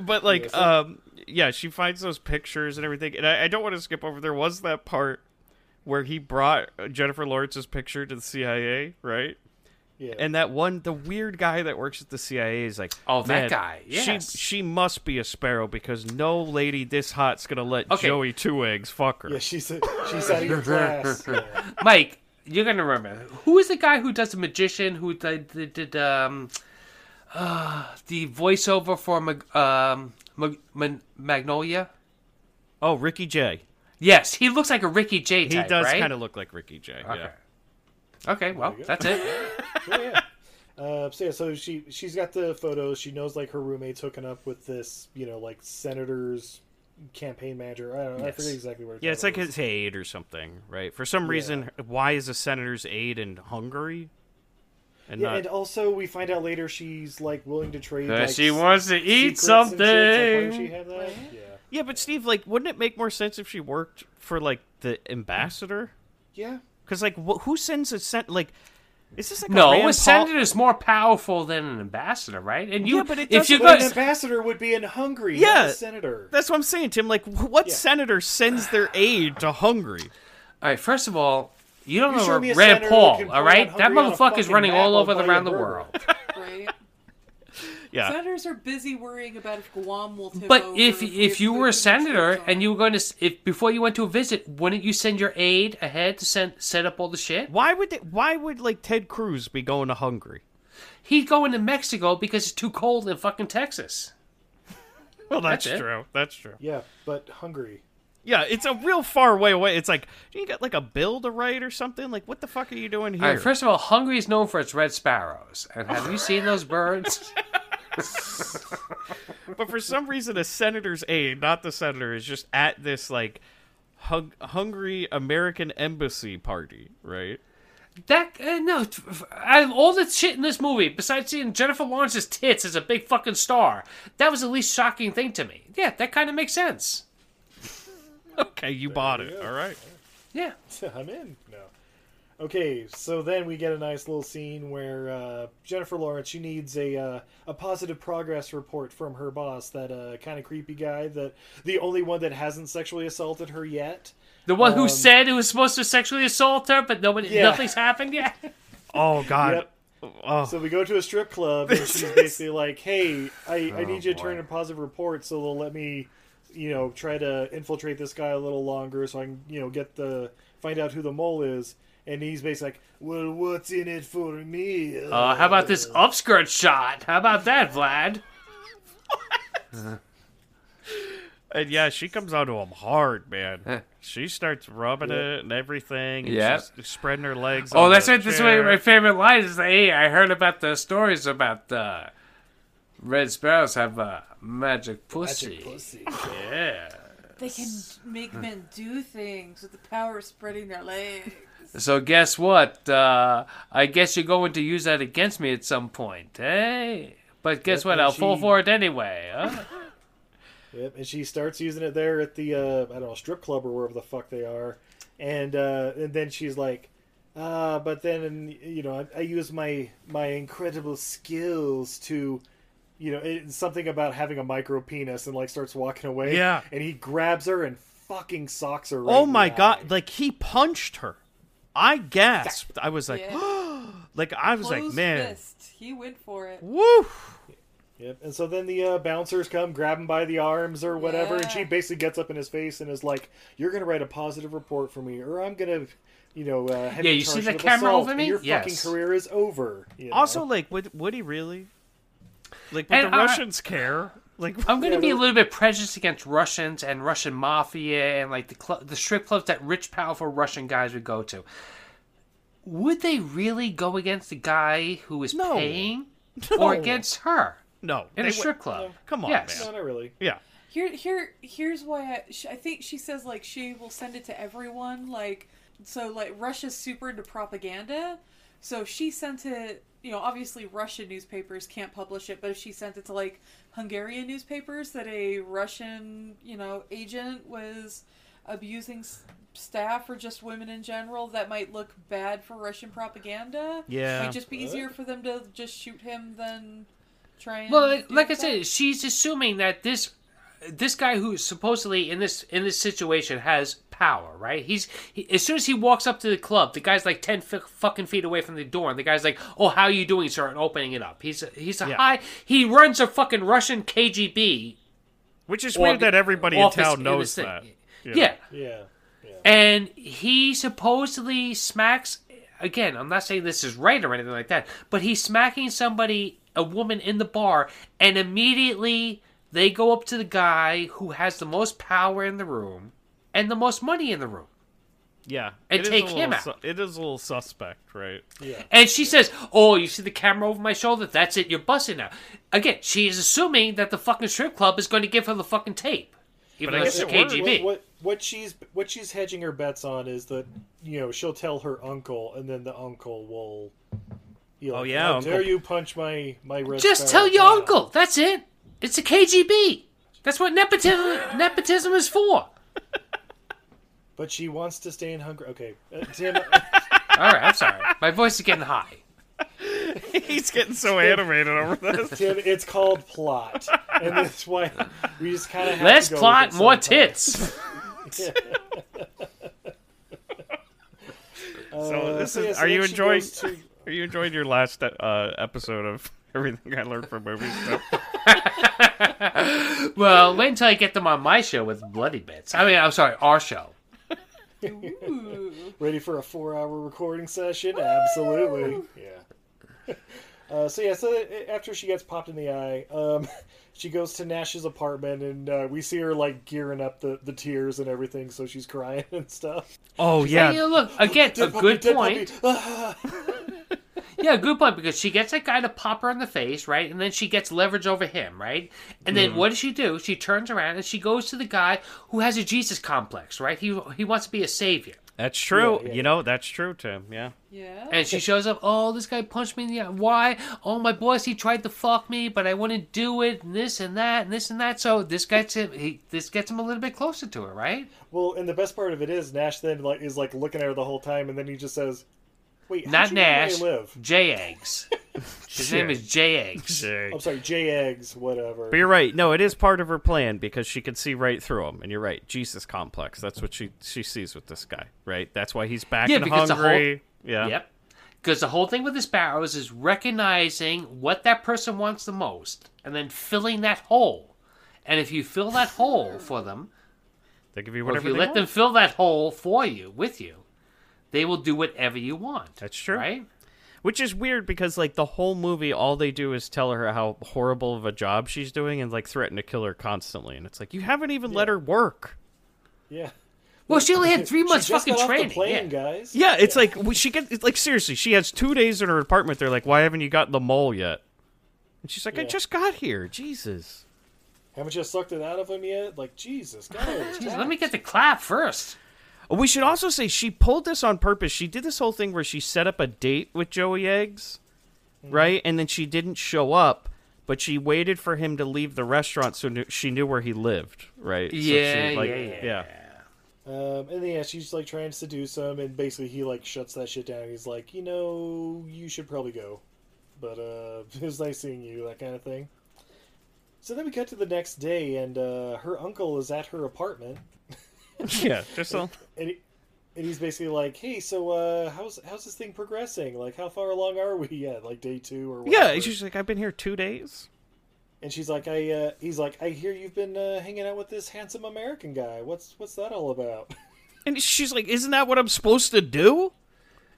S7: but like, um, yeah, she finds those pictures and everything, and I, I don't want to skip over. There was that part where he brought Jennifer Lawrence's picture to the CIA, right?
S10: Yeah.
S7: And that one, the weird guy that works at the CIA is like,
S6: Oh, that
S7: "Man,
S6: guy, yes."
S7: She she must be a sparrow because no lady this hot's gonna let
S6: Okay.
S7: Joey Two Eggs fuck her.
S10: yeah, she's she's uh, out of your class. Yeah.
S6: Mike, you're gonna remember who is the guy who does the magician who did, did, did um, uh, the voiceover for Mag- um, Mag- Mag- Magnolia.
S7: Oh, Ricky Jay.
S6: Yes, he looks like a Ricky J
S7: He
S6: type,
S7: does
S6: right?
S7: kind of look like Ricky Jay. Yeah.
S6: Okay. Okay, well, that's it.
S10: yeah. yeah. Uh, so yeah, so she she's got the photos. She knows like her roommate's hooking up with this, you know, like senator's campaign manager. I don't know. I forget exactly where.
S7: Yeah, it's like
S10: from.
S7: his aide or something, right? For some reason, why is a senator's aide in Hungary? And
S10: Yeah,
S7: not
S10: and also we find out later she's like willing to trade.
S6: Uh,
S10: Like,
S6: she wants to eat
S10: secrets and shit. It's
S6: something.
S10: Like, why would she have that? Yeah.
S7: Yeah, but Steve, like, wouldn't it make more sense if she worked for like the ambassador?
S10: Yeah.
S7: Because like, wh- who sends a sent? Like, is this like a Rand
S6: No,
S7: Paul-
S6: a senator is more powerful than an ambassador, right? And you,
S7: Yeah, but it
S6: if you
S7: doesn't-
S10: But
S6: got,
S10: an ambassador would be in Hungary.
S7: Yeah.
S10: Yeah. Not a senator.
S7: That's what I'm saying, Tim. Like, wh- what senator sends their aide to Hungary?
S6: all right. First of all, You don't
S4: You show me
S6: know
S4: a
S6: Rand
S4: center who
S6: Paul,
S4: can pull
S6: all right?
S4: out
S6: That
S4: Hungary on a
S6: motherfucker's
S4: fucking
S6: running
S4: map
S6: all
S4: on
S6: over the,
S4: Buddy
S6: around the
S4: Berger.
S6: world.
S2: right?
S7: Yeah.
S2: Senators are busy worrying about if Guam will tip
S6: But
S2: over,
S6: if
S2: we
S6: if you
S2: put
S6: were a
S2: troops
S6: senator
S2: on.
S6: and you were going to, s- if before you went to a visit, wouldn't you send your aide ahead to send set up all the shit?
S7: Why would they, why would like Ted Cruz be going to Hungary?
S6: He'd go into Mexico because it's too cold in fucking Texas.
S7: Well,
S6: that's it.
S7: true. That's true.
S4: Yeah, but Hungary.
S7: Yeah, it's a real far way away. It's like you got like a bill to write or something. Like, what the fuck are you doing here?
S6: All right, first of all, Hungary is known for its red sparrows, and have you seen those birds?
S7: but for some reason, a senator's aide, not the senator, is just at this like hung- Hungry American embassy party, right?
S6: That uh, no, t- f- out of all the shit in this movie, besides seeing Jennifer Lawrence's tits as a big fucking star, that was the least shocking thing to me. Yeah, that kind of makes sense.
S7: Okay, you bought it. All right.
S6: Yeah,
S4: I'm in. No. Okay, so then we get a nice little scene where uh, Jennifer Lawrence she needs a uh, a positive progress report from her boss, that uh, kind of creepy guy, that the only one that hasn't sexually assaulted her yet.
S6: the one who
S4: Um,
S6: said it was supposed to sexually assault her, but nobody,
S4: Yeah.
S6: nothing's happened yet.
S7: Oh God.
S4: Yep.
S7: Oh.
S4: So we go to a strip club, and she's basically like, "Hey, I, I need you to turn in a positive report, so they'll let me, you know, try to infiltrate this guy a little longer, so I can, you know, get the find out who the mole is." And he's basically like, "Well, what's in it for me?"
S6: Uh, how about this upskirt shot? How about that, Vlad?
S7: And yeah, she comes onto him hard, man. she starts rubbing it and everything. And
S6: Yeah.
S7: she's spreading her legs.
S6: Oh,
S7: on
S6: that's
S7: the
S6: it. That's one
S7: chair.
S6: of my favorite lines is, "Hey, I heard about the stories about uh, red sparrows have uh, magic pussy."
S4: pussy.
S6: Yeah.
S2: they can make
S7: hmm.
S2: men do things with the power of spreading their legs.
S6: So guess what? Uh, I guess you're going to use that against me at some point, hey? But guess what?
S4: and
S6: I'll fall
S4: she-
S6: for it anyway. Huh?
S4: Yep, and she starts using it there at the uh, I don't know strip club or wherever the fuck they are, and uh, and then she's like, uh, but then you know I, I use my my incredible skills to, you know, it's something about having a micro penis and like starts walking away.
S7: Yeah.
S4: and he grabs her and fucking socks her. Right
S7: Oh
S4: in
S7: my
S4: the eye.
S7: god! Like he punched her. I gasped. I was like, like I was like,
S2: Closed
S7: man,
S2: fist. He went for it.
S7: woo!
S4: Yep. And so then the uh, bouncers come, grab him by the arms or whatever, and she
S2: Yeah.
S4: basically gets up in his face and is like, "You're gonna write a positive report for me, or I'm gonna, you know, uh, have
S6: Yeah, you
S4: charged
S6: see the
S4: with
S6: camera
S4: assault,
S6: over
S4: and
S6: me?
S4: Your
S6: Yes.
S4: fucking career is over." you know?
S7: Also, like, would would he really? Like, would
S6: And
S7: the
S6: I-
S7: Russians care? Like,
S6: I'm going to
S4: Yeah,
S6: be a
S4: but-
S6: little bit prejudiced against Russians and Russian mafia and like the cl- the strip clubs that rich, powerful Russian guys would go to. Would they really go against the guy who is
S7: No.
S6: paying,
S7: No.
S6: or against her
S7: no,
S6: in
S7: they
S6: a
S7: would-
S6: strip club?
S7: Come on,
S6: Yes.
S4: no,
S7: man.
S4: not really.
S7: Yeah,
S2: Here, here, here's why I, sh- I think she says like she will send it to everyone. Like, so like Russia's super into propaganda, so if she sent it. You know, obviously Russian newspapers can't publish it, but if she sent it to like Hungarian newspapers that a Russian, you know, agent was abusing s- staff or just women in general, that might look bad for Russian propaganda.
S7: Yeah.
S2: might just be easier for them to just shoot him than try and.
S6: Well,
S2: do
S6: like I
S2: that.
S6: said, she's assuming that this this guy who supposedly in this in this situation has power, right? He's he, as soon as he walks up to the club, the guy's like ten f- fucking feet away from the door, and the guy's like, "Oh, how you doing, sir?" and opening it up. He's a, he's a
S7: Yeah.
S6: high. He runs a fucking Russian KGB.
S7: which is
S6: or-
S7: weird that everybody in
S6: office
S7: town
S6: this
S7: knows
S6: thing.
S7: that.
S6: Yeah.
S4: Yeah.
S6: and he supposedly smacks. Again, I'm not saying this is right or anything like that, but he's smacking somebody, a woman in the bar, and immediately they go up to the guy who has the most power in the room and the most money in the room.
S7: Yeah,
S6: And
S7: It is a
S6: take him
S7: little
S6: out.
S7: su- it is a little suspect, right?
S6: And she says, Oh, you see the camera over my shoulder? That's it, you're busting now. Again, she is assuming that the fucking strip club is going to give her the fucking tape. Even
S7: But I
S6: though
S7: guess
S6: it's
S7: it worked.
S6: KGB.
S4: What, what what she's what she's hedging her bets on is that you know she'll tell her uncle, and then the uncle will. You know,
S7: Oh, yeah,
S4: How
S7: uncle-
S4: dare you punch my my red
S6: Just tell
S4: sparrow
S6: your
S4: down."
S6: uncle. That's it. It's a KGB. That's what nepotism nepotism is for.
S4: But she wants to stay in Hungary. Okay, uh, Tim.
S6: All right, I'm sorry. My voice is getting high.
S7: He's getting so animated over this.
S4: Tim, it's called plot, and that's why we just kind of
S6: Less
S4: to go
S6: plot,
S4: with it
S6: more
S4: sometimes.
S6: tits.
S7: So
S4: Uh,
S7: this
S10: so yeah,
S7: is.
S10: so
S7: are
S10: then
S7: you
S10: she
S7: enjoying?
S10: goes to-
S7: Are you enjoying your last uh, episode of everything I learned from movies? No.
S6: Well, wait until I get them on my show with Bloody Bits. I mean, I'm sorry, our show.
S10: Ready for a four-hour recording session? Absolutely. Yeah. Uh, so yeah, so a- after she gets popped in the eye, um, she goes to Nash's apartment, and uh, we see her like gearing up the, the tears and everything, so she's crying and stuff.
S7: oh
S6: Yeah.
S7: yeah,
S6: look, again, a
S10: Dead puppy,
S6: good
S10: dead
S6: point.
S10: puppy.
S6: Yeah, good point because she gets that guy to pop her in the face, right? And then she gets leverage over him, right? And
S10: Mm.
S6: then what does she do? She turns around and she goes to the guy who has a Jesus complex, right? He he wants to be a savior.
S7: that's true. You know that's true, Tim. Yeah.
S2: Yeah.
S6: And she shows up, "Oh, this guy punched me in the eye. Why? Oh, my boss, he tried to fuck me, but I wouldn't do it, and this and that, and this and that." So this gets him. He, this gets him a little bit closer to her, right?
S10: well, and the best part of it is Nash then like is like looking at her the whole time, and then he just says, "Wait, how'd
S6: Not
S10: you know where I
S6: Nash.
S10: live?"
S6: J Eggs. His name is J Eggs.
S10: I'm sorry, J eggs, whatever.
S7: But you're right. No, it is part of her plan because she can see right through him. And you're right. Jesus complex. That's what she she sees with this guy, right? That's why he's back
S6: Yeah,
S7: and
S6: because the whole-
S7: hungry. yeah.
S6: Yep. Because the whole thing with the sparrows is recognizing what that person wants the most and then filling that hole. And if you fill that hole for them,
S7: They give you
S6: or if
S7: whatever
S6: you
S7: they
S6: let
S7: want.
S6: them fill that hole for you, with you, they will do whatever you want.
S7: That's true.
S6: Right?
S7: Which is weird because like the whole movie, all they do is tell her how horrible of a job she's doing and like threaten to kill her constantly. And it's like you haven't even let her work.
S10: Yeah.
S6: Well, she only had three months
S10: she just
S6: fucking
S10: got off
S6: training.
S10: the plane,
S6: yeah.
S10: guys.
S7: Yeah, it's like like she gets it's like seriously, she has two days in her apartment. They're like, why haven't you gotten the mole yet? And she's like, I just got here. Jesus.
S10: Haven't you sucked it out of him yet? Like Jesus, guys.
S6: Jeez, let me get the clap first.
S7: Oh, We should also say she pulled this on purpose. She did this whole thing where she set up a date with Joey Eggs,
S6: Mm-hmm.
S7: right? And then she didn't show up, but she waited for him to leave the restaurant so knew, she knew where he lived, right? so
S6: Yeah,
S7: she, like,
S6: yeah, yeah.
S10: Um, and then, yeah, she's like trying to seduce him, and basically he like shuts that shit down. He's like, you know, you should probably go, but uh, it was nice seeing you, that kind of thing. So then we cut to the next day, and uh, her uncle is at her apartment,
S7: Yeah, just so.
S10: and, he, and he's basically like, hey, so uh, how's how's this thing progressing? Like, how far along are we yet? Like day two or whatever.
S7: Yeah, it's just like I've been here two days.
S10: And she's like, I uh, he's like, I hear you've been uh, hanging out with this handsome American guy. What's what's that all about?
S7: And she's like, Isn't that what I'm supposed to do?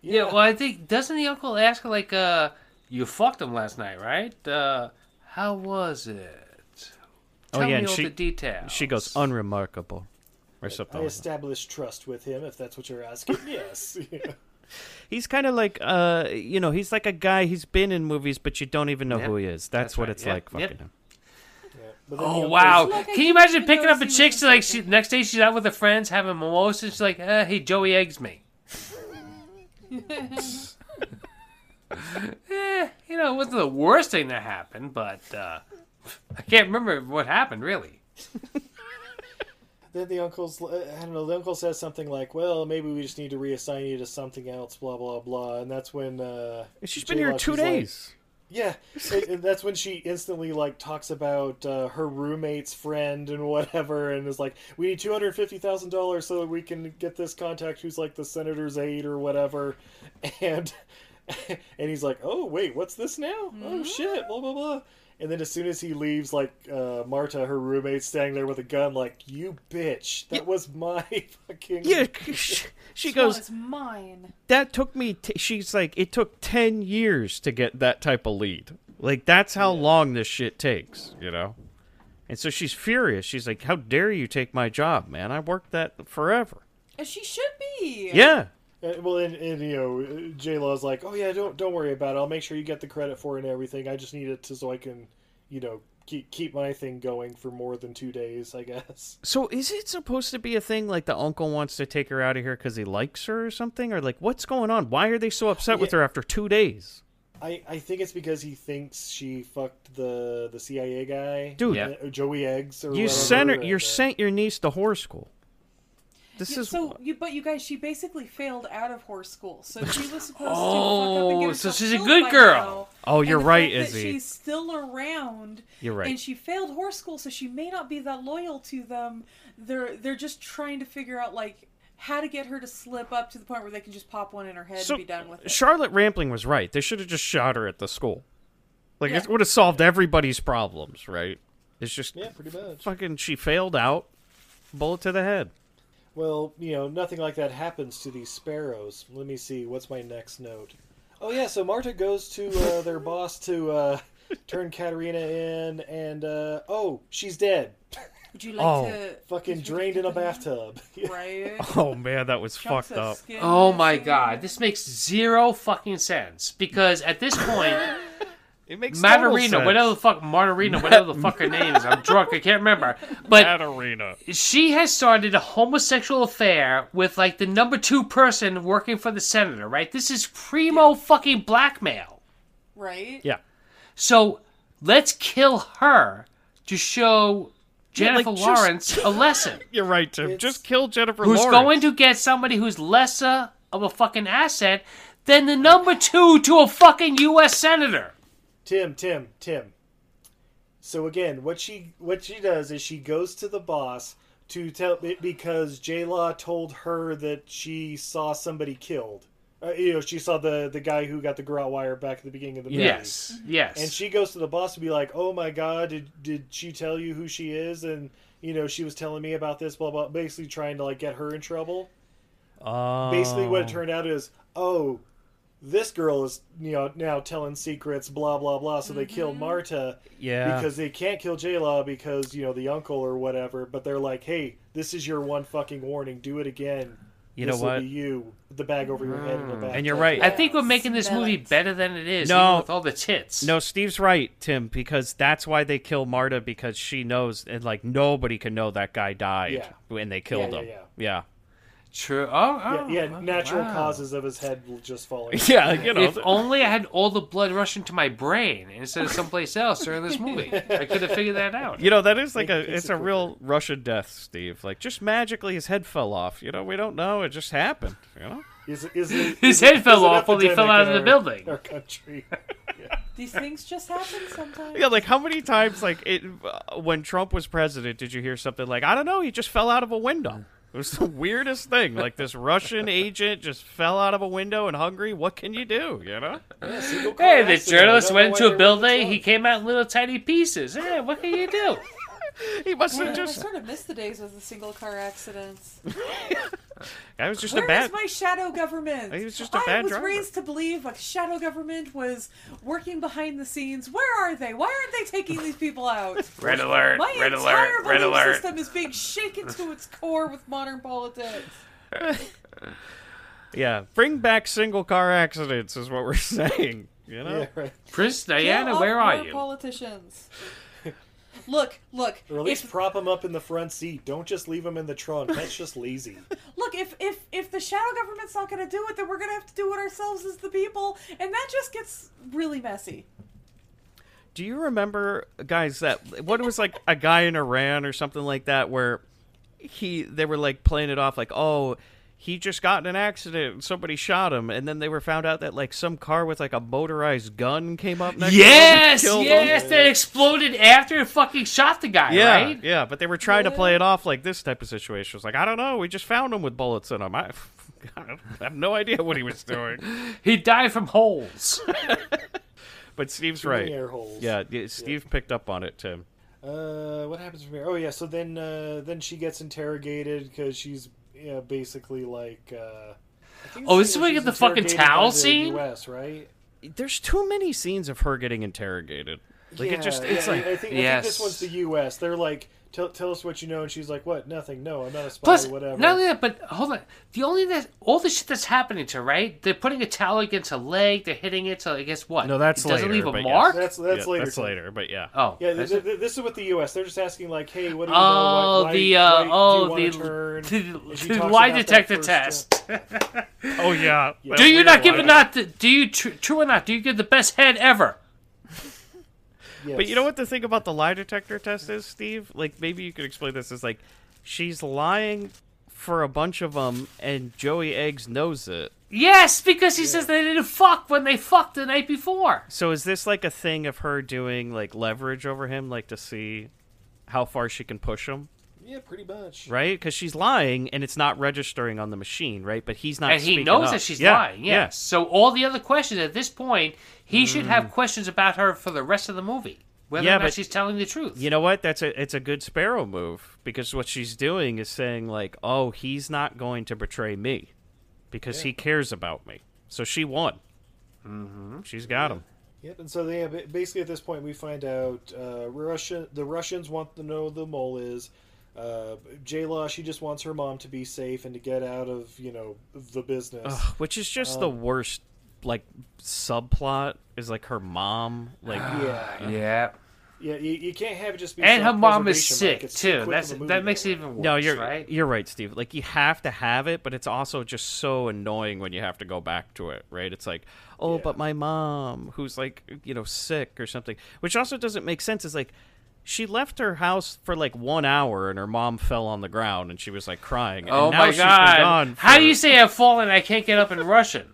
S6: Yeah, well, I think doesn't the uncle ask her like, uh, "You fucked him last night, right? Uh, how was it? Tell
S7: oh, yeah,
S6: me
S7: and
S6: all
S7: she,
S6: the details."
S7: she goes, Unremarkable. Or something
S10: I
S7: like that.
S10: established trust with him, if that's what you're asking. yes. Yeah.
S7: He's kind of like, uh, you know, he's like a guy. He's been in movies, but you don't even know
S6: Yep.
S7: who he is. That's,
S6: That's
S7: what
S6: right.
S7: it's
S6: Yep.
S7: like. Fucking
S6: Yep.
S7: him.
S10: But then the
S6: Oh
S10: uncle's-
S6: wow!
S2: Like, I
S6: Can you imagine
S2: think
S6: picking
S2: those
S6: up a
S2: things
S6: chick?
S2: are
S6: She like she,
S2: something.
S6: next day she's out with her friends having mimosas. She's like, uh, "Hey, Joey eggs me." eh, you know, it wasn't the worst thing that happened, but uh, I can't remember what happened really.
S10: Then the uncle's, uh, I don't know, the uncle says something like, well, maybe we just need to reassign you to something else, blah, blah, blah. And that's when. Uh,
S7: She's been
S10: J-Lo,
S7: here two
S10: she's like-
S7: days.
S10: yeah. and- and that's when she instantly, like, talks about uh, her roommate's friend and whatever and is like, we need $250,000 so that we can get this contact who's, like, the senator's aide or whatever. And. And he's like, "Oh wait, what's this now? Oh shit!" Blah blah blah. And then as soon as he leaves, like uh, Marta, her roommate's standing there with a gun, like, "You bitch, that was my fucking
S7: yeah, she, she
S2: Well,
S7: goes.
S2: it's mine.
S7: That took me. T-, she's like, it took ten years to get that type of lead. Like that's how long this shit takes, you know. And so she's furious. She's like, "How dare you take my job, man? I worked that forever."
S2: And she should be.
S7: Yeah,
S10: Uh, well, and, and you know, J Law's like, "Oh yeah, don't don't worry about it. I'll make sure you get the credit for it and everything. I just need it to so I can, you know, keep keep my thing going for more than two days, I guess."
S7: So is it supposed to be a thing like the uncle wants to take her out of here because he likes her or something, or like what's going on? Why are they so upset with her after two days,
S10: I I think it's because he thinks she fucked the the CIA guy,
S7: dude?
S6: Yeah.
S10: uh, Joey Eggs, or
S7: You
S10: whatever,
S7: sent her.
S10: and,
S7: You
S10: uh,
S7: sent your niece to whore school. This
S2: Yeah,
S7: is
S2: so, you, but you guys, she basically failed out of horse school, so she was supposed to fuck up and
S6: Oh,
S2: get
S6: so
S2: herself
S6: she's a
S2: killed
S6: good
S2: by
S6: girl.
S2: now.
S7: Oh,
S2: And
S7: you're
S2: the
S7: right,
S2: fact that
S7: Izzy.
S2: She's still around.
S7: You're right.
S2: And she failed horse school, so she may not be that loyal to them. They're they're just trying to figure out like how to get her to slip up to the point where they can just pop one in her head
S7: So,
S2: and be done with it.
S7: Charlotte Rampling was right. They should have just shot her at the school. Like
S2: Yeah.
S7: it would have solved everybody's problems, right? It's just
S4: Yeah, pretty much.
S7: fucking she failed out. Bullet to the head.
S4: Well, you know, nothing like that happens to these sparrows. Let me see. What's my next note? Oh yeah, so Marta goes to uh, their boss to uh, turn Katerina in, and uh, oh, she's dead.
S2: Would you like
S7: Oh.
S2: to
S4: Fucking drained in a bathtub.
S2: right?
S7: Oh man, that was fucked up.
S6: Oh my god, this makes zero fucking sense because at this point,
S7: It makes
S6: Matarina, whatever the fuck Martarina, whatever the fuck her name is, I'm drunk, I can't remember. But
S7: Matarina.
S6: she has started a homosexual affair with like the number two person working for the senator, right? This is primo fucking blackmail.
S2: Right?
S7: Yeah.
S6: So let's kill her to show
S7: Yeah, like,
S6: Jennifer
S7: just-
S6: Lawrence a lesson.
S7: You're right, Tim. Just kill Jennifer
S6: who's
S7: Lawrence.
S6: going to get somebody who's lesser of a fucking asset than the number two to a fucking U.S. senator.
S4: Tim, Tim, Tim. So again, what she what she does is she goes to the boss to tell because J Law told her that she saw somebody killed. Uh, you know, she saw the the guy who got the garrote wire back at the beginning of the movie.
S6: Yes,
S2: Mm-hmm.
S6: yes.
S4: And she goes to the boss to be like, "Oh my god, did did she tell you who she is?" And you know, she was telling me about this, blah blah. Basically, trying to like get her in trouble.
S7: Oh.
S4: Basically, what it turned out is, oh, this girl is you know now telling secrets, blah blah blah. So they kill
S6: Mm-hmm.
S4: Marta
S7: Yeah.
S4: because they can't kill J Law because you know the uncle or whatever. But they're like, hey, this is your one fucking warning. Do it again.
S7: You know
S4: This'll
S7: what?
S4: Be you the bag over your head in the back.
S7: and you're right.
S6: I think we're making this
S2: Smell
S6: movie
S2: it.
S6: better than it is.
S7: No.
S6: even with all the tits.
S7: No, Steve's right, Tim, because that's why they kill Marta because she knows and like nobody can know that guy died
S4: Yeah.
S7: when they killed
S4: yeah,
S7: him.
S4: yeah.
S7: Yeah.
S6: true. Oh,
S4: Yeah,
S6: oh
S4: yeah, natural
S6: wow.
S4: causes of his head just falling.
S7: Yeah, you know.
S6: If only I had all the blood rushing to my brain instead of someplace else during this movie. I could have figured that out.
S7: you know, that is like
S4: Make
S7: a
S4: it
S7: it's a
S4: quicker.
S7: real Russian death, Steve. Like just magically his head fell off. You know, we don't know, it just happened, you know?
S4: Is, is, is,
S6: His head fell
S4: is an
S6: off when he
S4: epidemic
S6: fell out of
S4: in
S6: the
S4: our-
S6: building.
S4: Our country.
S2: These things just happen sometimes.
S7: Yeah, like how many times like it uh, when Trump was president did you hear something like, I don't know, he just fell out of a window. It was the weirdest thing. Like this Russian agent just fell out of a window and hungry. What can you do? You know?
S6: Hey, the journalist went
S4: to
S6: to a building. He came out in little tiny pieces. Hey, what can you do?
S7: He must
S2: Man,
S7: have
S2: I
S7: just.
S2: sort of miss the days with the single car accidents.
S7: I was just
S2: Where
S7: a
S2: is
S7: bad.
S2: my shadow government?
S7: He was just a
S2: I
S7: bad
S2: was
S7: driver.
S2: raised to believe a shadow government was working behind the scenes. Where are they? Why aren't they taking these people out?
S6: Red alert!
S2: My
S6: red
S2: entire
S6: alert!
S2: belief
S6: Red alert!
S2: system is being shaken to its core with modern politics.
S7: Yeah, bring back single car accidents is what we're saying. You know,
S4: Yeah, right.
S6: Prince
S2: Kill
S6: Diana,
S2: off
S6: where are
S2: more
S6: you?
S2: Politicians. Look, look.
S4: Or at least
S2: if-
S4: prop him up in the front seat. Don't just leave him in the trunk. That's just lazy.
S2: look if if if the shadow government's not going to do it then we're going to have to do it ourselves as the people and that just gets really messy
S7: do you remember guys that what it was like a guy in Iran or something like that where he they were like playing it off like oh he just got in an accident and somebody shot him and then they were found out that like some car with like a motorized gun came up next
S6: Yes,
S7: to him and killed him.
S6: yes, that exploded after and fucking shot the guy,
S7: Yeah,
S6: right?
S7: yeah, but they were trying to play it off like this type of situation. It's like, I don't know, we just found him with bullets in him. I, I have no idea what he was doing.
S6: He died from holes.
S7: But Steve's
S4: Too many
S7: right.
S4: air holes.
S7: Yeah, yeah, Steve picked up on it, Tim.
S4: Uh, what happens from here? Oh yeah, so then uh, then she gets interrogated because she's yeah, basically like. Uh, I think
S6: Oh,
S4: it's
S6: this is
S4: where
S6: where we
S4: she's
S6: get the fucking
S4: interrogated by
S6: towel
S4: the
S6: scene?
S4: US, right?
S7: There's too many scenes of her getting interrogated. Like it just
S4: Yeah,
S7: it's
S4: yeah,
S7: like
S4: I think, I think
S6: Yes.
S4: this one's the U.S. They're like, tell, tell us what you know, and she's like, what? Nothing. No, I'm not a spy.
S6: Plus,
S4: whatever.
S6: not only that, but hold on. The only that all the shit that's happening to her, right? They're putting a towel against her leg. They're hitting it to I guess what?
S7: No, that's
S6: it doesn't
S7: later,
S6: leave
S7: but
S6: a
S7: yes.
S6: mark.
S4: that's that's
S7: yeah,
S4: later.
S7: That's
S4: too.
S7: later, but yeah.
S6: Oh,
S4: Yeah, th-
S6: that's
S4: th-
S6: it.
S4: this is with the U.S. They're just asking like, "Hey, what do you
S6: oh,
S4: know? Why,
S6: the
S4: why,
S6: uh,
S4: why
S6: oh,
S4: do you
S6: the,
S4: wanna turn?"
S6: the,
S4: And she
S6: the
S4: talks
S6: lie
S4: about that
S6: detector
S4: first, uh,
S6: test.
S7: Oh yeah.
S6: do you not give it not? The, do you tr- true or not? Do you give the best head ever?
S7: But you
S4: yes.
S7: know what the thing about the lie detector test is, Steve? Like maybe you could explain this is like she's lying for a bunch of them and Joey Eggs knows it.
S6: Yes, because he says they didn't fuck when they fucked the night before.
S7: So is this like a thing of her doing like leverage over him, like to see how far she can push him?
S10: Yeah, pretty much.
S7: right? Because she's lying and it's not registering on the machine, right? But he's not.
S6: and he
S7: speaking
S6: knows
S7: up.
S6: that she's
S7: Yeah,
S6: lying. Yes. So all the other questions at this point, he should have questions about her for the rest of the movie, whether
S7: Yeah,
S6: or not
S7: but-
S6: she's telling the truth.
S7: You know what? That's a it's a good sparrow move because what she's doing is saying like, "Oh, he's not going to betray me because he cares about me." So she won. Mm-hmm. She's got him.
S10: Yep, and so they have, basically at this point we find out uh, Russia, the Russians want to know who the mole is. Uh, J Law, she just wants her mom to be safe and to get out of you know the business.
S7: Ugh, which is just the
S10: Um,
S7: worst like subplot is like her mom like
S10: Yeah,
S6: Yeah.
S10: yeah, you, you can't have it just be
S6: And her mom is
S10: self-preservation, like,
S6: sick
S10: it's
S6: too.
S10: quick
S6: That's
S10: of a
S6: that
S10: movie
S6: makes it
S10: going.
S6: even worse.
S7: no you're
S6: right.
S7: you're right steve like you have to have it but it's also just so annoying when you have to go back to it right it's like oh but my mom who's like you know sick or something which also doesn't make sense is like she left her house for like one hour and her mom fell on the ground and she was like crying and
S6: oh
S7: now
S6: my
S7: she's been
S6: god!
S7: gone
S6: How
S7: for-
S6: do you say I've fallen? I can't get up in Russian.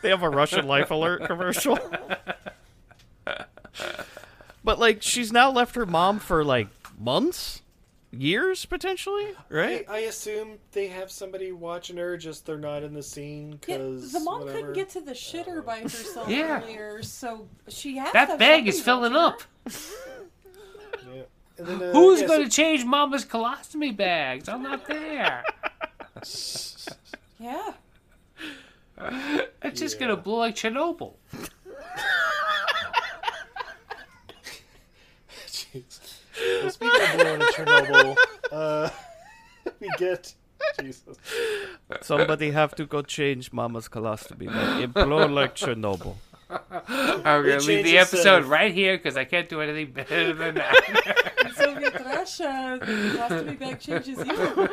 S7: they have a Russian life alert commercial. but like she's now left her mom for like months, years potentially, right?
S10: I assume they have somebody watching her, just they're not in the scene
S2: Yeah,
S10: because
S2: the mom
S10: whatever.
S2: couldn't get to the shitter by herself
S6: Yeah.
S2: earlier, so she has to
S6: That
S2: have
S6: bag is
S2: something
S6: filling
S2: watching
S6: up.
S2: her.
S10: Yeah. And then, uh,
S6: Who's
S10: yeah, so-
S6: going to change Mama's colostomy bags? I'm not there.
S2: Yeah.
S6: It's just going to blow like Chernobyl.
S10: Jeez. Well, Speaking of blowing in Chernobyl, uh, we get Jesus.
S7: Somebody have to go change Mama's colostomy. Man. It blow like Chernobyl.
S6: I'm going
S10: change
S6: to leave the
S10: yourself.
S6: episode right here because I can't do anything better than that.
S2: Soviet Russia has to be back changes you.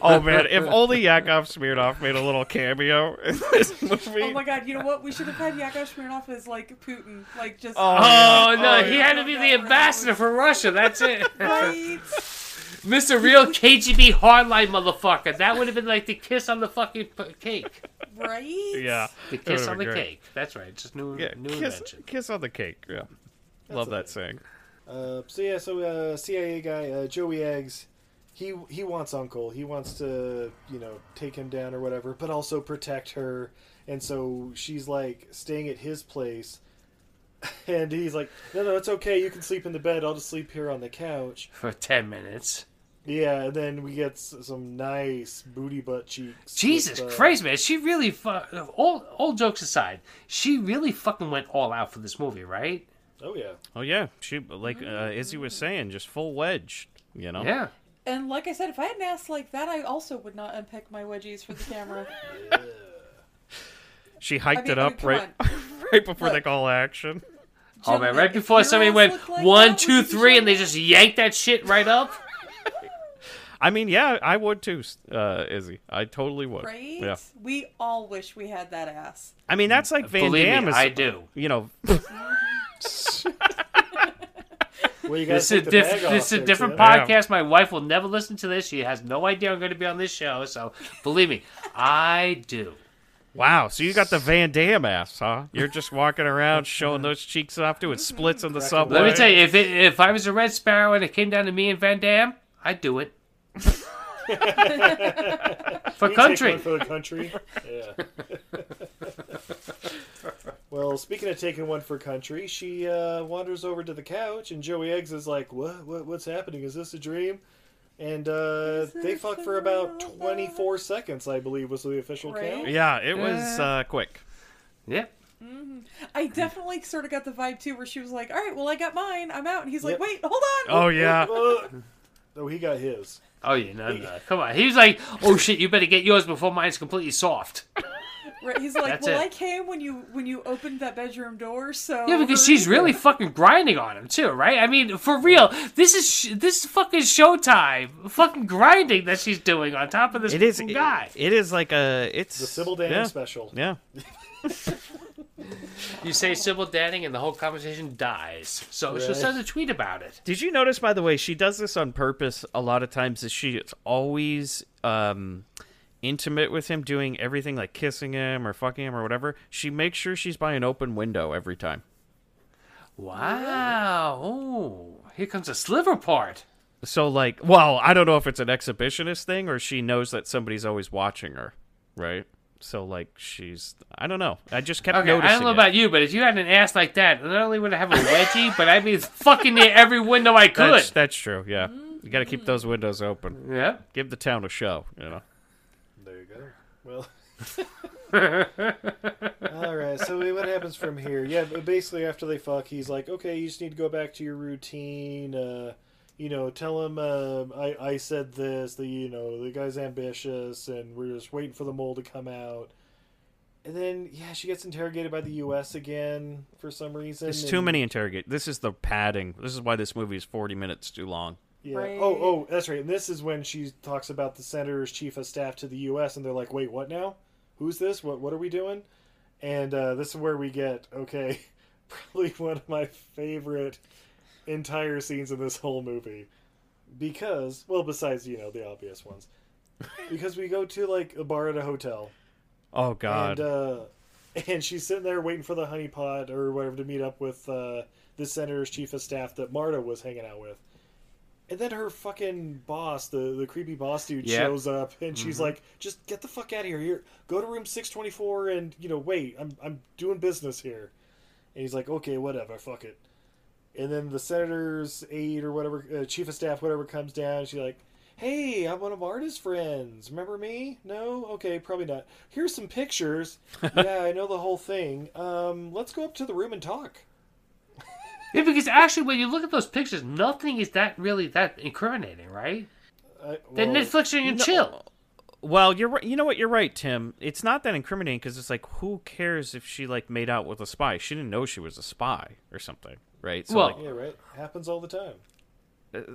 S7: Oh man, if only Yakov Smirnoff made a little cameo in this movie.
S2: Oh my god, you know what? We should have had Yakov Smirnoff as like Putin. Like just
S6: Oh no,
S7: Oh,
S6: he
S7: yeah.
S6: had to be the ambassador for Russia. That's it.
S2: Right?
S6: Mr. Real KGB hardline motherfucker. That would have been like the kiss on the fucking p- cake.
S2: Right?
S7: Yeah,
S6: The
S7: that would've
S6: kiss on the
S7: been great.
S6: cake. That's right. Just new,
S7: Yeah,
S6: new
S7: kiss,
S6: invention.
S7: kiss on the cake. Yeah, love that saying.
S10: Uh, so yeah, so uh, CIA guy uh, Joey Eggs, he he wants Uncle. He wants to you know take him down or whatever, but also protect her. And so she's like staying at his place, and he's like, "No, no, it's okay. You can sleep in the bed. I'll just sleep here on the couch."
S6: For ten minutes.
S10: Yeah, and then we get s- some nice booty butt cheeks.
S6: Jesus
S10: with, uh,
S6: Christ, man! She really fu- all all jokes aside, she really fucking went all out for this movie, right?
S10: Oh yeah.
S7: Oh yeah, she like uh, Izzy was saying, just full wedge. You know.
S6: Yeah.
S2: And like I said, if I had an ass like that, I also would not unpick my wedgies for the camera.
S7: She hiked
S2: I mean,
S7: it
S2: I mean,
S7: up
S2: come
S7: right
S2: on.
S7: right before they
S2: Look.
S7: call action.
S6: Oh man!
S2: Gentlemen,
S6: Right
S2: if
S6: before
S2: your
S6: somebody
S2: ass
S6: went
S2: looked like
S6: one,
S2: that,
S6: two,
S2: would you be
S6: three,
S2: showing
S6: and they
S2: that?
S6: just yanked that shit right up.
S7: I mean, yeah, I would too, uh, Izzy. I totally would.
S2: Right?
S7: Yeah.
S2: We all wish we had that ass.
S7: I mean, that's like Van
S6: Believe
S7: Damme
S6: me,
S7: is.
S6: I do.
S7: You know,
S10: Well, you guys
S6: This
S10: take
S6: is,
S10: the
S6: diff-
S10: bag off
S6: this is a
S10: there,
S6: different
S10: Tim.
S7: Yeah.
S6: podcast. My wife will never listen to this. She has no idea I'm going to be on this show. So believe me, I do.
S7: wow. So you got the Van Damme ass, huh? You're just walking around showing those cheeks off, doing splits in the subway.
S6: Let me tell you, if it, if I was a Red Sparrow and it came down to me and Van Damme, I'd do it. for
S10: We take
S6: country.
S10: one for the country. Yeah. well, speaking of taking one for country, she uh, wanders over to the couch, and Joey Eggs is like, "What? what what's happening? Is this a dream?" And uh, they fuck for about twenty four seconds, I believe, was the official
S2: Right?
S10: count.
S7: Yeah, it was uh, quick.
S6: Yeah.
S2: I definitely sort of got the vibe too, where she was like, "All right, well, I got mine. I'm out." And he's like,
S10: Yep.
S2: "Wait, hold on."
S7: Oh yeah.
S10: Uh, oh, he got his.
S6: Oh yeah, no, no. Come on. He was like, "Oh shit, you better get yours before mine's completely soft."
S2: Right, He's like,
S6: That's
S2: "Well,
S6: it.
S2: I came when you when you opened that bedroom door, so
S6: Yeah, because she's really fucking grinding on him too, right? I mean, for real, this is sh- this is fucking Showtime, fucking grinding that she's doing on top of this
S7: It is.
S6: fucking
S7: It,
S6: guy.
S7: it is like a. It's
S10: The Sybil Dan
S7: yeah.
S10: special.
S7: Yeah.
S6: You say Sybil Danning, and the whole conversation dies. So she'll
S10: Right.
S6: send a tweet about it.
S7: Did you notice, by the way, she does this on purpose a lot of times? Is she is always um, intimate with him, doing everything like kissing him or fucking him or whatever? She makes sure she's by an open window every time.
S6: Wow. Oh, here comes a sliver part.
S7: So like, well, I don't know if it's an exhibitionist thing or she knows that somebody's always watching her, right? So like, she's I don't know. I just kept
S6: Okay,
S7: noticing.
S6: I don't know
S7: it.
S6: about you, but if you had an ass like that, not only would I have a wedgie, but I'd be fucking near every window I could.
S7: That's, that's true. Yeah, you got to keep those windows open.
S6: Yeah.
S7: Give the town a show. You know.
S2: There you go. Well. All right. So wait, what happens from here? Yeah, but basically after they fuck, he's like, "Okay, you just need to go back to your routine. Uh, you know, tell him uh, I I said this. The you know the guy's ambitious, and we're just waiting for the mole to come out." And then yeah, she gets interrogated by the U.S. again for some reason.
S7: It's too
S2: and-
S7: many interrogate. This is the padding. This is why this movie is forty minutes too long.
S2: Yeah.
S5: Right.
S2: Oh, oh, that's right. And this is when she talks about the senator's chief of staff to the U.S. and they're like, "Wait, what now? Who's this? What What are we doing?" And uh, this is where we get okay, probably one of my favorite entire scenes in this whole movie, because well, besides you know the obvious ones, because we go to like a bar at a hotel
S7: Oh God.
S2: and uh, and she's sitting there waiting for the honeypot or whatever to meet up with uh, the senator's chief of staff that Marta was hanging out with. And then her fucking boss, the, the creepy boss dude,
S6: Yeah.
S2: shows up and she's like, "Just get the fuck out of here! Here, go to room six twenty four and you know wait. I'm I'm doing business here." And he's like, "Okay, whatever, fuck it." And then the senator's aide or whatever, uh, chief of staff, whatever, comes down. she's like, "Hey, I'm one of Marta's friends. Remember me? No? Okay, probably not. Here's some pictures. yeah, I know the whole thing. Um, let's go up to the room and talk."
S6: Yeah, because actually, when you look at those pictures, nothing is that really that incriminating, right?
S2: I,
S6: Then
S2: well,
S6: Netflix and you chill.
S7: well, you're right. You know what? You're right, Tim. It's not that incriminating because it's like, who cares if she like made out with a spy? She didn't know she was a spy or something, right? So,
S6: Well,
S7: like, uh,
S2: Yeah, right. Happens all the time.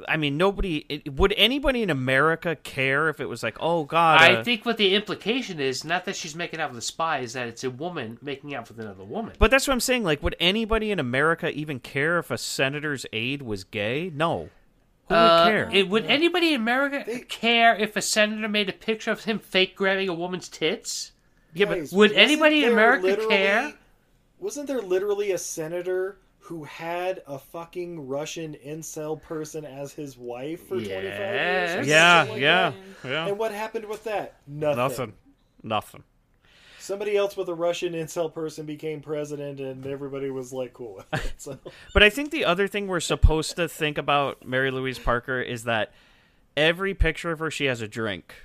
S7: I mean, nobody. It, would anybody in America care if it was like, oh God?
S6: I
S7: uh,
S6: think what the implication is not that she's making out with a spy, is that it's a woman making out with another woman.
S7: But that's what I'm saying. Like, would anybody in America even care if a senator's aide was gay? No. Who
S6: Uh,
S7: would care?
S6: it- would anybody in America care if a senator made a picture of him fake grabbing a woman's tits?
S7: yeah, but
S2: Guys,
S6: would
S2: wasn't
S6: anybody in
S2: there
S6: America
S2: literally-
S6: care?
S2: Wasn't there literally a senator who had a fucking Russian incel person as his wife for 25 years? or
S6: Yes.
S7: yeah,
S2: something like
S7: yeah,
S2: that?
S7: yeah.
S2: And what happened with that? Nothing.
S7: Nothing. Nothing.
S2: Somebody else with a Russian incel person became president, and everybody was like cool with it. So
S7: But I think the other thing we're supposed to think about Mary Louise Parker is that every picture of her, she has a drink,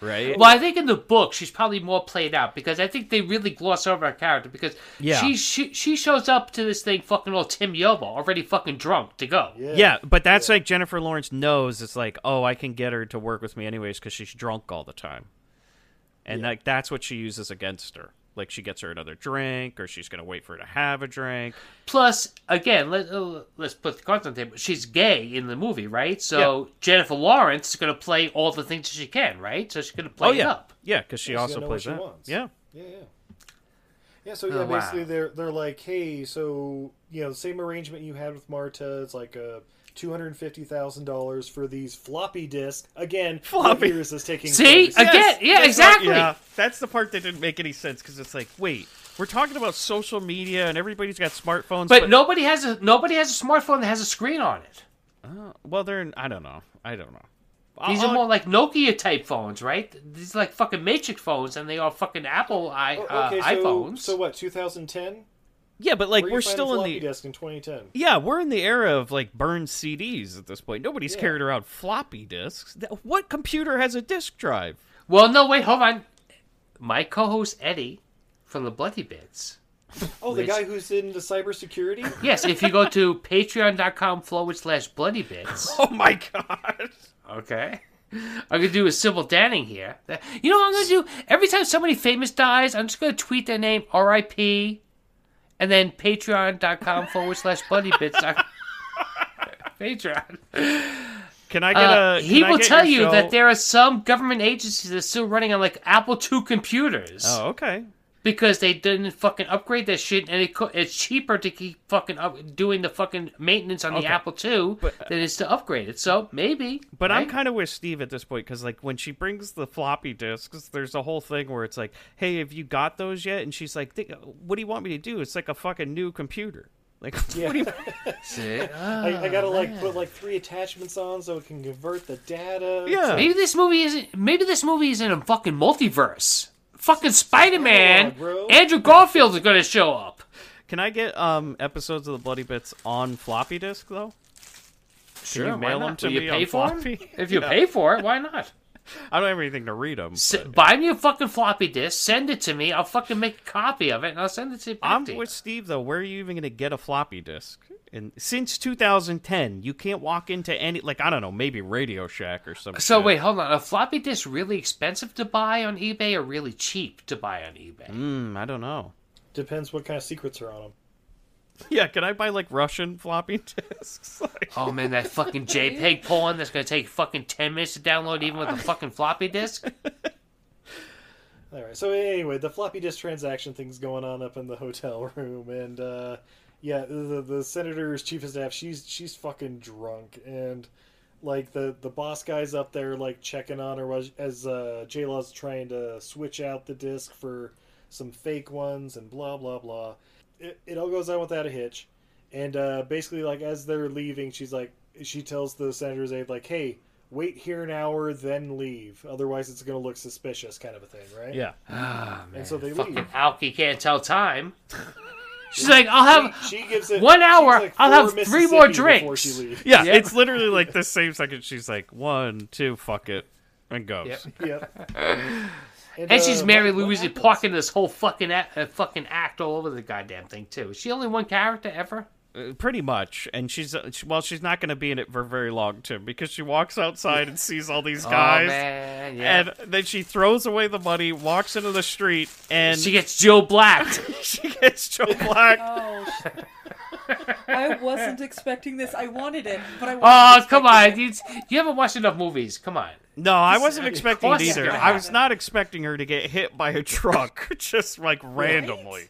S7: right?
S6: Well, I think in the book she's probably more played out because I think they really gloss over her character because
S7: Yeah.
S6: she, she she shows up to this thing fucking all Tim Yoba already fucking drunk to go.
S7: yeah. but that's like Jennifer Lawrence knows it's like, oh, I can get her to work with me anyways because she's drunk all the time, and like that's what she uses against her. Like she gets her another drink, or she's gonna wait for her to have a drink.
S6: Plus, again, let, uh, let's put the cards on the table. She's gay in the movie, right? So Jennifer Lawrence is going to play all the things that she can, right? So she's going to play
S7: oh yeah,
S6: it up.
S7: yeah, because she
S2: gotta
S7: also
S2: know what
S7: plays
S2: she
S7: that.
S2: wants.
S7: Yeah,
S2: yeah, yeah, yeah.
S7: Oh,
S2: So yeah,
S6: wow.
S2: basically they're they're like, hey, so you know, same arrangement you had with Marta. It's like uh Two hundred and fifty thousand dollars for these floppy discs. Again,
S7: Floppy.
S2: what year is this taking?
S6: See?
S2: place?
S6: Again, yeah,
S7: that's what-
S6: exactly.
S7: yeah, that's the part that didn't make any sense because it's like, wait, we're talking about social media and everybody's got smartphones,
S6: But nobody has a nobody has a smartphone that has a screen on it.
S7: Oh, well, they're in, I don't know, I don't know.
S6: These
S7: I'll-
S6: are more like Nokia type phones, right? These are like fucking Matrix phones, and they are fucking Apple i
S2: Oh, okay,
S6: uh,
S2: so,
S6: iPhones.
S2: So what? 2010.
S7: yeah, but Ah, like
S2: Where
S7: we're
S2: you find a
S7: still in
S2: floppy
S7: the
S2: disk in 2010.
S7: yeah, we're in the era of like burned CDs at this point. Nobody's carried around floppy disks. Th- What computer has a disk drive?
S6: Well, no, wait, hold on. My co-host Eddie from the Bloody Bits.
S2: Oh, the
S6: Which-
S2: guy who's into cybersecurity.
S6: Yes, if you go to patreon.com forward slash bloody bits.
S7: Oh my god!
S6: Okay. I'm gonna do a Sybil Danning here. You know what I'm gonna do? Every time somebody famous dies, I'm just gonna tweet their name, R.I.P. And then patreon.com forward slash bloody bits. Patreon.
S7: Can I get
S6: Uh,
S7: a?
S6: he
S7: can I
S6: will
S7: get
S6: tell you
S7: your show-
S6: that there are some government agencies that are still running on like Apple II computers
S7: Oh okay.
S6: because they didn't fucking upgrade that shit, and it co- it's cheaper to keep fucking up doing the fucking maintenance on the Apple II than it is to upgrade it. So maybe,
S7: uh, But I'm
S6: right?
S7: kind of with Steve at this point because, like, when she brings the floppy disks, there's a whole thing where it's like, "Hey, have you got those yet?" And she's like, "Think- "What do you want me to do?" It's like a fucking new computer. Like, what do you,
S6: See?
S2: I, I gotta
S7: Oh,
S2: like put like three attachments on so it can convert the data.
S7: yeah,
S6: Maybe this movie isn't. Maybe this movie is in a fucking multiverse. Fucking Spider
S2: Come
S6: Man,
S2: on, bro.
S6: Andrew Garfield is gonna show up.
S7: Can I get um episodes of the Bloody Bits on floppy disk though?
S6: Sure,
S7: you mail
S6: why
S7: 'em
S6: not?
S7: to
S6: Will you
S7: me
S6: pay
S7: on
S6: for 'em?
S7: floppy?
S6: If you pay for it, why not?
S7: I don't have anything to read them.
S6: S- buy me a fucking floppy disk, send it to me. I'll fucking make a copy of it and I'll send it to you. back
S7: I'm
S6: to you.
S7: with Steve though. Where are you even going to get a floppy disk? And since 2010, you can't walk into any like I don't know, maybe Radio Shack or something.
S6: So wait, hold on. Are floppy disks really expensive to buy on eBay or really cheap to buy on eBay?
S2: Mm.
S7: Hmm, I don't know.
S2: Depends what kind of secrets are on them.
S7: Yeah, can I buy like Russian floppy disks? Like,
S6: Oh man, that fucking JPEG porn that's gonna take fucking ten minutes to download, even with a fucking floppy disk.
S2: All right. So anyway, the floppy disk transaction thing's going on up in the hotel room, and uh, yeah, the, the senator's chief of staff, she's she's fucking drunk, and like the the boss guy's up there like checking on her was- as uh, J Law's trying to switch out the disc for some fake ones, and blah blah blah. It, it all goes on without a hitch, and uh, basically like as they're leaving, she's like she tells the senator's aide like, hey. Wait here an hour, then leave. Otherwise, it's going to look suspicious, kind of a thing, right?
S7: yeah.
S2: And so they
S6: Fucking
S2: leave.
S6: Alki can't tell time. She's like, I'll have.
S2: She gives it
S6: One
S2: she gives
S6: hour,
S2: like
S6: I'll have
S2: four
S6: three more
S2: Mississippi before
S6: drinks.
S2: she leaves.
S7: yeah, It's literally like the same second she's like one, two, fuck it, and goes.
S2: Yep.
S6: And she's
S2: uh,
S6: Mary
S2: what- what
S6: Louise
S2: happens?
S6: parking this whole fucking act, uh, fucking act all over the goddamn thing too. Is she only one character ever?
S7: Uh, Pretty much, and she's uh, she, well, she's not going to be in it for very long, Tim, because she walks outside and sees all these guys,
S6: oh man, yeah.
S7: and then she throws away the money, walks into the street, and
S6: she gets Joe Blacked.
S7: she gets Joe Black.
S5: Oh, sh- I wasn't expecting this. I wanted it, but I wasn't
S6: oh come
S5: expecting
S6: on,
S5: it.
S6: you, you haven't watched enough movies. Come on.
S7: No, I wasn't expecting it
S6: course
S7: either.
S6: you
S7: I was
S5: haven't.
S7: not expecting her to get hit by a truck just like randomly.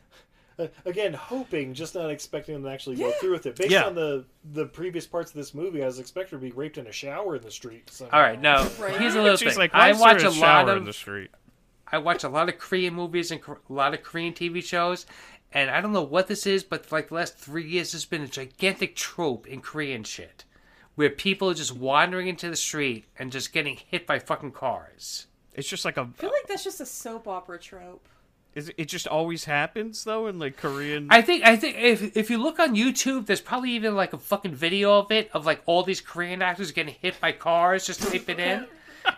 S2: Again, hoping, just not expecting them to actually go through with it. Based
S7: Yeah.
S2: on the the previous parts of this movie, I was expecting her to be raped in a shower in the street. somehow.
S6: All right, now
S5: Right.
S6: here's a little
S7: She's
S6: thing.
S7: like,
S6: I
S7: I
S6: watch
S7: watched
S6: a lot of
S7: in the street.
S6: I watch a lot of Korean movies and Kor- a lot of Korean TV shows, and I don't know what this is, but for like the last three years, there's been a gigantic trope in Korean shit where people are just wandering into the street and just getting hit by fucking cars.
S7: It's just like a.
S5: I feel like that's just a soap opera trope.
S7: Is it just always happens though in like Korean.
S6: I think I think if if you look on YouTube, there's probably even like a fucking video of it of like all these Korean actors getting hit by cars. Just type it in,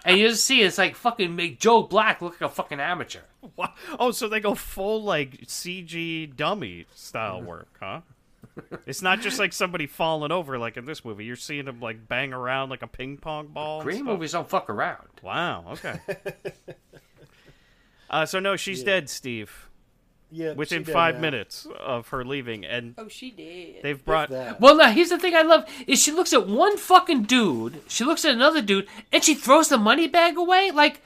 S6: and you just see it's like fucking make Joe Black look like a fucking amateur.
S7: Wha- Oh, so they go full like CG dummy style
S6: Mm-hmm.
S7: work, huh? It's not just like somebody falling over like in this movie. You're seeing them like bang around like a ping pong ball. and
S6: Korean
S7: stuff.
S6: movies don't fuck around.
S7: Wow. Okay. uh, so no, she's dead, Steve.
S2: Yeah,
S7: within
S2: she dead
S7: five
S2: now.
S7: minutes of her leaving, and
S5: Oh, she did.
S7: they've brought.
S2: That.
S6: Well, now here's the thing I love is she looks at one fucking dude, she looks at another dude, and she throws the money bag away. Like,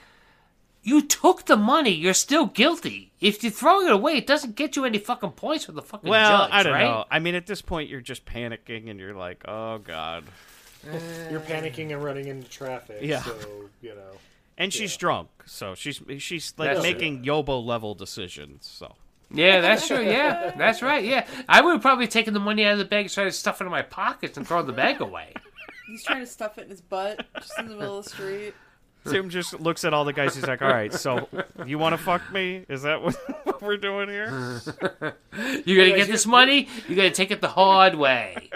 S6: you took the money, you're still guilty. If you're throwing it away, it doesn't get you any fucking points with the fucking
S7: Well,
S6: judge,
S7: I don't
S6: right?
S7: know. I mean, at this point, you're just panicking, and you're like, "Oh God!"
S2: You're panicking and running into traffic.
S7: Yeah.
S2: So, you know.
S7: And she's drunk, so she's she's like
S6: That's
S7: making Yobo level decisions. So
S6: Yeah, that's true. Yeah, that's right. Yeah, I would have probably taken the money out of the bag, and tried to stuff it in my pockets, and throw the bag away.
S5: He's trying to stuff it in his butt, just in the middle of the street.
S7: Tim just looks at all the guys. He's like, "All right, so you want to fuck me? Is that what, what we're doing here?"
S6: You're gonna get this money. You're gonna take it the hard way.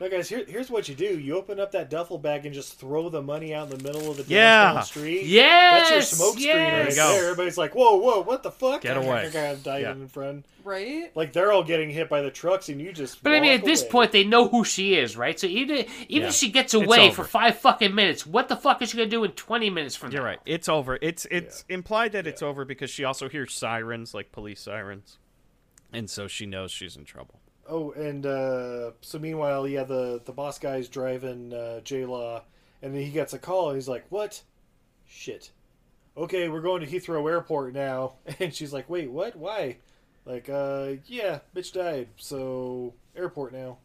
S2: Now, guys, here, here's what you do. You open up that duffel bag and just throw the money out in the middle of the damn
S7: Yeah.
S2: fucking street.
S6: Yes,
S2: That's your smoke screen
S6: yes.
S2: right
S7: There you go.
S2: there. Everybody's like, whoa, whoa, what the fuck?
S7: Get away.
S2: I got died
S7: Yeah.
S2: in front.
S5: Right?
S2: Like, they're all getting hit by the trucks, and you just.
S6: But I mean,
S2: walk
S6: at this
S2: away.
S6: point, they know who she is, right? So even even if she gets
S7: It's
S6: away
S7: over.
S6: for five fucking minutes, what the fuck is she gonna do in twenty minutes from
S7: You're
S6: now?
S7: right. It's over. It's it's implied that it's over because she also hears sirens, like police sirens, and so she knows she's in trouble.
S2: Oh, and uh, so meanwhile, yeah, the the boss guy's driving uh, J Law, and then he gets a call, and he's like, "What? Shit. Okay, we're going to Heathrow Airport now." And she's like, "Wait, what? Why?" Like, uh, yeah, bitch died, so airport now.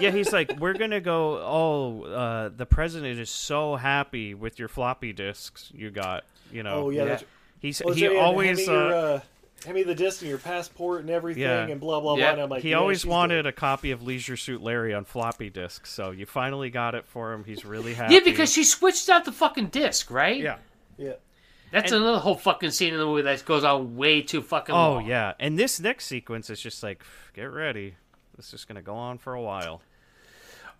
S7: Yeah, he's like, we're gonna go. Oh, uh, the president is so happy with your floppy disks you got. You know.
S2: Oh yeah, that's
S7: He's
S2: well,
S7: he
S2: Jay, hand me
S7: always.
S2: your,
S7: uh,
S2: uh, hand me the disc and your passport and everything
S7: Yeah.
S2: and blah blah
S6: Yeah.
S2: blah. And I'm like,
S7: he
S2: yeah,
S7: always
S2: she's
S7: wanted
S2: dead.
S7: a copy of Leisure Suit Larry on floppy disk, so you finally got it for him. He's really happy.
S6: Yeah, because she switched out the fucking disc, right?
S7: yeah.
S2: Yeah.
S6: That's another whole fucking scene in the movie that goes on way too fucking
S7: Oh
S6: long.
S7: yeah, and this next sequence is just like, get ready. This is gonna go on for a while.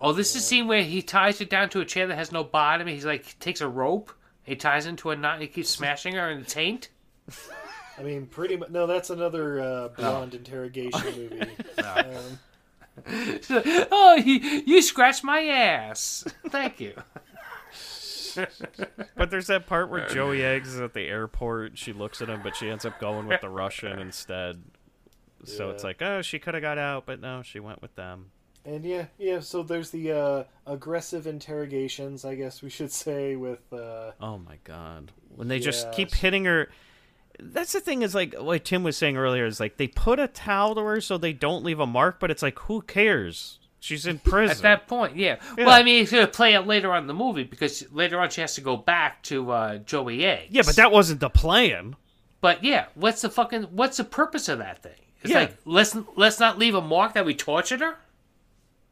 S6: Oh, this is the scene where he ties her down to a chair that has no bottom. And he's like, takes a rope. He ties into a knot. And he keeps smashing her in the taint.
S2: I mean, pretty much. No, that's another uh, blonde interrogation movie. um,
S6: oh, you, you scratched my ass. Thank you.
S7: But there's that part
S6: Uh,
S7: where Joey Eggs is at the airport. She looks at him, but she ends up going with the Russian instead. So it's like, oh, she could have got out, but no, she went with them.
S2: and yeah, yeah. So there's the uh, aggressive interrogations, I guess we should say, with uh,
S7: Oh my god. When they just keep
S2: Yes.
S7: hitting her that's the thing is like what Tim was saying earlier is like they put a towel to her so they don't leave a mark, but it's like who cares? She's in prison.
S6: At that point, yeah.
S7: Yeah.
S6: Well, I mean, it's going to play out later on in the movie because later on she has to go back to uh, Joey Eggs.
S7: yeah, but that wasn't the plan.
S6: But yeah, what's the fucking what's the purpose of that thing? It's
S7: Yeah.
S6: like let's let's not leave a mark that we tortured her.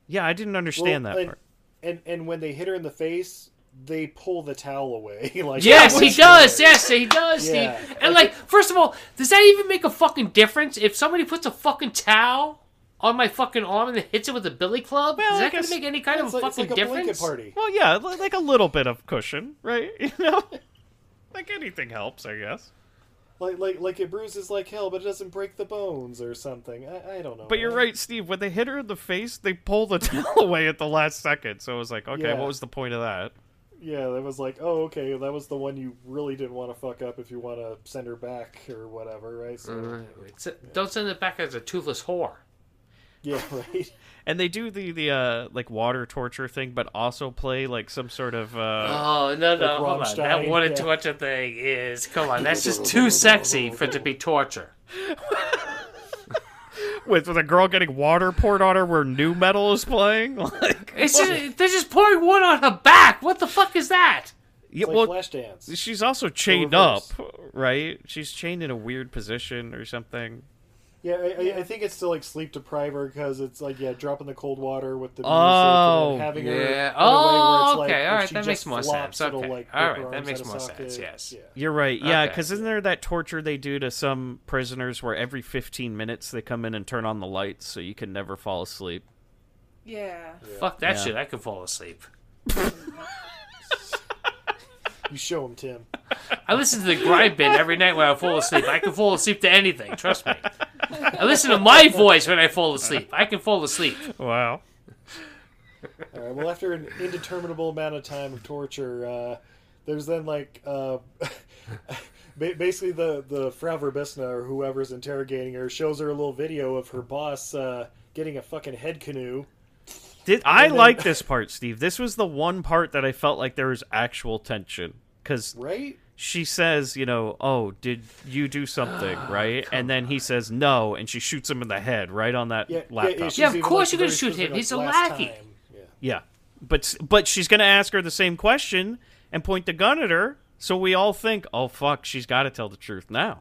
S7: Yeah, I didn't understand
S2: Well,
S7: that
S2: and,
S7: part.
S2: And and when they hit her in the face, they pull the towel away. like
S6: Yes,
S2: what
S6: he
S2: she
S6: does.
S2: was.
S6: Yes, he does. Steve.
S2: Yeah.
S6: And like, first of all, does that even make a fucking difference if somebody puts a fucking towel on my fucking arm and then hits it with a billy club?
S7: Well,
S6: is
S7: I
S6: that going to
S7: guess-
S6: make any kind of
S2: It's
S6: a
S2: like, it's
S6: fucking
S2: like a blanket
S6: difference?
S2: party.
S7: Well, yeah, li- like a little bit of cushion, right? You know? like anything helps, I guess.
S2: Like like like it bruises like hell, but it doesn't break the bones or something. I, I don't know.
S7: But you're
S2: man.
S7: right, Steve. When they hit her in the face, they pull the towel away at the last second. So it was like, okay,
S2: Yeah.
S7: what was the point of that?
S2: Yeah, that was like, oh, okay, that was the one you really didn't want to fuck up if you want to send her back or whatever, right? So,
S6: Mm-hmm. It's a- don't send it back as a toothless whore.
S2: yeah, right.
S7: And they do the the uh, like water torture thing, but also play like some sort of uh,
S6: Oh no no! hold on, that
S2: Rammstein,
S6: wanted
S2: yeah.
S6: torture thing is come on. That's just too sexy for it to be torture.
S7: with with a girl getting water poured on her where new metal is playing. Like,
S6: It's just, they're just pouring wood on her back. What the fuck is that?
S7: yeah,
S2: It's like
S7: well,
S2: Flashdance.
S7: she's also chained up,
S2: reverse.
S7: right? She's chained in a weird position or something.
S2: Yeah, I, I- I think it's still like sleep depriver because it's like yeah, dropping the cold water with the music and
S7: Oh,
S2: then having her in a way where
S6: Yeah.
S2: it's
S6: Oh,
S2: like,
S6: okay.
S2: if
S6: All right.
S2: she
S6: That
S2: just
S6: makes more
S2: flops,
S6: sense.
S2: it'll,
S6: Okay.
S2: like, rip her
S6: All right. That
S2: arms
S6: makes
S2: out of
S6: more
S2: socket.
S6: sense. Yes.
S2: Yeah.
S7: You're right. Yeah,
S6: Okay.
S7: because isn't there that torture they do to some prisoners where every 15 minutes they come in and turn on the lights so you can never fall asleep?
S5: Yeah.
S6: Fuck that
S7: Yeah.
S6: shit. I could fall asleep.
S2: You show him, Tim.
S6: I listen to the grind bin every night when I fall asleep. I can fall asleep to anything. Trust me. I listen to my voice when I fall asleep. I can fall asleep.
S7: Wow.
S2: All right. Well, after an indeterminable amount of time of torture, uh, there's then like uh, ba- basically the the Frau Verbissna or whoever's interrogating her shows her a little video of her boss uh, getting a fucking head canoe.
S7: Did I like this part, Steve? This was the one part that I felt like there was actual tension because
S2: Right?
S7: she says, you know, oh, did you do something, right? And then he says no, and she shoots him in the head right on that laptop.
S2: she's
S6: Yeah, of
S2: even,
S6: course you're gonna
S2: very
S6: shoot him.
S2: specific,
S6: He's a
S2: last
S6: lackey.
S2: time. Yeah.
S7: Yeah, but s- but she's gonna ask her the same question and point the gun at her. So we all think, oh fuck, she's got to tell the truth now.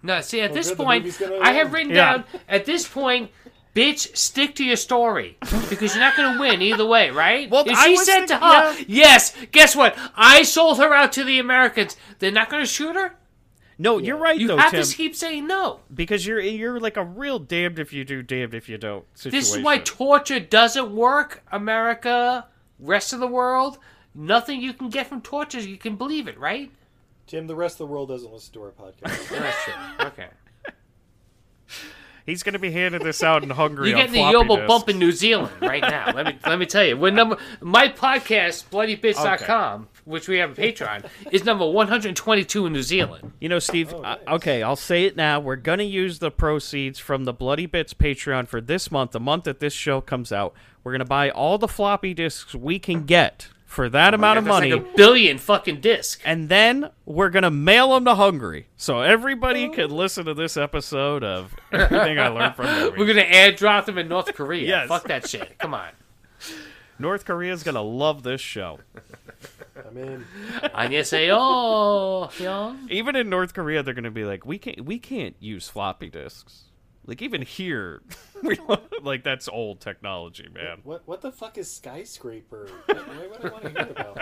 S6: No, see, at this
S2: Oh, good, the
S6: point,
S2: movie's gonna
S6: I have
S2: end.
S6: written
S7: Yeah.
S6: down, at this point, bitch, stick to your story because you're not going to win either way, right?
S7: Well,
S6: if
S7: I
S6: she
S7: was
S6: said to
S7: thinking-
S6: her,
S7: yeah.
S6: yes, guess what? I sold her out to the Americans. They're not going to shoot her?
S7: No, you're right
S6: You
S7: though,
S6: have
S7: Tim,
S6: to keep saying no.
S7: because you're you're like a real damned if you do, damned if you don't. Situation.
S6: This is why torture doesn't work, America, rest of the world. Nothing you can get from torture, you can believe it, right?
S2: Tim, the rest of the world doesn't listen to our podcast.
S6: That's true. Okay.
S7: He's gonna be handing this out in Hungary.
S6: You're
S7: on
S6: getting the
S7: floppy
S6: Yobo
S7: disks.
S6: bump in New Zealand right now. let me let me tell you. We're number my podcast, bloodybits.com, which we have on Patreon, is number one hundred and twenty two in New Zealand.
S7: You know, Steve.
S6: Oh,
S7: I, okay, I'll say it now. We're gonna use the proceeds from the Bloody Bits Patreon for this month, the month that this show comes out. We're gonna buy all the floppy disks we can get for that amount of
S6: Oh That's
S7: money.
S6: like a billion fucking disc.
S7: and then we're gonna mail them to Hungary, so
S6: Oh.
S7: everybody can listen to this episode of everything I learned from movies.
S6: We're gonna airdrop them in North Korea.
S7: Yes.
S6: Fuck that shit. Come on.
S7: North Korea's gonna love this show.
S2: I'm in.
S6: 안녕하세요. 형.
S7: Even in North Korea, they're going to be like, we can't, we can't use floppy disks. Like even here, we don't- like that's old technology, man.
S2: What what the fuck is skyscraper? Why would I want to hear about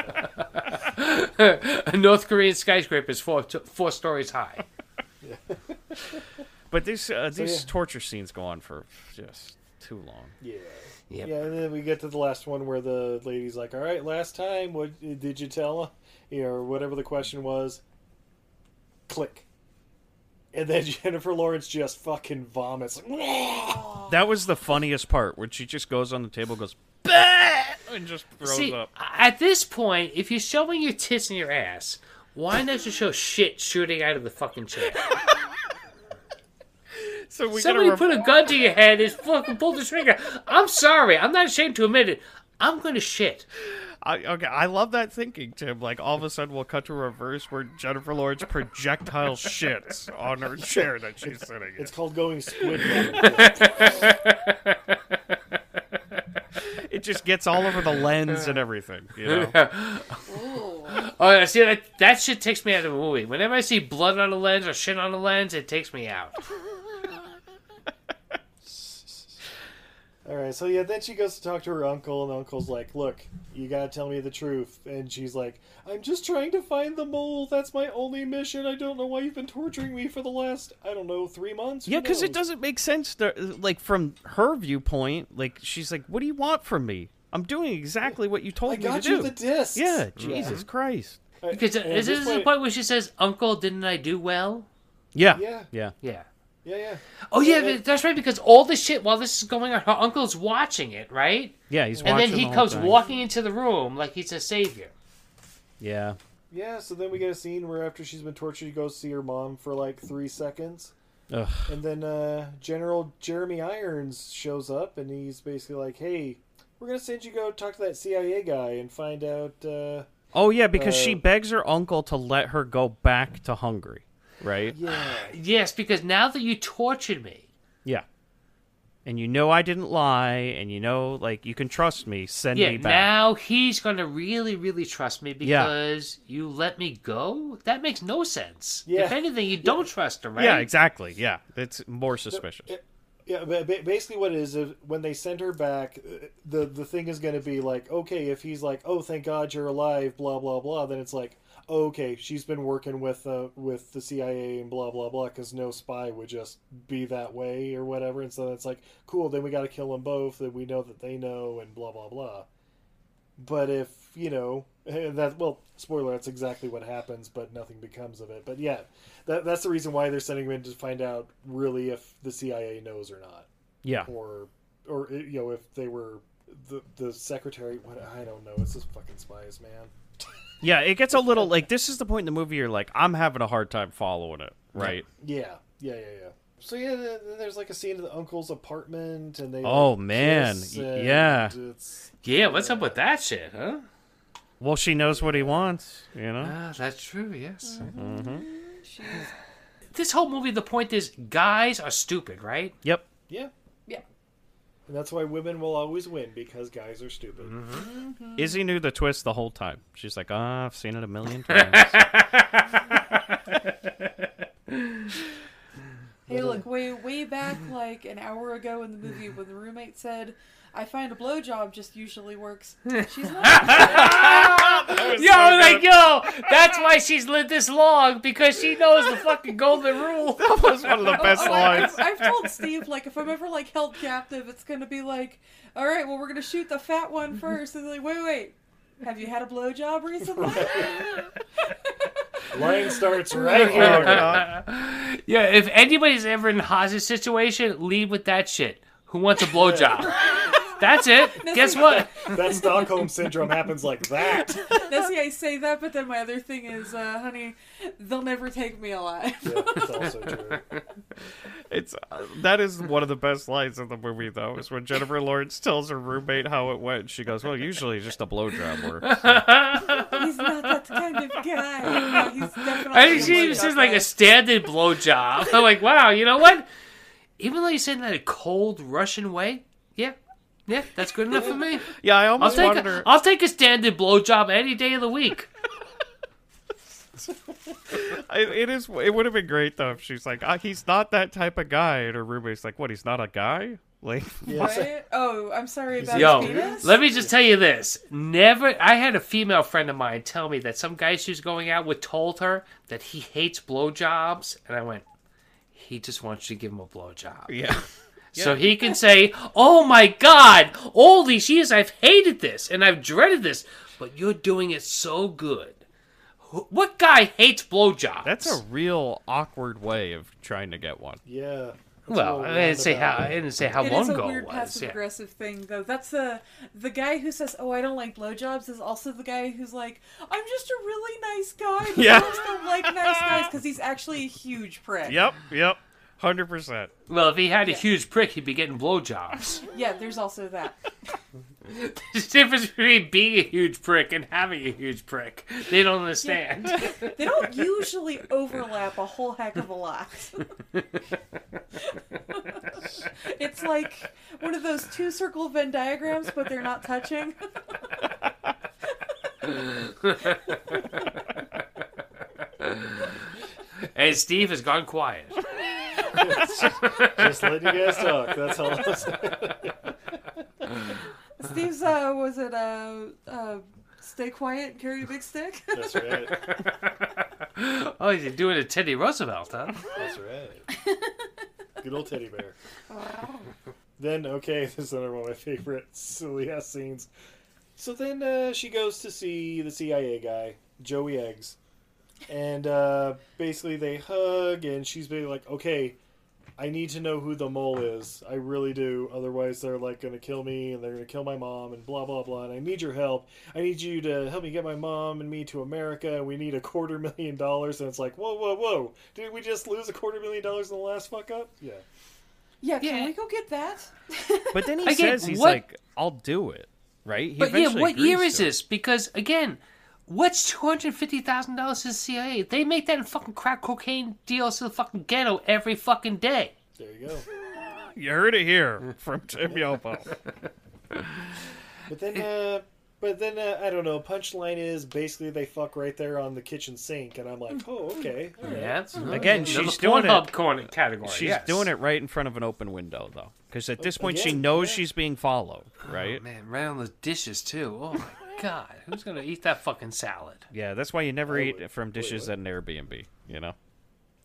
S2: that?
S6: A North Korean skyscraper is four four stories high.
S7: But these uh, these
S2: yeah.
S7: torture scenes go on for just too long.
S2: Yeah.
S6: Yep.
S2: Yeah, and then we get to the last one where the lady's like, "All right, last time, what did you tell him?" You know, or whatever the question was. Click. And then Jennifer Lawrence just fucking vomits.
S7: That was the funniest part when she just goes on the table, goes bah! and just throws
S6: See,
S7: up.
S6: at this point, if you're showing your tits and your ass, why not just show shit shooting out of the fucking chair?
S7: So we
S6: Somebody
S7: gotta
S6: put a gun to your head and fucking pull the trigger. I'm sorry. I'm not ashamed to admit it. I'm going to shit.
S7: I, okay, I love that thinking, Tim. Like all of a sudden, we'll cut to reverse where Jennifer Lawrence projectile shits on her chair that she's sitting in.
S2: It's called going squid. mode.
S7: It just gets all over the lens and everything. You know,
S6: Oh, yeah, see, that, that shit takes me out of a movie. Whenever I see blood on a lens or shit on a lens, it takes me out.
S2: All right, so yeah, then she goes to talk to her uncle, and the uncle's like, "Look, you gotta tell me the truth." And she's like, "I'm just trying to find the mole. That's my only mission. I don't know why you've been torturing me for the last, I don't know, three months." Who
S7: yeah, because it
S2: knows?"
S7: doesn't make sense. To, like from her viewpoint, like she's like, "What do you want from me? I'm doing exactly what you told
S2: I
S7: me
S2: got
S7: to
S2: you
S7: do."
S2: the disc.
S7: yeah, Jesus Christ.
S6: Because
S2: Uh,
S6: uh,
S2: And
S6: is
S2: this
S6: this the
S2: way-
S6: point where she says, Uncle, didn't I do well?
S7: Yeah,
S2: Yeah.
S7: yeah.
S6: Yeah.
S2: Yeah, yeah.
S6: Oh, yeah, but that's right, because all this shit, while this is going on, her uncle's watching it, right?
S7: Yeah, he's
S6: And
S7: watching
S6: then he
S7: the whole
S6: comes
S7: thing.
S6: walking into the room like he's a savior.
S7: Yeah,
S2: Yeah, so then we get a scene where after she's been tortured, she goes to see her mom for like three seconds.
S7: Ugh.
S2: And then uh, General Jeremy Irons shows up and he's basically like, hey, we're going to send you go talk to that CIA guy and find out. Uh,
S7: Oh yeah, because she
S2: Uh,
S7: begs her uncle to let her go back to Hungary, right?
S2: yeah.
S6: Yes, because now that you tortured me,
S7: Yeah. And you know I didn't lie, and you know like you can trust me. Send
S6: yeah,
S7: me back.
S6: now he's going to really, really trust me
S7: Yeah.
S6: because you let me go? That makes no sense.
S2: Yeah.
S6: If anything, you don't trust her, right?
S7: Yeah, exactly. Yeah, it's more suspicious.
S2: Yeah, ba- ba- basically what it is if when they send her back, uh, the the thing is going to be like, okay, if he's like, oh, thank God you're alive, blah blah blah, then it's like, oh, okay, she's been working with uh, with the CIA and blah blah blah, because no spy would just be that way or whatever, and so it's like, cool, then we got to kill them both, then we know that they know and blah blah blah. But if you know that, well, spoiler, that's exactly what happens, but nothing becomes of it. But yeah, that, that's the reason why they're sending him in to find out really if the CIA knows or not,
S7: Yeah,
S2: or or you know if they were the the secretary. What I don't know. It's just fucking spies, man.
S7: yeah. It gets a little like this is the point in the movie you're like I'm having a hard time following it, right?
S2: Yeah, yeah, yeah, yeah. So yeah, then then there's like a scene of the uncle's apartment, and they
S7: Oh,
S2: like,
S7: man.
S2: kiss,
S7: Y-
S2: and
S7: yeah.
S2: it's
S6: Yeah, what's up with that shit, huh?
S7: Well, she knows what he wants, you know.
S6: Ah, that's true, yes. This whole movie, the point is, guys are stupid, right?
S7: Yep.
S2: yeah,
S5: Yeah.
S2: and that's why women will always win because guys are stupid.
S7: Mm-hmm. Izzy knew the twist the whole time. She's like, ah, I've seen it a million times.
S5: Hey, look, way way back like an hour ago in the movie when the roommate said, "I find a blowjob just usually works." She's not.
S6: Yo, like, yo, that's why she's lived this long, because she knows the fucking golden rule.
S7: that was one of the best
S5: Oh, I-
S7: lines.
S5: I've, I've told Steve like if I'm ever like held captive, it's gonna be like, all right, well we're gonna shoot the fat one first, and they're like, wait, wait, have you had a blowjob recently?
S2: Lying starts right here.
S7: Oh, God.
S6: Yeah, if anybody's ever in a hostage situation, leave with that shit. Who wants a blowjob? That's it. Guess what?
S2: That Stockholm syndrome happens like that.
S5: Now see, I say that, but then my other thing is, uh, honey, they'll never take me alive.
S2: Yeah, that's also true.
S7: It's uh, that is one of the best lines in the movie though is when Jennifer Lawrence tells her roommate how it went. She goes, "Well, usually just a blowjob works."
S5: He's not that kind of guy. No, he's definitely.
S6: I think
S5: a
S6: she
S5: blowjob
S6: was just like
S5: guy.
S6: a standard blowjob. I'm like, wow, you know what? Even though you said that in a cold Russian way, yeah, Yeah, that's good enough for me.
S7: Yeah, I
S6: I'll
S7: almost
S6: take
S7: wanted
S6: a,
S7: her.
S6: I'll take a standard blowjob any day of the week.
S7: I- it is. It would have been great though if she's like, "Ah, he's not that type of guy, and her roommate's like, "What? He's not a guy?" Like,
S5: Right? Oh, I'm sorry about
S6: Yo,
S5: his penis.
S6: let me just tell you this. Never, I had a female friend of mine tell me that some guy she was going out with told her that he hates blowjobs, and I went, he just wants you to give him a blowjob.
S7: yeah,
S6: So he can say, oh my God, all these years I've hated this and I've dreaded this, but you're doing it so good. Wh- What guy hates blowjobs?
S7: that's a real awkward way of trying to get one.
S2: Yeah.
S6: well. I didn't say how. I didn't say how
S5: It
S6: long
S5: is a
S6: ago
S5: weird
S6: it was.
S5: passive
S6: Yeah.
S5: aggressive thing, though. That's the the guy who says, "Oh, I don't like blowjobs," is also the guy who's like, "I'm just a really nice guy, but
S7: Yeah.
S5: I just don't like nice guys because he's actually a huge prick."
S7: Yep, yep, hundred percent.
S6: Well, if he had a huge prick, he'd be getting blowjobs.
S5: Yeah, there's also that.
S6: There's a difference between being a huge prick and having a huge prick. They don't understand.
S5: They don't usually overlap a whole heck of a lot. it's like one of those two circle Venn diagrams, but they're not touching.
S6: and Steve has gone quiet.
S2: Just letting you guys talk. That's all. I'm saying.
S5: Steve's uh, was it uh, uh, stay quiet, carry a big stick.
S2: That's right.
S6: Oh, he's doing a Teddy Roosevelt, huh?
S2: That's right. Good old teddy bear. then okay, this is another one of my favorite silly ass scenes. So then uh, she goes to see the CIA guy, Joey Eggs, and uh, basically they hug, and she's being like, "Okay, I need to know who the mole is. I really do. Otherwise, they're like going to kill me, and they're going to kill my mom, and blah blah blah. And I need your help. I need you to help me get my mom and me to America. And we need a quarter million dollars." And it's like, "Whoa, whoa, whoa! Did we just lose a quarter million dollars in the last fuck up?" Yeah.
S5: Yeah, can
S6: Yeah.
S5: we go get that?
S7: But then he
S6: Again,
S7: says he's
S6: what-
S7: like, "I'll do it." Right? He
S6: But yeah,
S7: eventually
S6: what year
S7: agrees
S6: is
S7: to it.
S6: this? Because again, what's two hundred fifty thousand dollars to the CIA? They make that in fucking crack cocaine deals to the fucking ghetto every fucking day.
S2: There you go.
S7: You heard it here from Tim Yobo.
S2: But then, uh, but then uh, I don't know. Punchline is basically they fuck right there on the kitchen sink, and I'm like, "Oh, okay." all right."
S6: Yeah, that's-
S7: Again,
S6: another
S7: she's doing
S6: Pornhub
S7: it.
S6: corner category.
S7: She's
S6: yes.
S7: doing it right in front of an open window, though, because at this point she
S2: Again,
S7: knows
S2: yeah. Oh,
S7: she's being followed, right?
S6: Man, right on the dishes too. Oh my god, who's gonna eat that fucking salad?
S7: yeah, that's why you
S2: Oh,
S7: never eat from dishes at an Airbnb. You know,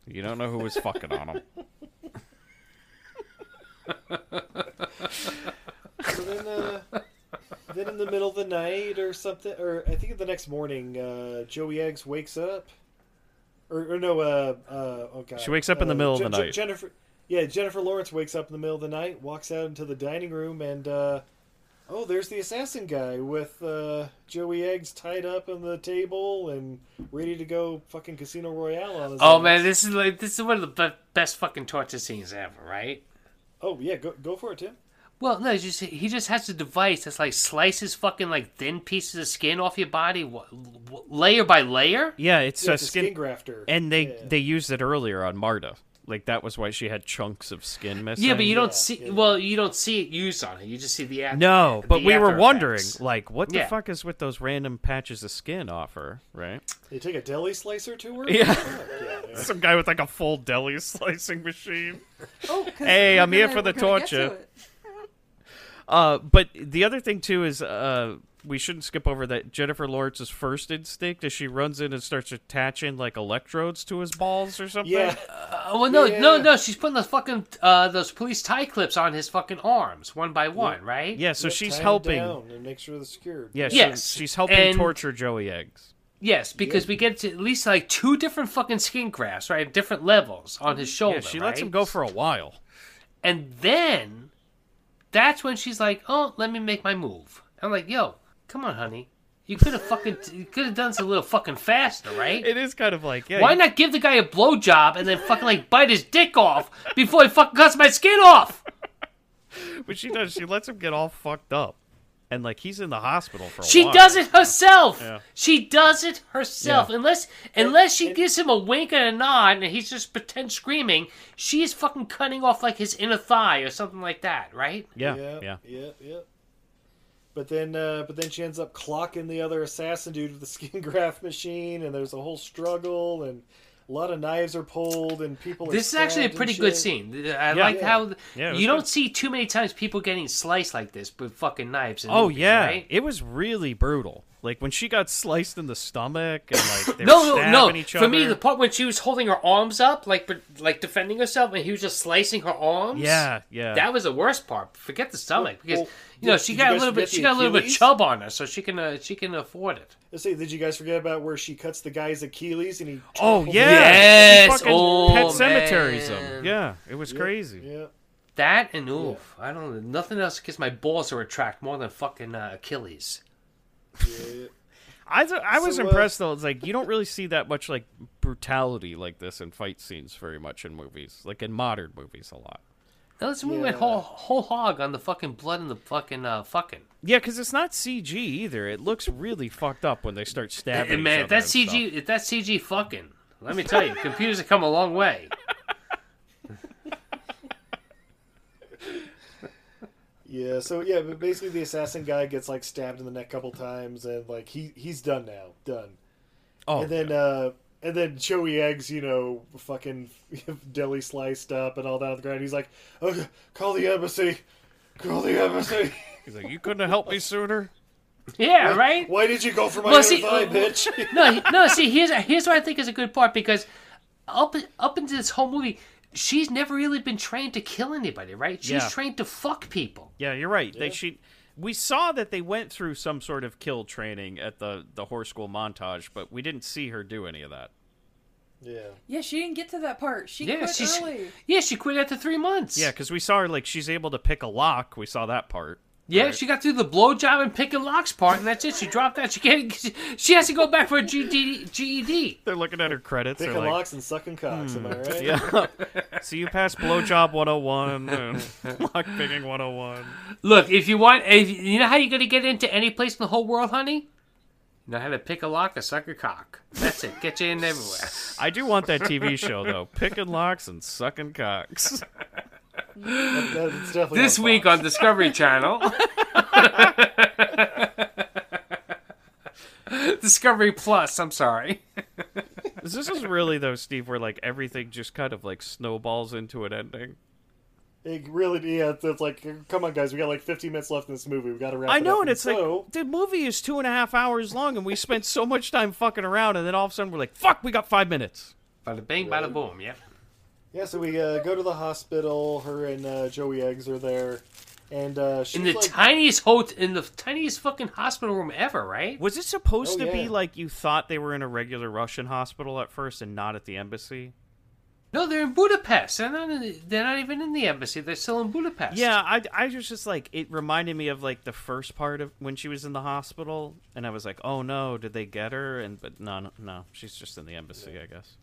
S7: you don't know who was fucking on them.
S2: So then, uh, then in the middle of the night or something, or I think the next morning, uh, Joey Eggs wakes up, or, or no, uh, uh, oh god,
S7: She wakes up in the
S2: Uh,
S7: middle of
S2: Je-
S7: the
S2: Je-
S7: night.
S2: Jennifer, yeah, Jennifer Lawrence wakes up in the middle of the night, walks out into the dining room, and uh, oh, there's the assassin guy with uh, Joey Eggs tied up on the table and ready to go fucking Casino Royale on his.
S6: Oh
S2: ass.
S6: man, this is like this is one of the be- best fucking torture scenes ever, right?
S2: Oh yeah, go go for it, Tim.
S6: Well, no, it's just, he just has a device that's like slices fucking like thin pieces of skin off your body, wh- wh- layer by layer.
S7: Yeah, it's
S2: Yeah,
S7: a
S2: it's a skin,
S7: skin,
S2: grafter,
S7: and they
S2: Yeah.
S7: they used it earlier on Marta. Like that was why she had chunks of skin missing.
S6: Yeah, but you don't
S2: Yeah,
S6: see.
S2: yeah.
S6: Well, you don't see it used on her. You just see the after.
S7: No,
S6: the
S7: but we were
S6: after
S7: wondering,
S6: effects.
S7: like, what the
S6: Yeah.
S7: fuck is with those random patches of skin off her, right?
S2: they take a deli slicer to her.
S7: Some guy with like a full deli slicing machine.
S5: Oh, 'cause
S7: Hey,
S5: we're
S7: I'm here
S5: gonna-
S7: for the
S5: we're gonna get
S7: torture.
S5: to it.
S7: Uh, but the other thing too is uh, we shouldn't skip over that Jennifer Lawrence's first instinct is she runs in and starts attaching like electrodes to his balls or something.
S2: Yeah.
S6: Oh well, no, no,
S2: Yeah.
S6: no. She's putting those fucking uh, those police tie clips on his fucking arms, one by one, right?
S7: Yeah, so
S2: Yep, tie
S7: she's
S2: 'em
S7: helping.
S2: down and make sure they're secured.
S7: Yeah, she,
S6: Yes,
S7: she's helping
S6: and-
S7: torture Joey Eggs.
S6: Yes, because we get to at least like two different fucking skin grafts, right? at Different levels on his shoulder.
S7: Yeah, she lets him
S6: right?
S7: go for a while.
S6: And then that's when she's like, "Oh, let me make my move." I'm like, "Yo, come on, honey. You could have fucking you could have done this a little fucking faster, right?
S7: It is kind of like yeah.
S6: Why not give the guy a blowjob and then fucking like bite his dick off before he fucking cuts my skin off?"
S7: But she does. She lets him get all fucked up. and like he's in the hospital for. A
S6: She
S7: while.
S6: does it herself.
S7: Yeah.
S6: She does it herself. Unless unless she gives him a wink and a nod and he's just pretend screaming, she is fucking cutting off like his inner thigh or something like that, right?
S7: Yeah, yeah.
S2: yeah, yeah, yeah. But then, uh, but then she ends up clocking the other assassin dude with the skin graft machine, and there's a whole struggle, and a lot of knives are pulled, and people. Are
S6: This is actually a
S2: stabbed and
S6: pretty good
S2: shit.
S6: scene. I like
S7: Yeah.
S6: how
S7: Yeah, it was
S6: you don't
S7: good.
S6: see too many times people getting sliced like this with fucking knives. In
S7: Oh
S6: movies,
S7: yeah,
S6: right?
S7: it was really brutal. Like when she got sliced in the stomach and like they
S6: no, no,
S7: were stabbing
S6: no.
S7: each
S6: For me,
S7: other.
S6: the part when she was holding her arms up, like but, like defending herself, and he was just slicing her arms.
S7: yeah, yeah,
S6: That was the worst part. Forget the stomach because
S2: well,
S6: you know
S2: did-
S6: she
S2: did
S6: got
S2: you
S6: a
S2: guys
S6: little bit.
S2: forget
S6: She
S2: the
S6: got a little bit
S2: Achilles?
S6: chub on her, so she can uh, she can afford it.
S2: Let's see, did you guys forget about where she cuts the guy's Achilles and he?
S7: Oh yeah,
S6: Yes,
S7: She fucking
S6: oh,
S7: pet cemeteries
S6: man.
S7: him. Yeah, it was crazy.
S2: Yeah.
S6: That and oof, I don't know. Nothing else gets my balls are attract more than fucking uh, Achilles.
S7: I th- I was
S2: So, uh,
S7: impressed though. It's like you don't really see that much like brutality like this in fight scenes very much in movies, like in modern movies a lot.
S6: Now let's move went
S2: Yeah.
S6: whole whole hog on the fucking blood and the fucking uh, fucking.
S7: Yeah, because it's not CG either. It looks really fucked up when they start stabbing.
S6: And
S7: each
S6: Eh, man, if
S7: other
S6: that's
S7: and
S6: CG,
S7: stuff.
S6: if that's CG fucking, let me tell you, computers have come a long way.
S2: Yeah, so yeah, but basically the assassin guy gets like stabbed in the neck a couple times, and like he he's done now, done.
S7: Oh,
S2: and then uh, and then Joey eggs, you know, fucking deli sliced up and all that on the ground. He's like, oh, call the embassy, call the embassy.
S7: he's like, you couldn't have helped me sooner.
S6: Yeah, right.
S2: Why did you go for my
S6: Well,
S2: other
S6: see-
S2: thigh, bitch?
S6: no, he- no. See, here's here's what I think is a good part because up up into this whole movie, she's never really been trained to kill anybody, right? She's
S7: Yeah.
S6: trained to fuck people.
S7: Yeah, you're right. They she we saw that they went through some sort of kill training at the the horse school montage, but we didn't see her do any of that.
S2: yeah,
S5: Yeah, she didn't get to that part. She
S6: Yeah,
S5: quit
S6: she's
S5: early.
S6: yeah, she quit after three months.
S7: Yeah, because we saw her like she's able to pick a lock. We saw that part.
S6: yeah. She got through the blowjob and picking locks part, and that's it. She dropped out. She can't. She, she has to go back for a GED. GED.
S7: They're looking at her credits. They're
S2: picking
S7: like, hmm,
S2: locks and sucking cocks. Am I right?
S7: Yeah. so you passed blowjob 101 and lock picking 101.
S6: Look, if you want, if you know how you're gonna get into any place in the whole world, honey. You know how to pick a lock, a sucker cock. That's it. Get you in everywhere.
S7: I do want that TV show though. Picking locks and sucking cocks.
S2: That's definitely
S6: this
S2: on
S6: week
S2: Fox.
S6: on Discovery Channel. Discovery Plus, I'm sorry.
S7: This is really though, Steve, where like everything just kind of like snowballs into an ending.
S2: it really yeah. It's like, come on, guys, we got like 15 minutes left in this movie. We got to wrap.
S7: I
S2: it
S7: know,
S2: up.
S7: and it's
S2: so,
S7: like the movie is two and a half hours long, and we spent so much time fucking around, and then all of a sudden we're like, "Fuck, we got five minutes."
S6: Bada bing, bada boom, yeah.
S2: Yeah, so we uh, go to the hospital. Her and uh, Joey Eggs are there, and uh, she's
S6: In the
S2: like,
S6: tiniest hotel, in the tiniest fucking hospital room ever, right?
S7: Was it supposed
S2: Oh,
S7: to be
S2: yeah.
S7: like you thought they were in a regular Russian hospital at first, and not at the embassy?
S6: No, they're in Budapest. They're not. In, they're not even in the embassy. They're still in Budapest.
S7: Yeah, I, I was just like, it reminded me of like the first part of when she was in the hospital, and I was like, oh no, did they get her? And but no, no, no she's just in the embassy, I guess.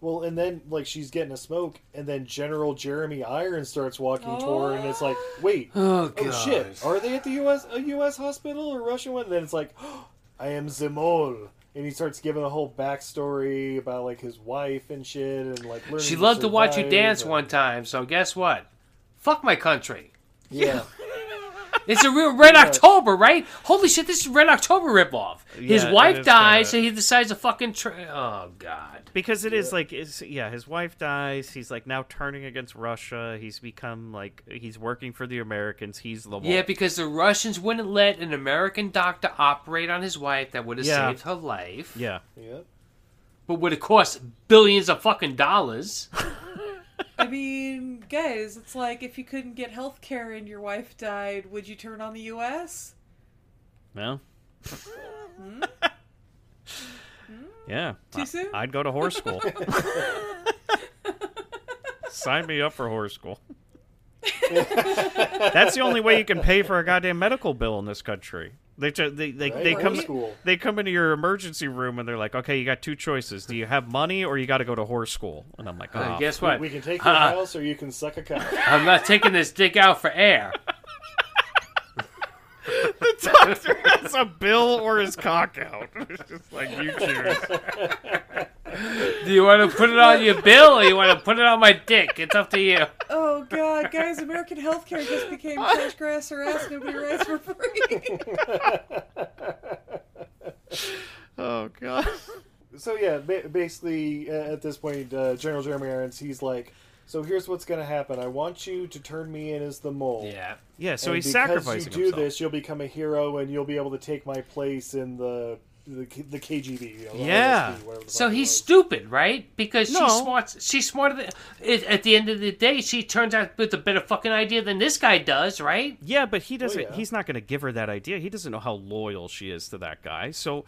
S2: well, and then like she's getting a smoke, and then General Jeremy Irons starts walking toward her, and it's like, wait,
S6: Oh,
S2: oh
S6: God.
S2: shit, are they at the U.S. a U.S. hospital or Russian one? And then it's like, I am Zemol, and he starts giving a whole backstory about like his wife and shit, and like learning
S6: She loved to watch you
S2: survive,
S6: dance
S2: and-
S6: one time. So guess what? Fuck my country.
S2: Yeah,
S6: It's a real Red October, right? Holy shit, this is Red October ripoff. His
S7: Yeah, it
S6: wife
S7: is
S6: dies, and
S7: kinda-
S6: he decides to fucking. Tra- oh god.
S7: Because it is like, it's, yeah, his wife dies. He's like now turning against Russia. He's become like he's working for the Americans. He's the one.
S6: Yeah, because the Russians wouldn't let an American doctor operate on his wife. That would have
S7: Yeah.
S6: saved her life,
S7: yeah.
S2: yeah.
S6: but would have cost billions of fucking dollars.
S5: I mean, guys, it's like if you couldn't get health care and your wife died, would you turn on the U.S.?
S7: Well. yeah.
S5: Too soon?
S7: I'd go to horse school. Sign me up for horse school. That's the only way you can pay for a goddamn medical bill in this country. They t- they they,
S2: Right?
S7: they come
S2: Horse school.
S7: they come into your emergency room and they're like, okay, you got two choices. Do you have money or you got to go to horse school? And I'm like,
S6: Uh,
S7: oh,
S6: guess what?
S2: We can take your
S6: Uh-huh.
S2: house, or you can suck a cock.
S6: I'm not taking this dick out for air.
S7: Either has a bill or his cock out. It's just like you choose.
S6: Do you want to put it on your bill or you want to put it on my dick? It's up to you.
S5: Oh God, guys! American healthcare just became cash grass or ass nobody rights for free.
S7: Oh god.
S2: so yeah, ba- basically uh, at this point, uh, General Jeremy Irons, he's like, so here's what's going to happen. I want you to turn me in as the mole.
S6: Yeah.
S7: Yeah, so
S2: and
S7: he's
S2: because
S7: sacrificing
S2: you do
S7: himself.
S2: this, you'll become a hero, and you'll be able to take my place in the the, K- the KGB. you know,
S7: Yeah.
S2: LSD, whatever the
S6: So
S2: fuck it
S6: he's
S2: was.
S6: stupid, right? Because
S7: No.
S6: she's smart. She's smarter than. At at the end of the day, she turns out with a better fucking idea than this guy does, right?
S7: Yeah, but he doesn't.
S2: Oh, yeah.
S7: He's not going to give her that idea. He doesn't know how loyal she is to that guy. So,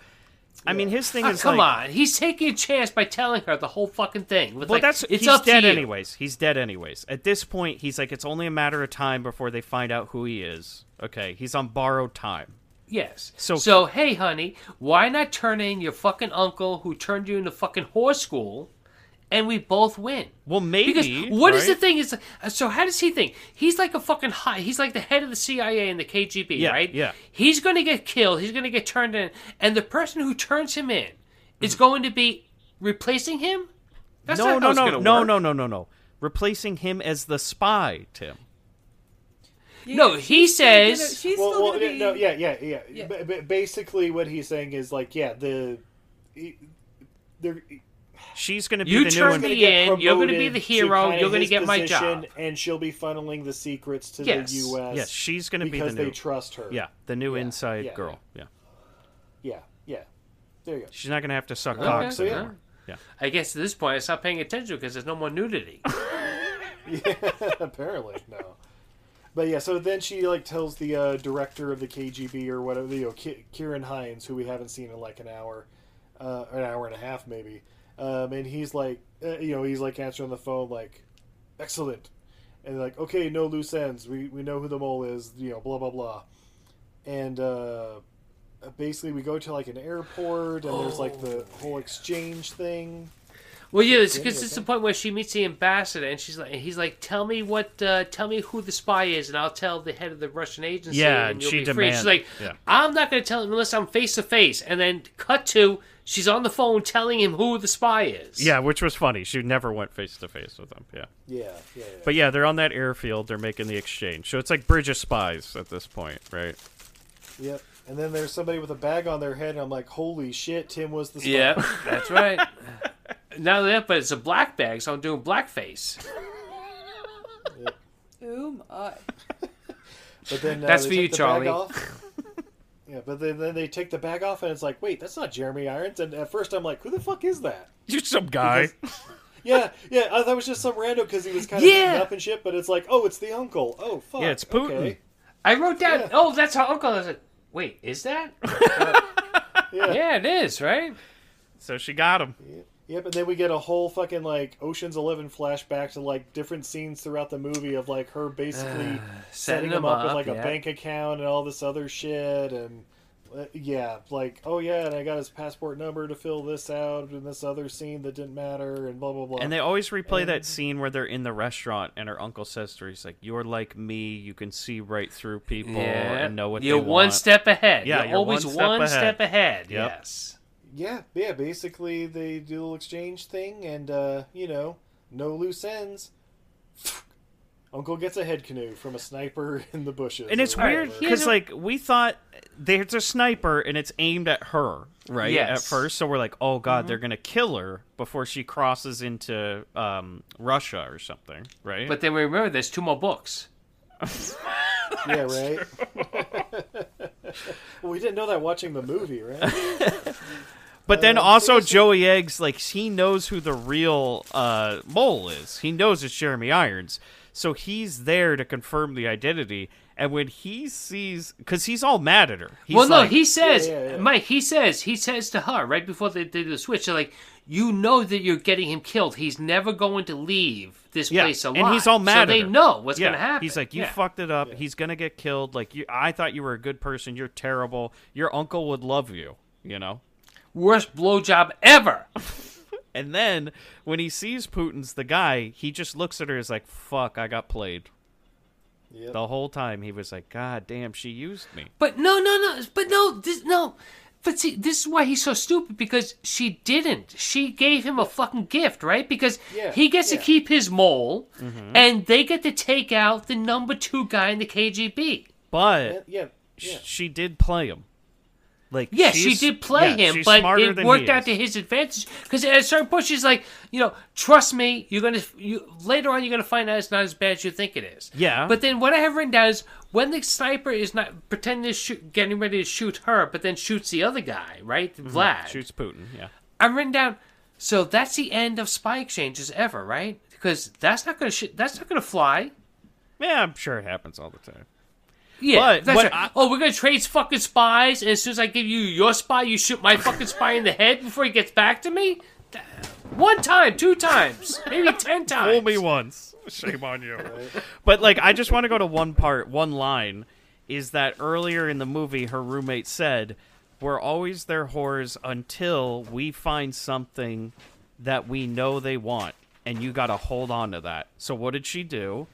S7: I mean, his thing
S6: Ah,
S7: is
S6: come
S7: like,
S6: on, he's taking a chance by telling her the whole fucking thing. With
S7: Well,
S6: like,
S7: that's
S6: it's
S7: he's
S6: up to
S7: dead
S6: you.
S7: anyways. He's dead anyways. At this point, he's like, it's only a matter of time before they find out who he is. Okay, he's on borrowed time.
S6: Yes.
S7: So-
S6: So, so hey, honey, why not turn in your fucking uncle who turned you into fucking whore school, and we both win?
S7: Well, maybe
S6: Because what is
S7: right?
S6: the thing is so how does he think? He's like a fucking high. He's like the head of the CIA and the KGB,
S7: Yeah,
S6: right?
S7: yeah.
S6: He's going to get killed. He's going to get turned in, and the person who turns him in is going to be replacing him. That's
S7: Mm-hmm. No,
S6: not how
S7: no,
S6: it's
S7: no,
S6: gonna
S7: no,
S6: work.
S7: no, no, no, no. Replacing him as the spy, Tim.
S6: No, he
S5: She's
S6: says.
S5: still
S2: Well, well,
S5: gonna be.
S2: no, yeah, yeah, yeah.
S5: Yeah.
S2: Ba- ba- basically, what he's saying is like, yeah, the they're
S7: She's going to be
S6: You
S7: the new
S6: turn
S7: one.
S6: me
S2: gonna get
S6: in, you're gonna be
S2: promoted
S6: the hero,
S2: kinda
S6: you're gonna
S2: his
S6: get my
S2: position,
S6: job.
S2: and she'll be funneling the secrets to
S6: Yes.
S2: the U.S.
S7: Yes, she's going to be the
S2: because
S7: new.
S2: they trust her.
S7: yeah, the new inside
S2: yeah.
S7: girl. Yeah,
S2: yeah, yeah. There you go.
S7: she's not going to have to suck cocks
S2: So, yeah.
S7: anymore.
S6: I guess at this point, I stopped paying attention because there's no more nudity.
S2: Apparently, no. But yeah, so then she like tells the uh, director of the KGB or whatever, you know, Ki- Kieran Hines, who we haven't seen in like an hour, uh, an hour and a half maybe, um, and he's like, uh, you know, he's like answering the phone like, excellent, and like, okay, no loose ends, we we know who the mole is, you know, blah blah blah, and uh, basically we go to like an airport and there's like the whole exchange thing.
S6: Well, yeah, because it's, the point where she meets the ambassador, and she's like, and he's like, "Tell me what, uh, tell me who the spy is, and I'll tell the head of the Russian agency."
S7: Yeah,
S6: and,
S7: and
S6: you'll
S7: she
S6: be free." She's
S7: demand-
S6: like,
S7: yeah.
S6: "I'm not going to tell him unless I'm face to face." And then cut to she's on the phone telling him who the spy is.
S7: Yeah, which was funny. She never went face to face with him. Yeah.
S2: Yeah, yeah, yeah.
S7: But yeah, they're on that airfield. They're making the exchange. So it's like Bridge of Spies at this point, right?
S2: Yep. And then there's somebody with a bag on their head, and I'm like, holy shit, Tim was the spy.
S6: yeah, that's right. Not only that, but it's a black bag, so I'm doing blackface.
S5: Oh my!
S2: But then uh,
S6: That's
S2: they
S6: for you,
S2: take the
S6: Charlie.
S2: Bag off. yeah, but then, then they take the bag off, and it's like, wait, that's not Jeremy Irons. And at first, I'm like, who the fuck is that?
S7: You're some guy.
S2: Yeah, yeah, I thought it was just some rando because he was kind of
S6: Yeah.
S2: beaten up and shit. But it's like, oh, it's the uncle. Oh fuck.
S7: Yeah, it's Putin.
S2: Okay.
S6: I wrote down, "Oh, that's her uncle." I was like, "Wait, is that?"
S2: Yeah.
S6: yeah, it is, right?
S7: So she got him.
S2: Yep, and then we get a whole fucking like Ocean's Eleven flashback to like different scenes throughout the movie of like her basically setting him up, with like a
S6: yeah.
S2: bank account and all this other shit, and uh, yeah, like oh yeah, and I got his passport number to fill this out and this other scene that didn't matter and blah blah blah.
S7: And they always replay that scine where they're in the restaurant and her uncle says to her, he's like, You're like me. You can see right through people and know what
S6: you're
S7: they
S6: one
S7: want."
S6: step ahead.
S7: Yeah,
S6: Yeah, you're,
S7: you're
S6: always
S7: one
S6: one
S7: step
S6: step
S7: ahead.
S6: ahead.
S7: Yep.
S6: Yes.
S2: yeah, yeah, basically they do a little exchange thing, and uh, you know, no loose ends. Uncle gets a head canoe from a sniper in the bushes,
S7: And
S2: or
S7: it's weird
S2: whatever.
S7: because, like, we thought there's a sniper and it's aimed at her, right? At
S6: Yes. Mm-hmm.
S7: first. So we're like, Oh, God, they're going to kill her before she crosses into um, Russia or something, right?
S6: But then we remember there's two more books.
S2: Yeah, right. well, we didn't know that watching the movie, right?
S7: But then
S6: uh,
S7: also Joey Eggs, like he knows who the real uh, mole is. He knows it's Jeremy Irons, so he's there to confirm the identity. And when he sees, because he's all mad at her. He's
S6: well, no,
S7: like-
S6: he says,
S2: yeah, yeah.
S6: Mike, he says, he says to her right before they, they do the switch, they're like, you know that you're getting him killed. He's never going to leave this
S7: yeah,
S6: place alive.
S7: and he's all mad.
S6: So
S7: at
S6: they
S7: her.
S6: know what's
S7: Yeah,
S6: going to happen.
S7: He's like, you
S6: Yeah.
S7: fucked it up. He's gonna get killed. Like you, I thought you were a good person. You're terrible. Your uncle would love you. You know.
S6: worst blowjob ever.
S7: And then when he sees Putin's the guy, he just looks at her as like, "Fuck, I got played."
S2: Yep.
S7: The whole time he was like, God damn, she used me.
S6: But no, no, no. But no, this no. But see, this is why he's so stupid because she didn't. She gave him a fucking gift, right? Because
S2: Yeah,
S6: he gets
S2: yeah. Mm-hmm.
S6: to keep his mole, and they get to take out the number two guy in the KGB.
S7: But
S2: yeah,
S7: sh-
S2: yeah.
S7: she did play him. Like
S6: Yes,
S7: she's-
S6: she did play
S7: yeah,
S6: him,
S7: she's
S6: but
S7: smarter
S6: it
S7: than
S6: worked
S7: he
S6: out
S7: is.
S6: to his advantage because at a certain point she's like, you know, trust me, you're gonna you later on you're gonna find out it's not as bad as you think it is.
S7: Yeah.
S6: But then what I have written down is when the sniper is not pretending to shoot, getting ready to shoot her, but then shoots the other guy, right, Vlad.
S7: Mm-hmm. Shoots Putin. Yeah.
S6: I'm written down. So that's the end of spy exchanges ever, right? Because that's not gonna sh- that's not gonna fly.
S7: Yeah, I'm sure it happens all the time.
S6: Yeah,
S7: But-
S6: that's
S7: but
S6: right.
S7: I-
S6: oh, we're gonna trade fucking spies, and as soon as I give you your spy, you shoot my fucking spy in the head before he gets back to me. Th- One time, two times, maybe ten times.
S7: Fool me once. Shame on you. But like I just want to go to one part, one line is that earlier in the movie her roommate said, "We're always their whores until we find something that we know they want." And you got to hold on to that. So what did she do?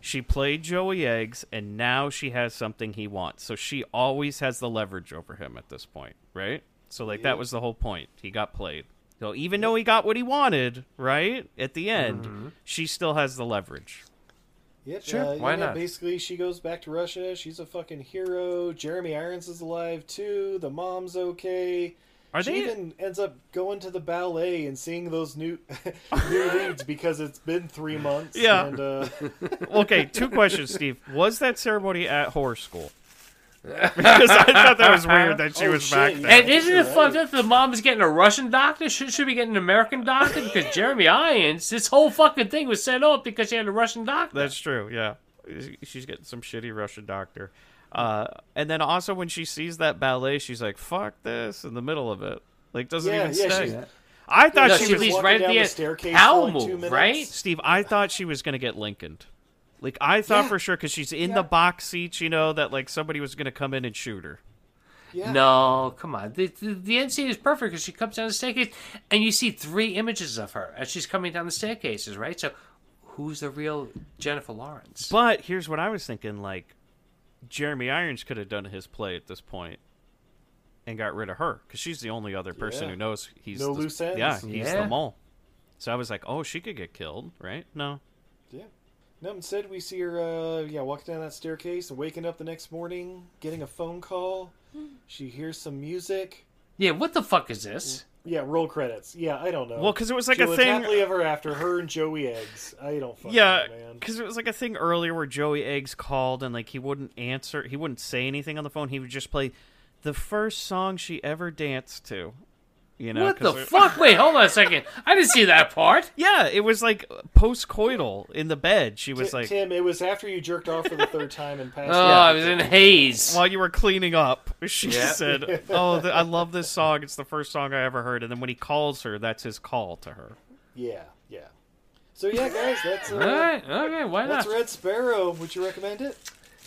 S7: She played Joey Eggs and now she has something he wants. So she always has the leverage over him at this point, right? So like that was the whole point. He got played. So even though he got what he wanted, right? At the end,
S2: Mm-hmm.
S7: she still has the leverage.
S2: Yep.
S6: Sure,
S2: uh,
S6: why
S2: yeah,
S6: not?
S2: Basically, she goes back to Russia. She's a fucking hero. Jeremy Irons is alive too. The mom's okay.
S7: Are
S2: she
S7: they-
S2: even ends up going to the ballet and seeing those new new leads because it's been three months.
S7: Yeah.
S2: And, uh,
S7: Okay, two questions, Steve. Was that ceremony at horror school? Because I thought that was weird that she
S2: Oh,
S7: was
S2: shit,
S7: back
S2: yeah.
S7: there.
S6: And isn't it fucked up that the mom is getting a Russian doctor? Should, should we get an American doctor? Because Jeremy Irons, this whole fucking thing was set up because she had a Russian doctor.
S7: That's true. Yeah, she's getting some shitty Russian doctor. Uh, and then also when she sees that ballet, she's like, "Fuck this!" In the middle of it, like doesn't
S2: Yeah,
S7: even
S2: yeah,
S7: stay.
S2: she-
S7: I thought
S6: no,
S7: she,
S6: she
S7: was
S6: leaves
S2: walking
S6: right at
S2: down
S6: the
S2: the
S6: end.
S2: staircase
S6: How
S2: for like two
S6: move,
S2: minutes.
S6: right?
S7: Steve. I thought she was gonna get Lincolned. Like I thought for sure because she's in the box seats, you know, that like somebody was gonna come in and shoot her.
S2: yeah.
S6: No, come on. The, the, the end scene is perfect because she comes down the staircase and you see three images of her as she's coming down the staircases, right? So who's the real Jennifer Lawrence?
S7: But here's what I was thinking: like Jeremy Irons could have done his play at this point and got rid of her because she's the only other person
S2: Yeah.
S7: who knows he's
S2: No
S7: the,
S2: loose ends.
S7: yeah he's
S6: Yeah.
S7: the mole. So I was like, oh, she could get killed, right? No,
S2: Yeah. No, instead we see her, uh, yeah, walking down that staircase and waking up the next morning, getting a phone call. She hears some music.
S6: yeah, what the fuck is this?
S2: Yeah, roll credits. Yeah, I don't know.
S7: Well, 'cause it was like
S2: she
S7: a thing-
S2: Happily ever after. Her and Joey Eggs. I don't fucking
S7: yeah,
S2: know, man.
S7: because it was like a thing earlier where Joey Eggs called and like he wouldn't answer, he wouldn't say anything on the phone. He would just play the first song she ever danced to. You know
S6: what
S7: 'cause
S6: the
S7: it-
S6: fuck? Wait, hold on a second. I didn't see that part.
S7: Yeah, it was like post-coital in the bed. She was
S2: Ti-
S7: like,
S2: Tim, it was after you jerked off for the third time and passed.
S6: Oh,
S2: out.
S6: I was in a haze.
S7: while you were cleaning up, she
S6: Yeah.
S7: said, "Oh, th- I love this song. It's the first song I ever heard." And then when he calls her, that's his call to her.
S2: Yeah, yeah. So yeah, guys, that's uh,
S6: All right, okay, why not?
S2: that's Red Sparrow. Would you recommend it?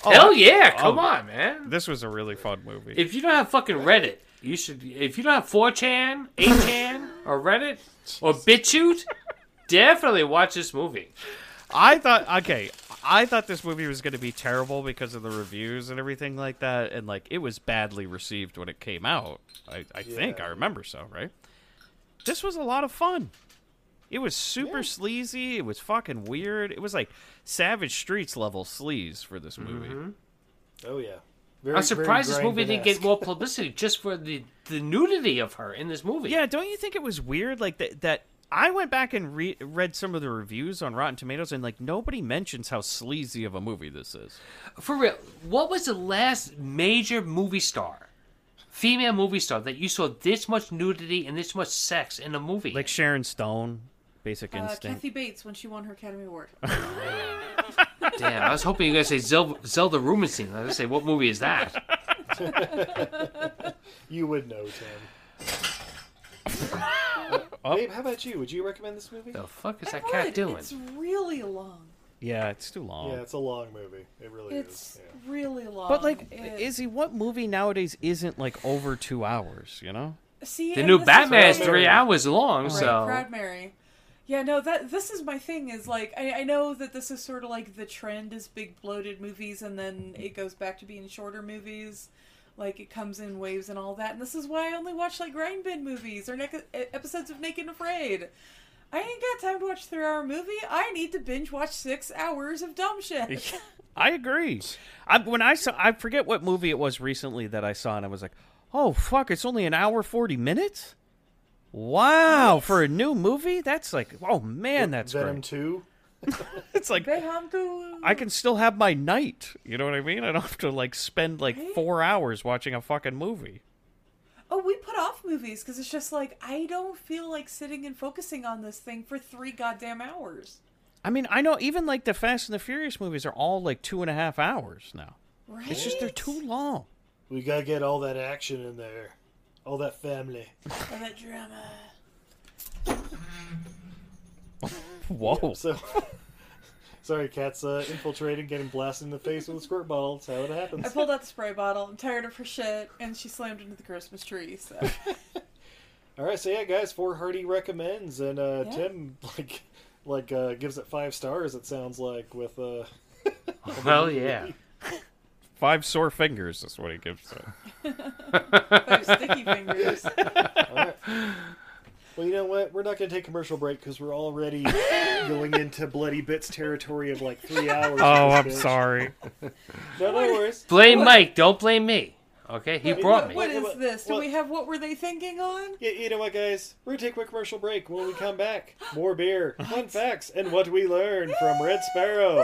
S6: Hell yeah, come
S7: oh.
S6: on, man.
S7: This was a really fun movie.
S6: If you don't have fucking Reddit, you should. If you don't have 4chan, 8chan, or Reddit, or BitChute, definitely watch this movie.
S7: I thought, okay, I thought this movie was going to be terrible because of the reviews and everything like that, and like it was badly received when it came out. I, I think I remember so, right? This was a lot of fun. It was super sleazy. It was fucking weird. It was like Savage Streets level sleaze for this movie.
S6: Mm-hmm.
S2: Oh yeah. Very,
S6: I'm surprised
S2: very
S6: this movie didn't get
S2: Grindin-esque.
S6: more publicity just for the, the nudity of her in this movie.
S7: Yeah, don't you think it was weird? Like that. That I went back and re- read some of the reviews on Rotten Tomatoes, and like nobody mentions how sleazy of a movie this is.
S6: For real, what was the last major movie star, female movie star, that you saw this much nudity and this much sex in a movie?
S7: Like Sharon Stone, Basic
S5: Uh,
S7: Instinct.
S5: Kathy Bates when she won her Academy Award.
S6: Damn, I was hoping you were going to say Zelda, Zelda Rubinstein. I was going to say, what movie is that?
S2: You would know, Tim.
S7: Oh.
S2: Babe, how about you? Would you recommend this movie?
S6: The fuck is
S5: I
S6: that cat
S5: would.
S6: doing?
S5: It's really long.
S7: yeah, it's too long.
S2: Yeah, it's a long movie. It really
S5: It's
S2: is. Yeah.
S5: really long.
S7: but like,
S5: It-
S7: Izzy, what movie nowadays isn't like over two hours? You know?
S5: see
S6: The
S5: and
S6: new
S5: this
S6: Batman is
S5: why-
S6: three hours long,
S5: Right,
S6: so
S5: Proud Mary. Yeah, no, that this is my thing is like I, I know that this is sort of like the trend is big bloated movies and then it goes back to being shorter movies. Like it comes in waves and all that. And this is why I only watch like grind bin movies or nec- e-, episodes of Naked and Afraid. I ain't got time to watch a 3-hour movie. I need to binge watch 6 hours of dumb shit.
S7: I agree. I, when I saw, I forget what movie it was recently that I saw, and I was like, "Oh fuck, it's only an hour forty minutes." Wow, for a new movie, that's like, oh man, that's
S12: Venom
S7: great.
S12: two.
S7: It's like I can still have my night. You know what I mean? I don't have to like spend like four hours watching a fucking movie.
S5: Oh, we put off movies because it's just like I don't feel like sitting and focusing on this thing for three goddamn hours.
S7: I mean, I know even like the Fast and the Furious movies are all like two and a half hours now.
S5: Right?
S7: It's just they're too long.
S12: We gotta get all that action in there, all that family.
S5: All that drama.
S7: Whoa.
S12: So, sorry, cat's uh, infiltrating, getting blasted in the face with a squirt bottle. That's how it
S5: I
S12: happens.
S5: pulled out the spray bottle. I'm tired of her shit, and she slammed into the Christmas tree. So
S12: All right, so yeah, guys, four Hardy recommends, and uh,
S5: Yeah.
S12: Tim like like uh, gives it five stars. It sounds like with uh,
S13: Well, yeah.
S7: Five sore fingers is what he gives it.
S5: those sticky fingers.
S12: well, you know what? We're not gonna take commercial break because we're already going into bloody bits territory of like three hours.
S7: Oh,
S12: with
S7: I'm
S12: this bitch.
S7: sorry.
S12: No, no worries.
S13: Blame Mike. Don't blame me. Okay, he brought me.
S5: What is this? Do
S12: Well-
S5: we have what were they thinking on?
S12: Yeah, you know what, guys? We're gonna take a quick commercial break. When we come back, more beer, fun facts, and what we learned from Red Sparrow.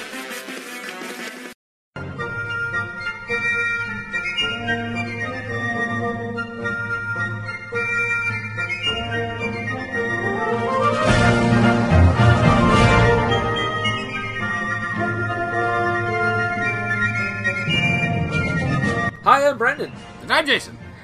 S6: Hi, I'm Brendan. And I'm Jason.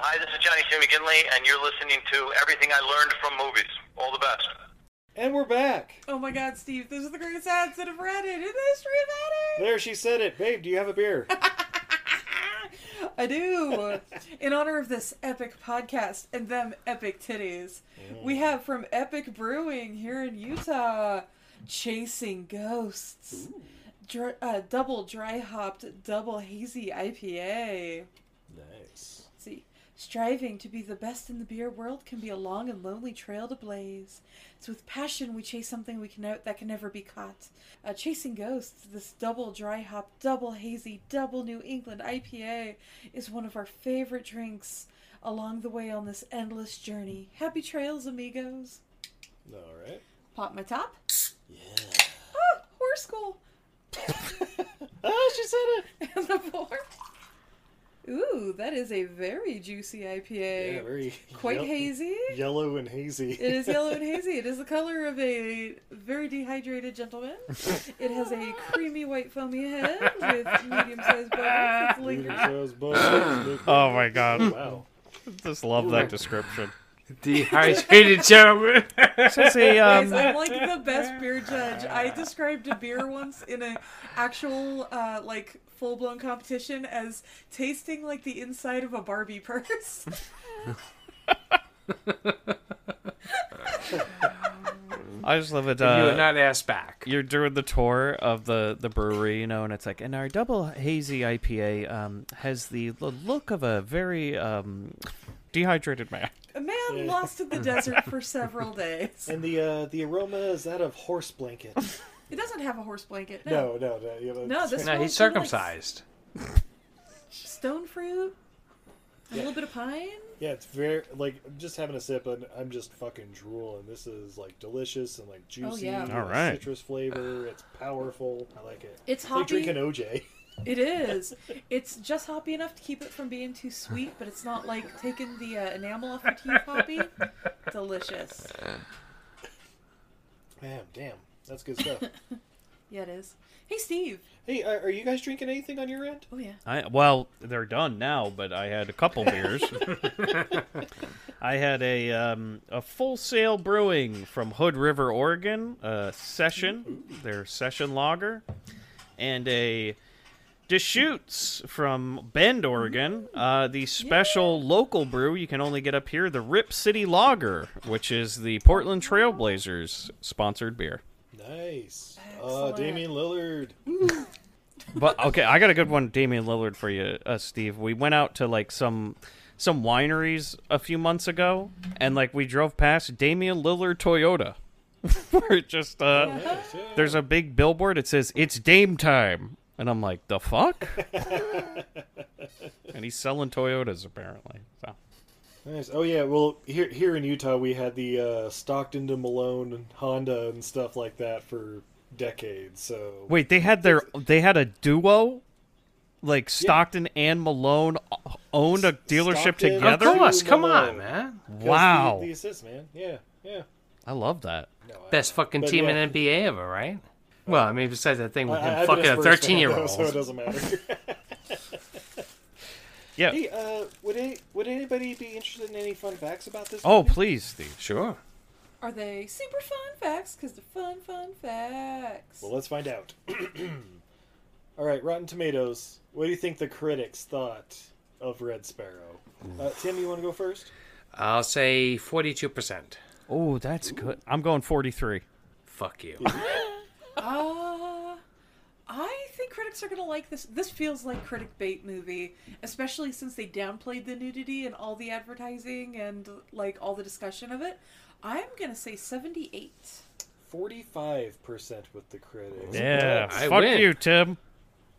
S3: Hi, this is Johnny C. McGinley, and you're listening to Everything I Learned from Movies. All the best.
S12: And we're back.
S5: oh my god, Steve! Those are the greatest ads that I've read in the history of ads.
S12: There, she said it. Babe, do you have a beer?
S5: I do. In honor of this epic podcast and them epic titties, we have from Epic Brewing here in Utah, Chasing Ghosts, Dr uh, double dry hopped, double hazy IPA.
S12: nice.
S5: See, striving to be the best in the beer world can be a long and lonely trail to blaze. It's with passion we chase something we can out that can never be caught. Uh, chasing ghosts, this double dry hop, double hazy, double New England IPA is one of our favorite drinks along the way on this endless journey. Happy trails, amigos.
S12: All right.
S5: Pop my top. Yeah. Ah, horse school.
S12: Oh, she said it.
S5: And the four. Ooh, that is a very juicy IPA.
S12: Yeah, very
S5: Quite
S12: yel-
S5: hazy.
S12: yellow and hazy.
S5: It is yellow and hazy. It is the color of a very dehydrated gentleman. It has a creamy white foamy head with medium-sized bubbles. It's
S12: Leader
S5: like-
S12: shows both.
S7: Oh my god.
S12: Wow.
S7: Just love that description.
S6: Dehydrated gentleman.
S5: Guys, I'm like the best beer judge. I described a beer once in a actual uh, like full blown competition as tasting like the inside of a Barbie purse.
S7: I just love it.
S14: And you
S7: uh,
S14: would not ask back.
S7: You're doing the tour of the, the brewery, you know, and it's like, and our double hazy IPA um, has the l- look of a very um, dehydrated man.
S5: a man lost in the desert for several days.
S2: And the uh, the aroma is that of horse blanket.
S5: It doesn't have a horse blanket.
S2: no,
S5: No,
S2: no, no. you know,
S5: No, this
S14: No, he's
S5: smells really like
S14: circumcised.
S5: Stone fruit, a little bit of pine.
S2: Yeah, it's very like just having a sip and I'm just fucking drooling. This is like delicious and like
S5: Oh,
S2: juicy.
S5: yeah.
S2: and
S7: All right.
S2: Citrus flavor. It's powerful. I like it.
S5: It's
S2: like
S5: hoppy.
S2: drinking OJ.
S5: It is. It's just hoppy enough to keep it from being too sweet, but it's not like taking the uh, enamel off your teeth hoppy. Delicious.
S2: Damn, damn, that's good stuff.
S5: Yeah, it is. Hey, Steve.
S2: Hey, uh, are, are you guys drinking anything on your end?
S5: Oh yeah.
S7: I, well, they're done now, but I had a couple beers. I had a um, a full sail brewing from Hood River, Oregon, a session, their session lager, and a Deschutes from Bend, Oregon, uh, the special local brew you can only get up here, the Rip City Lager, which is the Portland Trailblazers sponsored beer.
S2: Nice. Uh, Damian Lillard.
S7: But okay, I got a good one, Damian Lillard, for you, uh, Steve. We went out to like some some wineries a few months ago, and like we drove past Damian Lillard Toyota. Where it just uh, there's a big billboard. It says it's Dame time, and I'm like, the fuck. and he's selling Toyotas apparently. So
S2: Nice. Oh yeah. Well, here here in Utah, we had the uh, Stockton to Malone and Honda and stuff like that for decades. So
S7: wait, they had their they had a duo, like Stockton and Malone o- owned a dealership
S2: Stockton
S7: together.
S2: to Malone. 'Cause
S7: Wow,
S2: The, the assist, man. Yeah, yeah.
S7: I love that.
S6: Best fucking
S2: But
S6: team
S2: yeah.
S6: in NBA ever, right? Well, I mean, besides that thing with
S2: I-
S6: him
S2: I've been
S6: fucking a
S2: Spurs fan,
S6: 13 year
S2: though,
S6: old.
S2: so it doesn't matter.
S7: Yeah.
S2: Hey, uh, would any, would anybody be interested in any fun facts about this?
S7: Oh,
S2: movie?
S7: please, Steve. Sure.
S5: Are they super fun facts? Because they're fun, fun facts.
S2: Well, let's find out. All right, Rotten Tomatoes. What do you think the critics thought of Red Sparrow? Uh,
S7: Mm.
S2: Tim, you want to go first?
S6: I'll say 42%.
S7: Oh, that's good. I'm going 43.
S6: Fuck you.
S5: Uh, I think critics are going to like this. This feels like critic bait movie, especially since they downplayed the nudity and all the advertising and like all the discussion of it. I'm going to say 78.
S2: Forty-five percent with the critics.
S7: Yeah.
S6: I
S7: fuck
S6: win.
S7: you, Tim.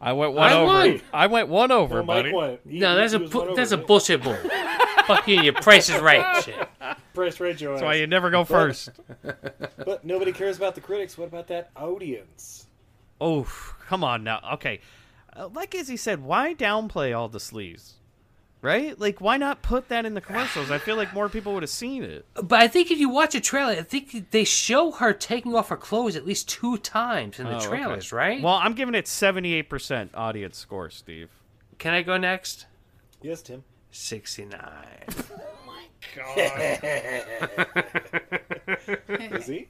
S7: I went one
S6: I
S7: over.
S6: won.
S7: I went one over,
S2: Well, Mike
S7: buddy.
S2: won. He-
S6: No,
S2: he-
S6: that's
S2: he
S6: a
S2: was
S6: bu-
S2: won over,
S6: that's a
S2: didn't he?
S6: bullshit bull. Fuck you, your price is right shit.
S2: Price right, Joe.
S7: That's why you never go first.
S2: But nobody cares about the critics. What about that audience?
S7: oh, come on now. Okay. Uh, Like Izzy said, why downplay all the sleaze? Right? Like, why not put that in the commercials? I feel like more people would have seen it.
S6: But I think if you watch a trailer, I think they show her taking off her clothes at least two times in the
S7: Oh, okay.
S6: trailers, right?
S7: Well, I'm giving it 78% audience score, Steve.
S6: Can I go next?
S2: Yes, Tim.
S6: 69.
S2: Is he?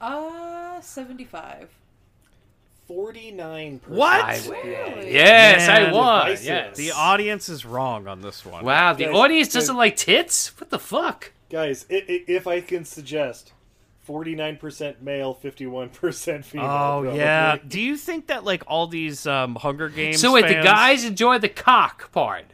S5: Uh, 75.
S2: Forty-nine percent.
S7: What?
S6: Yes, I
S7: Man,
S6: won.
S2: divisive.
S6: Yes.
S7: The audience is wrong on this one.
S6: wow, the
S2: Yes,
S6: audience
S2: the-
S6: doesn't like tits? What the fuck?
S2: Guys, i- i- if I can suggest, forty-nine percent male, fifty-one percent female.
S7: Oh
S2: probably.
S7: yeah. Do you think that like all these um, Hunger Games?
S6: So wait, the
S7: fans-
S6: guys enjoy the cock part.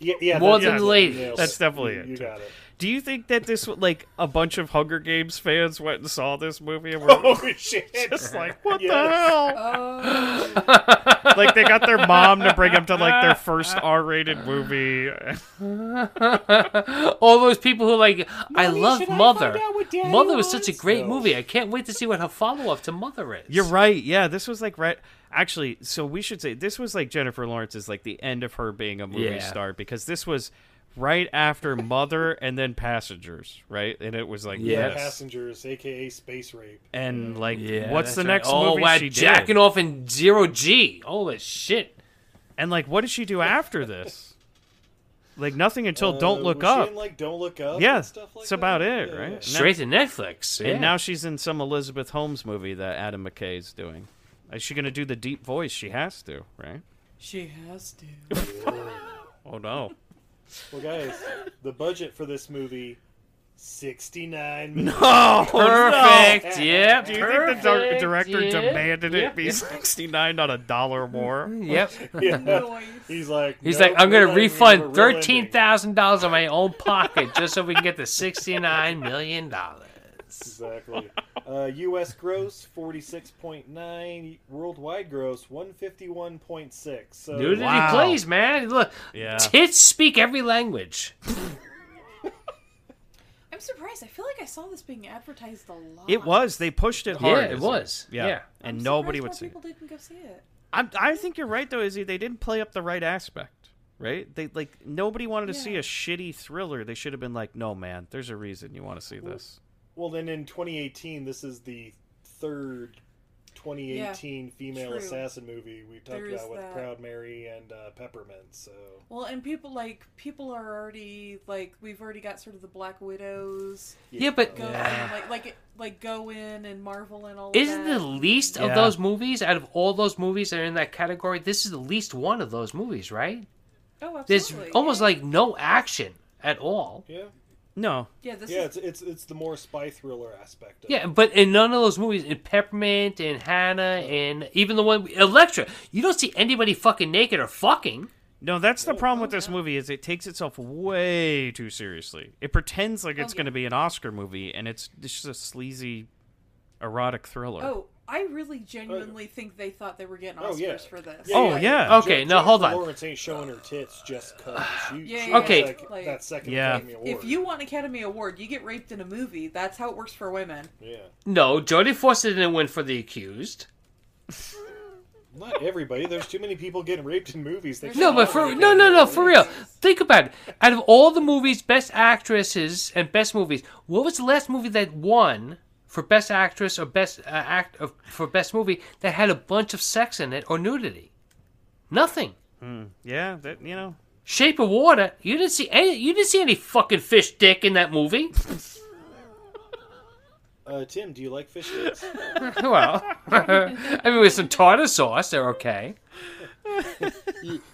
S2: yeah, yeah
S6: More
S2: that-
S6: than
S2: yeah,
S6: ladies.
S2: nailed it.
S7: That's definitely
S2: You-
S7: it.
S2: You got it.
S7: Do you think that this like a bunch of Hunger Games fans went and saw this movie and were
S2: Oh shit!
S7: just like, "What the
S2: Yes.
S7: hell?"
S6: Oh.
S7: Like they got their mom to bring them to like their first R-rated movie.
S6: All those people who are like, I love
S2: should I
S6: Mother.
S2: find out what Daddy
S6: Mother was such a
S2: wants?
S6: great
S2: No.
S6: movie. I can't wait to see what her follow up to Mother is.
S7: You're right. Yeah, this was like right. Actually, so we should say this was like Jennifer Lawrence's like the end of her being a movie
S6: Yeah.
S7: star because this was right after Mother and then Passengers, right? And it was like
S6: Yes.
S7: this.
S2: Passengers, aka space rape.
S7: and like
S6: Yeah,
S7: what's the
S6: that's right.
S7: next
S6: oh,
S7: movie
S6: wow,
S7: she
S6: jacking
S7: did?
S6: off in zero G. Holy shit.
S7: And like what did she do after this? Like nothing until
S2: Uh,
S7: Don't Look
S2: was she
S7: Up.
S2: in, like, Don't Look Up
S7: Yeah,
S2: and stuff like
S7: it's about
S2: that?
S7: it,
S2: Yeah,
S7: right?
S2: yeah.
S7: Now-
S6: Straight to Netflix, yeah.
S7: And now she's in some Elizabeth Holmes movie that Adam McKay's doing. Is she gonna do the deep voice? She has to, right?
S5: She has to.
S7: Oh no.
S2: Well, guys, the budget for this movie. 69 million.
S7: Oh, No,
S6: Perfect,
S7: no.
S6: Oh, yeah,
S7: Do you think the dir-
S6: perfect,
S7: director
S6: yeah,
S7: demanded it
S6: yeah.
S7: be sixty-nine, not a dollar more?
S6: Yep.
S2: Yeah. He's like,
S6: He's
S2: "No,
S6: like, I'm
S2: we're
S6: going to
S2: not even
S6: refund
S2: gonna ruin
S6: thirteen thousand dollars of my own pocket just so we can get the sixty-nine million dollars.
S2: Exactly. Uh, U.S. gross forty six point nine, worldwide gross one fifty one point six. So
S6: Nudity plays, man. Look,
S7: Yeah.
S6: tits speak every language.
S5: I'm surprised. I feel like I saw this being advertised a lot.
S7: It was. They pushed it
S6: Yeah,
S7: hard.
S6: it
S7: isn't
S6: was. Yeah.
S7: And
S5: I'm
S7: nobody
S5: surprised
S7: would
S5: more
S7: see. it.
S5: People didn't go see it.
S7: I'm, I think you're right though, Izzy. They didn't play up the right aspect, right? They like nobody wanted to see a shitty thriller. They should have been like, no, man, there's a reason you want to see this.
S2: Well, then in twenty eighteen, this is the third twenty eighteen
S5: Yeah,
S2: female
S5: true.
S2: assassin movie we talked
S5: There is
S2: about with
S5: that.
S2: Proud Mary and uh, Peppermint. So
S5: Well, and people like people are already like we've already got sort of the Black Widows.
S6: Yeah, but-
S5: go
S6: Yeah.
S5: in, like like like go in and Marvel and all.
S6: Isn't
S5: of
S6: the
S5: that.
S6: least
S7: Yeah.
S6: of those movies out of all those movies that are in that category? This is the least one of those movies, right?
S5: oh
S6: There's
S5: absolutely
S6: almost like no action at all.
S2: yeah,
S7: No.
S5: yeah this
S2: yeah,
S5: is
S2: it's it's it's the more spy thriller aspect. Of
S6: Yeah, but in none of those movies, in Peppermint and Hannah and even the one Electra, you don't see anybody fucking naked or fucking.
S7: No, that's the problem with this movie is it takes itself way too seriously. It pretends like it's going to be an Oscar movie, and it's, it's just a sleazy, erotic thriller.
S5: oh I really genuinely think they thought they were getting Oscars
S2: Oh yeah.
S5: for this.
S7: Oh, yeah.
S6: Okay, now
S2: Jennifer
S6: hold on.
S2: Lawrence ain't showing her tits just cause she,
S5: Yeah,
S2: she
S5: yeah,
S6: Okay.
S2: has, like,
S5: like-
S2: that second
S7: Yeah.
S2: Academy Award.
S5: If you want Academy Award, you get raped in a movie. That's how it works for women.
S2: yeah,
S6: No, Jodie Foster didn't win for The Accused.
S2: not everybody. There's too many people getting raped in movies. They
S6: No,
S2: should
S6: but
S2: not
S6: for
S2: be
S6: no, no,
S2: getting
S6: no,
S2: raped.
S6: for real. Think about it. Out of all the movies, best actresses and best movies, what was the last movie that won for best actress or best uh, act uh, for best movie that had a bunch of sex in it or nudity? Nothing.
S7: Yeah, that you know.
S6: Shape of Water. You didn't see any. You didn't see any fucking fish dick in that movie.
S2: Uh, Tim, do you like fish sticks?
S6: well, I mean, with some tartar sauce, they're okay.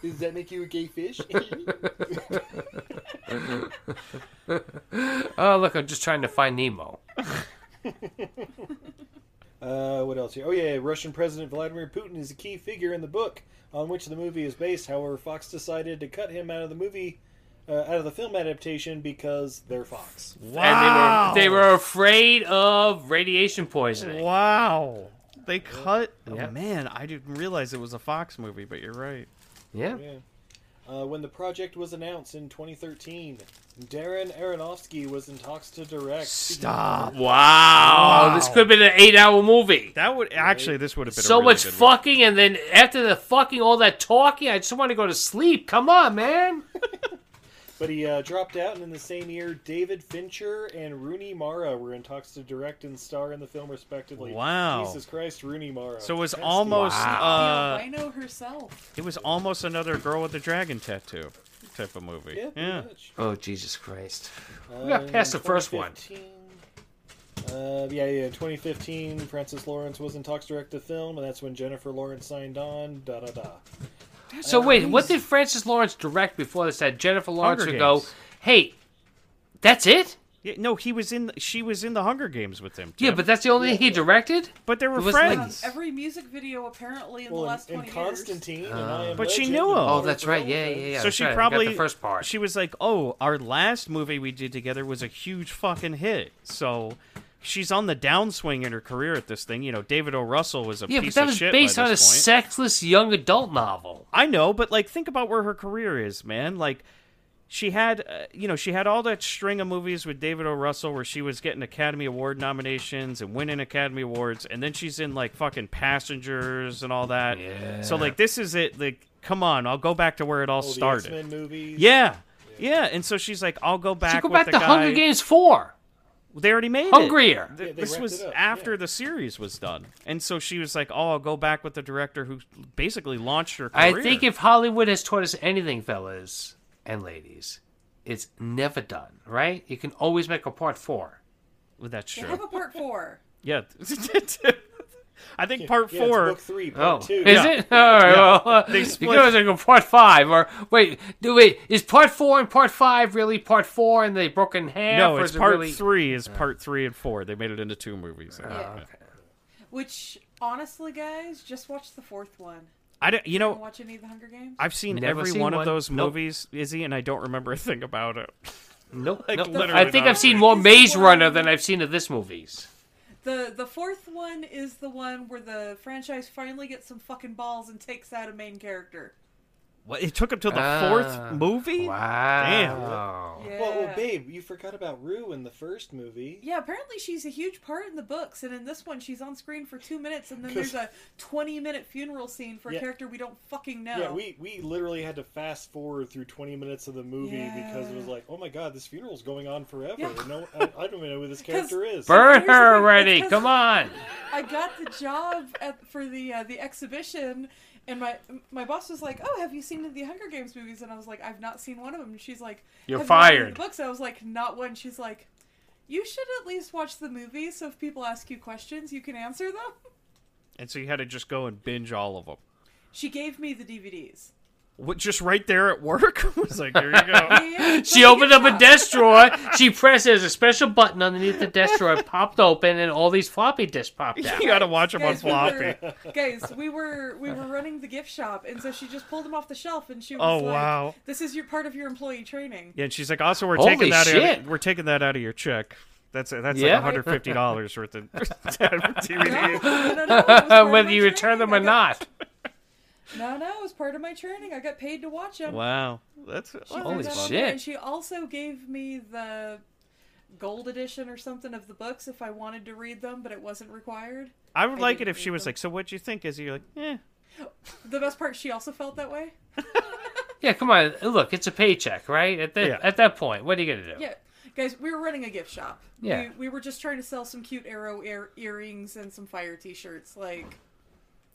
S2: Does that make you a gay fish?
S6: Oh, look, I'm just trying to find Nemo.
S2: uh, what else here? Oh yeah, Russian President Vladimir Putin is a key figure in the book on which the movie is based. However, Fox decided to cut him out of the movie, uh, out of the film adaptation because they're Fox.
S7: Wow.
S6: And they were they were afraid of radiation poisoning.
S7: Wow. They cut. Oh man, I didn't realize it was a Fox movie, but you're right.
S6: Yeah.
S2: Yeah. Uh, when the project was announced in 2013, Darren Aronofsky was in talks to direct.
S7: Stop.
S6: Wow, this could have been an eight-hour movie.
S7: That would actually this would have been a
S6: So
S7: really
S6: much
S7: good one.
S6: fucking, and then after the fucking, all that talking, I just want to go to sleep. Come on, man.
S2: But he uh, dropped out, and in the same year, David Fincher and Rooney Mara were in talks to direct and star in the film, respectively.
S7: Wow.
S2: Jesus Christ, Rooney Mara.
S7: So it was
S2: Pesky.
S7: almost
S5: Uh,
S7: uh,
S5: Rhino herself.
S7: it was almost another girl with a dragon tattoo type of movie.
S2: Yeah, pretty
S7: yeah.
S2: much.
S6: Oh Jesus Christ!
S2: We
S6: got past the first one.
S2: Uh, yeah, yeah. 2015, Francis Lawrence was in talks to direct the film, and that's when Jennifer Lawrence signed on. Da da da.
S6: So wait, what did Francis Lawrence direct before this? That Jennifer Lawrence
S7: Hunger
S6: would go,
S7: Games.
S6: "Hey, that's it."
S7: Yeah, no, he was in. She was in the Hunger Games with him.
S6: Yeah,
S7: Tim.
S6: but that's the only thing he directed.
S7: but they were
S6: was like-
S7: friends.
S5: Um, Every music video apparently in
S2: Well,
S5: the
S2: and,
S5: last
S2: and
S5: 20 years.
S2: Constantine. and I Am
S7: But she
S2: Legend and
S7: knew him.
S6: Oh,
S2: Water
S6: that's
S2: for
S6: right. Yeah,
S2: Elephants.
S6: yeah, yeah.
S7: so
S6: that's
S7: she
S6: right. I got
S7: probably
S6: the first part.
S7: She was like, "Oh, our last movie we did together was a huge fucking hit." So she's on the downswing in her career at this thing. You know, David O. Russell was a
S6: yeah, but
S7: piece
S6: that
S7: of
S6: was
S7: shit
S6: based
S7: by
S6: on a
S7: this point.
S6: sexless young adult novel.
S7: I know, but like, think about where her career is, man. Like, she had, uh, you know, she had all that string of movies with David O. Russell where she was getting Academy Award nominations and winning Academy Awards, and then she's in like fucking Passengers and all that. Yeah. So like, this is it. Like, come on, I'll go back to where it
S2: All
S7: all
S2: the
S7: started.
S2: X-Men movies.
S7: Yeah. Yeah, and so she's like, "I'll go back."
S6: So go
S7: with
S6: back
S7: the
S6: to
S7: guy.
S6: Hunger Games Four.
S7: They already made it.
S6: Hungrier.
S7: Th-
S2: Yeah, they
S7: this
S2: wrapped
S7: was
S2: it up,
S7: after
S2: yeah.
S7: the series was done, and so she was like, "Oh, I'll go back with the director who basically launched her
S6: I
S7: career."
S6: think if Hollywood has taught us anything, fellas, and ladies, it's never done, right? You can always make a part four.
S7: Well, that's
S5: They have a part four.
S7: Yeah. I think
S5: Yeah,
S7: part
S5: yeah, it's
S7: four.
S5: book three, part
S6: oh,
S5: two.
S6: is
S5: Yeah.
S6: it? All right.
S7: Yeah.
S6: Well, uh,
S7: They
S6: you
S7: split-
S6: can always make a part five, or wait, do wait, is part four and part five really part four, and they broke in half?
S7: No,
S6: or
S7: it's
S6: is it
S7: part
S6: really-
S7: three. Is part three and four? They made it into two movies. Uh,
S5: Yeah. Which, honestly, guys, just watch the fourth one.
S7: I don't. You know,
S5: Haven't watched any of the Hunger Games?
S7: I've seen
S6: Never
S7: every
S6: seen
S7: one,
S6: one.
S7: of those
S6: Nope.
S7: movies, Izzy, and I don't remember a thing about it.
S6: Nope.
S7: Like,
S6: nope.
S7: literally
S6: I think
S7: not.
S6: I've seen more Maze Runner than I've seen of this movies.
S5: The the fourth one is the one where the franchise finally gets some fucking balls and takes out a main character.
S7: What, it took him till the
S6: Ah,
S7: fourth movie.
S6: wow.
S5: Yeah.
S2: Well, well, babe, you forgot about Rue in the first movie.
S5: Yeah, apparently she's a huge part in the books, and in this one she's on screen for two minutes, and then there's a twenty minute funeral scene for
S2: Yeah.
S5: a character we don't fucking know.
S2: Yeah, we, we literally had to fast forward through 20 minutes of the movie because it was like, oh my god, this funeral's going on forever. No, I, I don't even know who this character is.
S6: Burn her already! Come on.
S5: I got the job at, for the uh, the exhibition, and my my boss was like, "Oh, have you seen the Hunger Games movies?" And I was like, "I've not seen one of them." And she's like,
S6: You're
S5: "Have you read any of
S6: fired.
S5: The books. I was like, "Not one." She's like, "You should at least watch the movies, so if people ask you questions, you can answer them."
S7: And so you had to just go and binge all of them.
S5: She gave me the DVDs.
S7: What, just right there at work? I was like, here you
S5: go.
S6: she opened up a desk drawer. She pressed there's a special button underneath the desk drawer. It popped open, and all these floppy disks popped out.
S7: You gotta watch them on
S5: Guys, we
S7: floppy.
S5: were, guys, we were we were running the gift shop, and so she just pulled them off the shelf, and she was
S7: Oh,
S5: like,
S7: wow.
S5: "This is your part of your employee training."
S7: Yeah, and she's like, also we're
S6: Holy
S7: taking that out
S6: shit.
S7: of, we're taking that out of your check. That's that's
S6: Yeah.
S7: like one hundred fifty dollars worth of
S5: part of
S6: Whether
S5: my
S6: you return them or not.
S5: No, no, it was part of my training. I got paid to watch them.
S7: Wow, that's
S5: She threw that on there, and she also gave me the gold edition or something of the books if I wanted to read them, but it wasn't required.
S7: I would like it
S5: didn't
S7: if she
S5: read
S7: was like, so what'd you think? Is you're like, eh.
S5: them. The best part, she also felt that way.
S6: Yeah, come on. Look, it's a paycheck, right? At that
S7: Yeah.
S6: at that point, what are you gonna do?
S5: Yeah, guys, we were running a gift shop.
S6: Yeah.
S5: we, we were just trying to sell some cute arrow ear- earrings and some fire T-shirts. Like,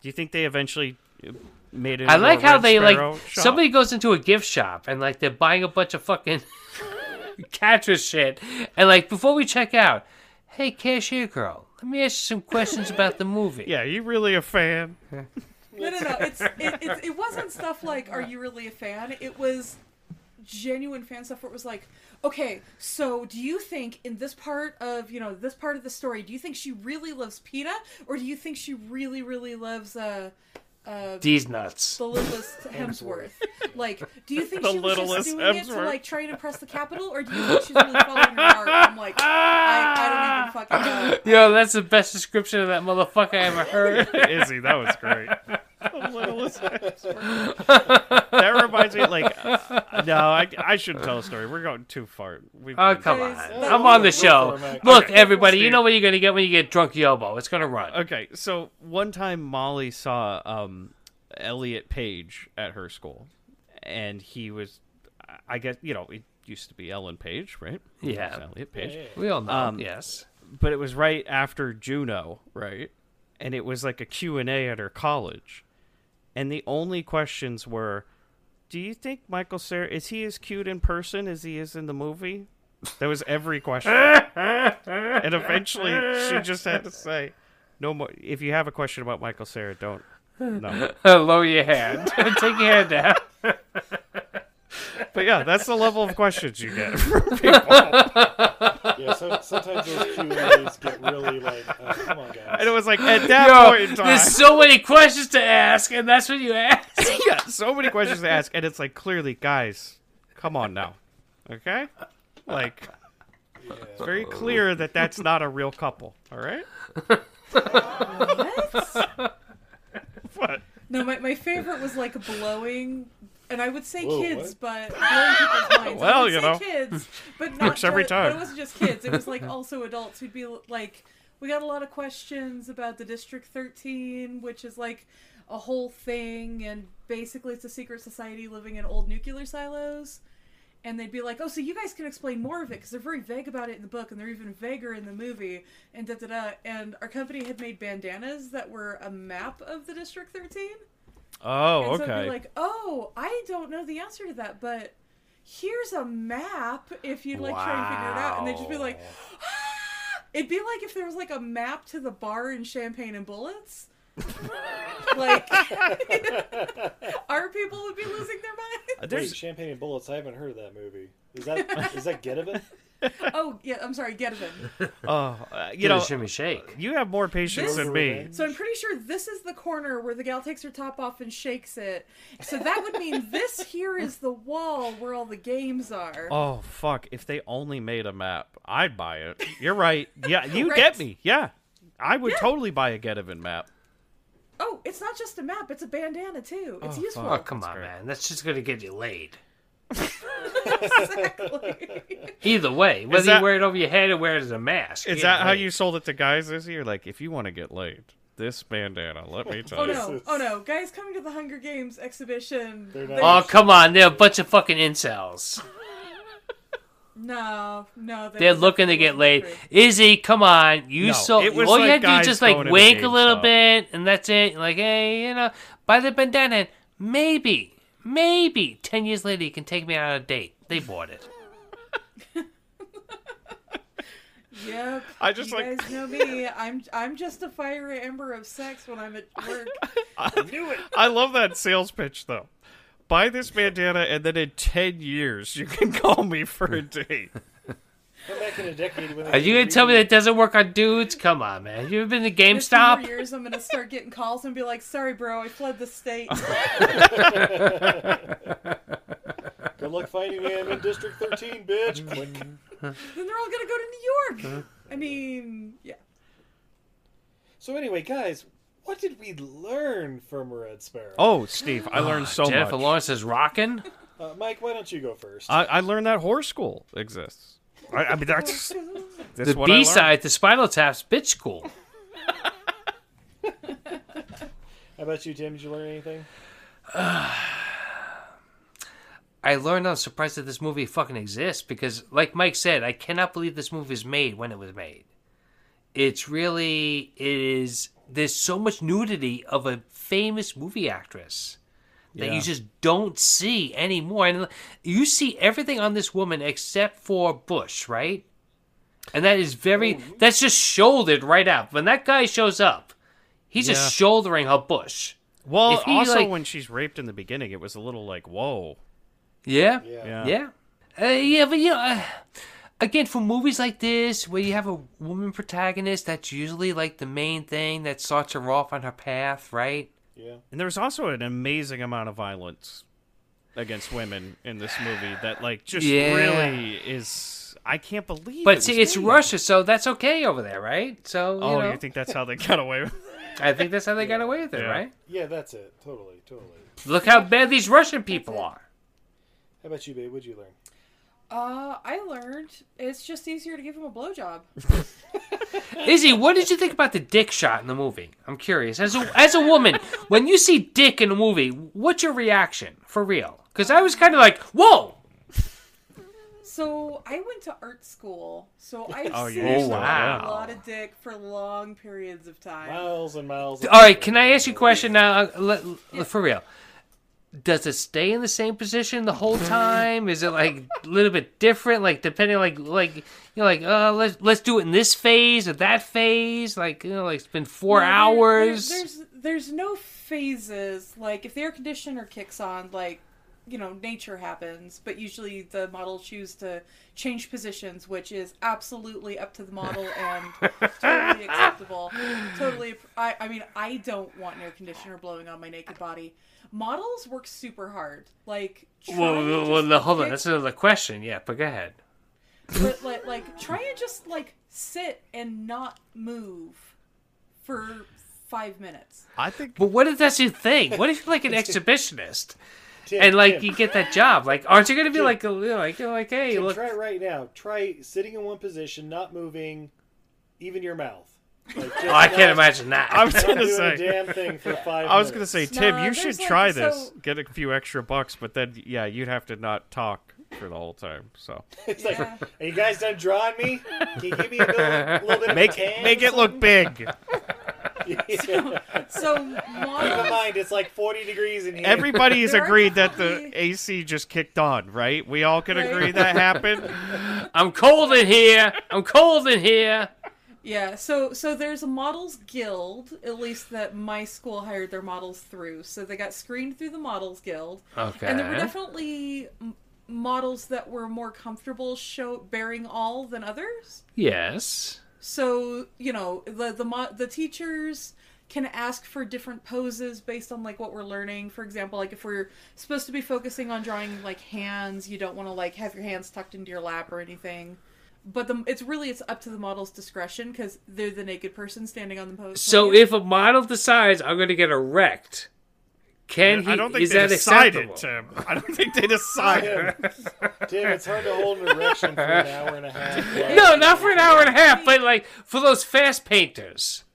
S7: Do you think they eventually uh, made it?
S6: I
S7: into a
S6: like how
S7: Red
S6: they like
S7: Sparrow shop?
S6: somebody goes into a gift shop and like they're buying a bunch of fucking catcher shit, and like before we check out, hey cashier girl, let me ask you some questions about the movie.
S7: Yeah, you really a fan?
S5: no, no, no. It's it, it, it wasn't stuff like, "Are you really a fan?" It was genuine fan stuff where it was like, "Okay, so do you think in this part of you know this part of the story, do you think she really loves Peta, or do you think she really, really loves uh, uh
S6: These nuts.
S5: the littlest Hemsworth? like, do you think
S6: The
S5: she was just
S6: littlest
S5: doing it to
S6: Hemsworth.
S5: like try and impress the capital, or do you think she's really following her heart?" I'm like,
S7: Ah!
S5: I, I don't even fucking know.
S6: Yo, that's the best description of that motherfucker I ever heard.
S7: Izzy, that was great. that reminds me, like, uh, no, I, I shouldn't tell a story. We're going too far. We've
S6: Oh
S7: been-
S6: come on! I'm on the show. Look, everybody, you know what you're gonna get when you get drunk Yobo. It's gonna run.
S7: Okay, so one time Molly saw um, Elliot Page at her school, and he was, I guess you know, it used to be Ellen Page, right?
S6: Yeah.
S7: It was Elliot Page.
S6: Yeah, yeah, yeah. We all know, yes.
S7: but it was right after Juno, right? And it was like a Q and A at her college, and the only questions were, "Do you think Michael Sarah is he as cute in person as he is in the movie?" That was every question, and eventually she just had to say, "No more." If you have a question about Michael Sarah, don't. No.
S6: Lower your hand. Take your hand down.
S7: But yeah, that's the level of questions you get from people.
S2: yeah, so, sometimes those Q and A's get really like, oh, come on, guys.
S7: And it was like at that
S6: Yo,
S7: point in time,
S6: There's so many questions to ask, and that's what you ask.
S7: yeah, so many questions to ask, and it's like clearly, guys, come on now, okay? Like, it's very clear that that's not a real couple. All right. What?
S5: No, my, my favorite was like blowing, and I would say
S7: Whoa,
S5: kids,
S7: what?
S5: but blowing people's minds. I
S7: Well,
S5: would
S7: you
S5: say
S7: know.
S5: kids, but not
S7: Works every
S5: but-
S7: time.
S5: But it wasn't just kids; it was like also adults who'd be like, "We got a lot of questions about the District 13, which is like a whole thing, and basically it's a secret society living in old nuclear silos." And they'd be like, "Oh, so you guys can explain more of it because they're very vague about it in the book, and they're even vaguer in the movie." And da da da. And our company had made bandanas that were a map of the District 13
S7: Oh,
S5: and so it'd be like, oh, I don't know the answer to that, but here's a map if you'd like try and figure it out. And they'd just be like, It'd be like if there was like a map to the bar in Champagne and Bullets. like our people would be losing their minds.
S2: Wait, Champagne and Bullets. I haven't heard of that movie. Is that is that Get of It?
S5: Oh yeah, I'm sorry, get Getaven.
S7: Oh, uh, you
S6: Give it a
S7: know,
S6: shimmy shake.
S7: You have more patience than me.
S5: So I'm pretty sure this is the corner where the gal takes her top off and shakes it. So that would mean this here is the wall where all the games are.
S7: Oh fuck! If they only made a map, I'd buy it. You're right. Yeah, you
S5: Right.
S7: get me. Yeah, I would
S5: Yeah.
S7: totally buy a Getaven map.
S5: Oh, it's not just a map, it's a bandana too. It's
S6: Oh,
S5: useful.
S6: fuck, come on, man. That's just going to get you laid. Either way, whether
S7: that-
S6: you wear it over your head or wear it as a mask.
S7: Is that how you sold it to guys this year? Like, if you want to get laid, this bandana. Let me tell
S5: Oh
S7: you.
S5: no, oh no, guys coming to the Hunger Games exhibition. They're
S6: Oh, come on. They're a bunch of fucking incels.
S5: No, no,
S6: They're looking to get laid. Izzy, come on. You
S7: No,
S6: sold.
S7: it was
S6: all
S7: like
S6: you had to do
S7: guys
S6: is just like
S7: going to the
S6: wink a little
S7: GameStop.
S6: bit, and that's it. Like, hey, you know, buy the bandana. Maybe, maybe 10 years later, you can take me out on a date. They bought it.
S5: Yep.
S7: I just
S5: you
S7: like-
S5: guys know me. I'm I'm just a fiery ember of sex when I'm at work.
S7: I love that sales pitch though. Buy this bandana, and then in ten years you can call me for a date.
S2: Come back in a decade when they
S6: Are you going to tell me that doesn't work on dudes? Come on, man. You ever been to
S5: In a few
S6: GameStop?
S5: more years, I'm gonna start getting calls and be like, "Sorry, bro, I fled the state."
S2: Good luck finding me. I'm in District 13, bitch. Click.
S5: then they're all gonna go to New York. I mean, yeah.
S2: So anyway, guys, what did we learn from Red Sparrow?
S7: Oh, Steve, I learned so
S6: Jennifer
S7: much.
S6: Lawrence is rocking.
S2: Uh, Mike, why don't you go first?
S7: I, I learned that horse school exists. I, I mean, that's, that's
S6: The
S7: what I learned.
S6: B side, the Spinal Tap's bitch school.
S2: How about you, Tim? Did you learn anything?
S6: I learned I'm surprised that this movie fucking exists because, like Mike said, I cannot believe this movie was made when it was made. It's really it is. There's so much nudity of a famous movie actress that
S7: Yeah.
S6: you just don't see anymore. And you see everything on this woman except for Bush, right? And that is
S7: Oh,
S6: very. That's just shouldered right out. When that guy shows up, he's
S7: Yeah.
S6: just shouldering her Bush.
S7: Well,
S6: If he,
S7: also
S6: like-
S7: when she's raped in the beginning, it was a little like, whoa.
S6: Yeah.
S7: Yeah.
S6: Yeah. Uh, yeah, but you know, uh, again, for movies like this, where you have a woman protagonist, that's usually like the main thing that starts her off on her path, right?
S2: Yeah.
S7: And there was also an amazing amount of violence against women in this movie that, like, just
S6: Yeah.
S7: really is. I can't believe. it
S6: But
S7: was
S6: see, it's
S7: made.
S6: Russia, so that's okay over there, right? So, you
S7: Oh,
S6: know,
S7: you think that's how they got away with?
S6: I think that's how they got away with it,
S7: Yeah.
S6: right?
S2: Yeah, that's it. Totally, totally.
S6: Look how bad these Russian people are.
S2: How about you, babe? What'd you learn?
S5: Uh, I learned it's just easier to give him a blowjob.
S6: Izzy, what did you think about the dick shot in the movie? I'm curious. As a, as a woman, when you see dick in a movie, what's your reaction? For real? Because I was kind of like, whoa!
S5: So I went to art school, so I've
S6: Oh,
S5: seen
S6: yeah, you
S5: a
S6: saw that.
S5: lot of dick for long periods of time.
S2: Miles and miles.
S6: All right, can I ask you a question now? Uh, let- let- For real, does it stay in the same position the whole time? Is it like a little bit different? Like depending, like like you know, like uh, let's let's do it in this phase or that phase. Like you know, like it's been four
S5: No, there-
S6: hours.
S5: there- there's there's no phases. Like if the air conditioner kicks on, like you know, nature happens. But usually the model choose to change positions, which is absolutely up to the model and totally acceptable. Totally. I, I mean, I don't want an air conditioner blowing on my naked body. Models work super hard. Like try
S6: well,
S5: and
S6: well,
S5: just
S6: well, no, hold on,
S5: pick-
S6: that's another question. Yeah, but go ahead.
S5: but like, like try and just like sit and not move for five minutes.
S7: I think.
S6: But what if that's your thing? What if you're like an exhibitionist? and like
S2: Tim.
S6: you get that job, like aren't you gonna be like, a- you know, like, you're like, hey,
S2: Tim,
S6: look,
S2: try it right now. Try sitting in one position, not moving, even your mouth. Like, just
S6: oh, I can't
S2: not-
S6: imagine that.
S7: I was
S2: not
S7: gonna
S2: doing
S7: say.
S2: a damn thing for five.
S7: I was gonna
S2: minutes.
S7: say, Tim,
S5: No,
S7: you
S5: there's
S7: should
S5: like-
S7: try this.
S5: so-
S7: Get a few extra bucks, but then, yeah, you'd have to not talk for the whole time. So
S2: It's like, are you guys done drawing me? Can you give me a little, little bit of
S7: make
S2: a can
S7: make
S2: or
S7: it look big.
S2: something?
S5: So
S2: keep in mind, it's like 40 degrees in here.
S7: Everybody's agreed that the AC just kicked on, right? We all can
S5: Right.
S7: agree that happened.
S6: I'm cold in here. I'm cold in here.
S5: Yeah, so so there's a models guild, at least that my school hired their models through. So they got screened through the models guild. And there were
S6: Okay.
S5: definitely m- models that were more comfortable show bearing all than others.
S6: Yes.
S5: So, you know, the the mo- the teachers can ask for different poses based on like what we're learning. For example, like if we're supposed to be focusing on drawing like hands, you don't want to like have your hands tucked into your lap or anything. But the, it's really it's up to the model's discretion because they're the naked person standing on the pose.
S6: So if a model decides I'm going to get erect, can he?
S7: I don't think
S6: is
S7: they
S6: that
S7: decided,
S6: acceptable?
S7: Tim. I don't think they decided.
S2: Tim, it's hard to hold an erection for an hour and a half.
S6: No, not for an hour and a half, but like for those fast painters.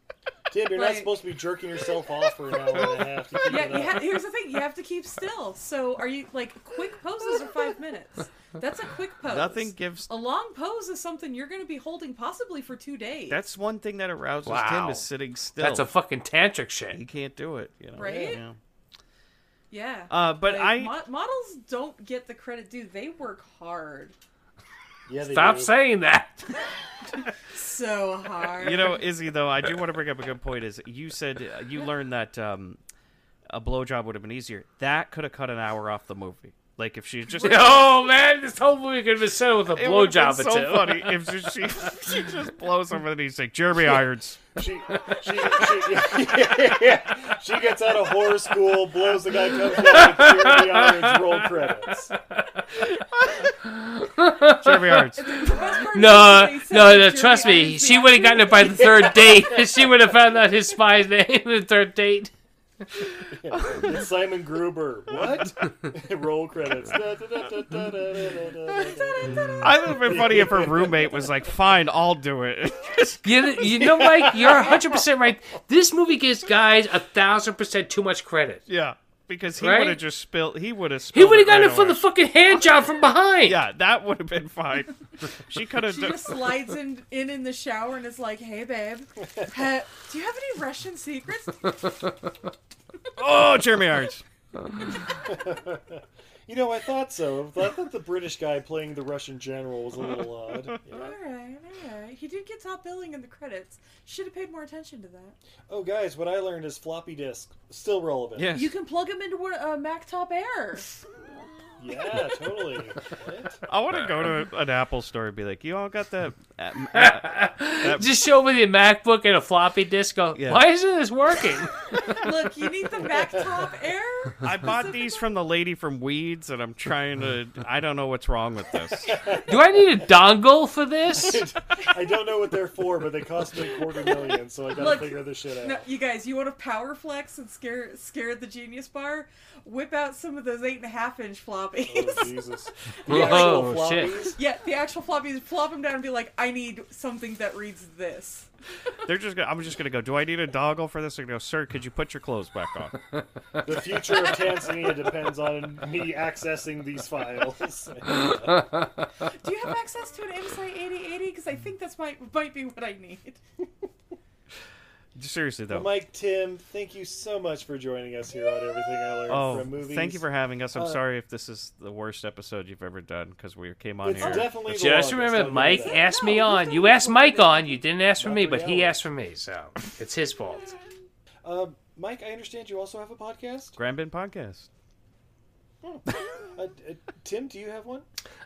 S2: Tim, you're not supposed to be jerking yourself off for an hour and a half. To keep it
S5: yeah, you
S2: up.
S5: ha- here's the thing: you have to keep still. So are you like quick poses are five minutes? That's a quick pose.
S7: Nothing gives-
S5: a long pose is something you're going to be holding possibly for two days.
S7: That's one thing that arouses
S6: Wow.
S7: Tim is sitting still.
S6: That's a fucking tantric shit.
S7: He can't do it. You know?
S5: Right?
S7: Yeah.
S5: Yeah.
S7: Uh, but I-
S5: mo- models don't get the credit due. They work hard.
S2: Yeah, they
S6: Stop
S2: do.
S6: saying that.
S5: so hard.
S7: You know, Izzy, though, I do want to bring up a good point. Is you said uh, you learned that um, a blowjob would have been easier. That could have cut an hour off the movie. Like if she had just
S6: oh man, this whole movie could have been set with a
S7: It would've
S6: blowjob
S7: been
S6: or
S7: so
S6: two.
S7: funny if she, she, she just blows him and he's like Jeremy Irons.
S2: She, she, she, yeah. she gets out of horror school, blows the guy, comes back, and Jeremy Irons roll credits.
S7: Jeremy Irons.
S6: No, uh, no, no, trust me. She would have gotten it by the third date. She would have found out his spy's name the third date.
S2: It's Simon Gruber. What? roll credits.
S7: I would have been funny if her roommate was like, "Fine, I'll do it."
S6: You, you know, Mike, you're 100% right. This movie gives guys a 1,000% too much credit.
S7: yeah, because he
S6: Right?
S7: would have just spilled. He would have.
S6: He would have gotten it
S7: for
S6: for the fucking hand job from behind.
S7: Yeah, that would have been fine. She could have.
S5: She just slides in, in in the shower and is like, "Hey, babe, uh, do you have any Russian secrets?"
S7: Oh, Jeremy Irons.
S2: You know, I thought so. I thought the British guy playing the Russian general was a little odd.
S5: All right, all right. He did get top billing in the credits. Should have paid more attention to that.
S2: Oh, guys, what I learned is floppy disk still relevant.
S5: You can plug him into a uh, Mac Top Air.
S2: yeah, totally.
S7: I want to go to an Apple store and be like, "You all got that?" uh, that-
S6: Just show me the MacBook and a floppy disk. Go,
S7: Yeah.
S6: why isn't this working?
S5: Look, you need the Mac Top Air.
S7: I bought these from the lady from Weeds, and I'm trying to. I don't know what's wrong with this.
S6: Do I need a dongle for this?
S2: I don't know what they're for, but they cost me a quarter million, so I gotta
S5: Look,
S2: figure this shit out.
S5: No, you guys, you want to power flex and scare scare the genius bar? Whip out some of those eight and a half inch floppies.
S2: Oh, Jesus.
S6: Whoa,
S2: The actual
S6: Oh, shit.
S2: floppies?
S5: yeah, the actual floppies. Flop them down and be like, I need something that reads this.
S7: They're just. Gonna, I'm just gonna go. Do I need a doggle for this? I go, sir. Could you put your clothes back on?
S2: The future of Tanzania depends on me accessing these files.
S5: Do you have access to an MSI 8080? Because I think that's might might be what I need.
S7: Seriously though.
S2: Mike, Tim, thank you so much for joining us here on Everything I Learned
S7: Oh,
S2: from Movies.
S7: thank you for having us. I'm
S2: Uh,
S7: sorry if this is the worst episode you've ever done because we came on
S2: It's
S7: here.
S2: definitely the
S6: Just
S2: longest, I'll
S6: remember,
S2: give
S6: Mike
S2: you that.
S6: asked me on. You asked Mike on. You didn't ask for me, but he asked for me, so it's his fault.
S2: Uh, Mike, I understand you also have a podcast.
S7: Grambin podcast.
S2: Oh. uh, uh, Tim, do you have one?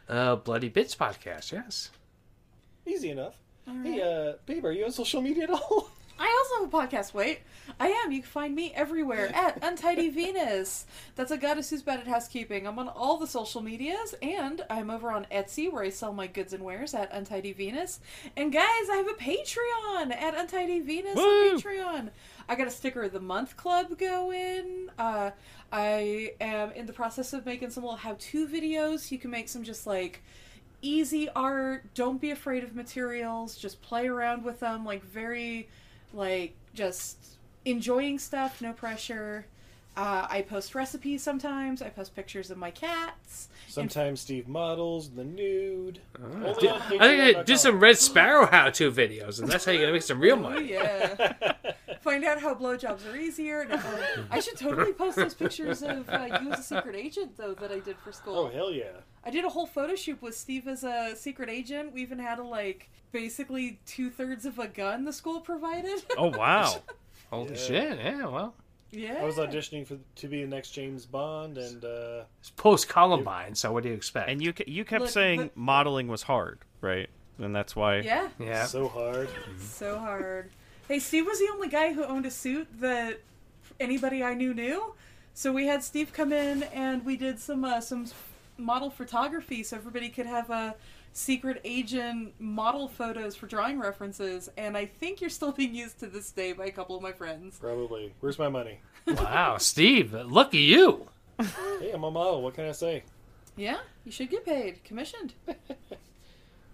S6: Uh, Bloody Bits podcast, yes.
S2: Easy enough. Hey, uh, babe, are you on social media at all?
S5: I also have a podcast. Wait, I am. You can find me everywhere at Untidy Venus. That's a goddess who's bad at housekeeping. I'm on all the social medias, and I'm over on Etsy where I sell my goods and wares at Untidy Venus. And guys, I have a Patreon at Untidy Venus
S14: Woo!
S5: on Patreon. I got a sticker of the month club going. Uh, I am in the process of making some little how-to videos. You can make some just like easy art. Don't be afraid of materials. Just play around with them. Like very, like just enjoying stuff. No pressure. Uh, I post recipes sometimes. I post pictures of my cats.
S2: Sometimes Steve models the nude. Only
S7: Ah.
S6: Do-
S2: on
S6: I think I do
S2: patreon.com.
S6: some Red Sparrow how-to videos, and that's how you're gonna make some real money.
S5: Yeah. Find out how blowjobs are easier. No, uh, I should totally post those pictures of uh, you as a secret agent, though, that I did for school.
S2: Oh hell yeah!
S5: I did a whole photo shoot with Steve as a secret agent. We even had a, like, basically two thirds of a gun the school provided.
S6: Oh, wow. Holy
S2: Yeah.
S6: shit. Yeah, well.
S5: yeah.
S2: I was auditioning for to be the next James Bond, and uh,
S6: It's post Columbine, so what do you expect?
S7: And you ke- you kept
S2: Look,
S7: saying
S2: but-
S7: modeling was hard, right? And that's why.
S5: Yeah.
S2: so hard.
S5: So hard. Hey, Steve was the only guy who owned a suit that anybody I knew knew. So we had Steve come in and we did some uh, some model photography so everybody could have uh, secret agent model photos for drawing references. And I think you're still being used to this day by a couple of my friends.
S2: Probably. Where's my money?
S6: Wow, Steve, look at you.
S2: Hey, I'm a model. What can I say?
S5: Yeah, you should get paid, commissioned.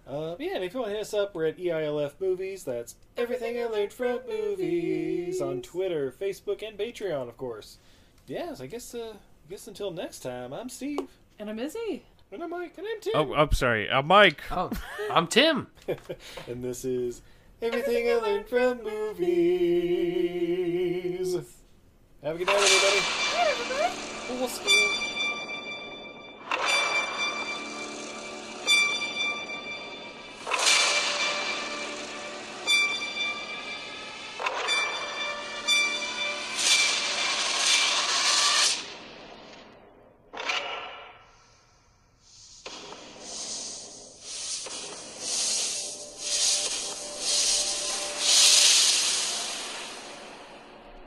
S2: Uh, yeah, and if you want to hit us up, E we're at EILF Movies. That's everything I learned from movies on Twitter, Facebook, and Patreon, of course. Yes, I guess. Uh, I guess until next time, I'm Steve,
S5: and I'm Izzy,
S2: and I'm Mike, and I'm Tim,
S7: Oh, I'm sorry. Uh, Mike.
S6: Oh, I'm Tim.
S2: and this is everything I learned from movies. Have a good night, everybody.
S5: Hey, everybody.
S2: We'll see you.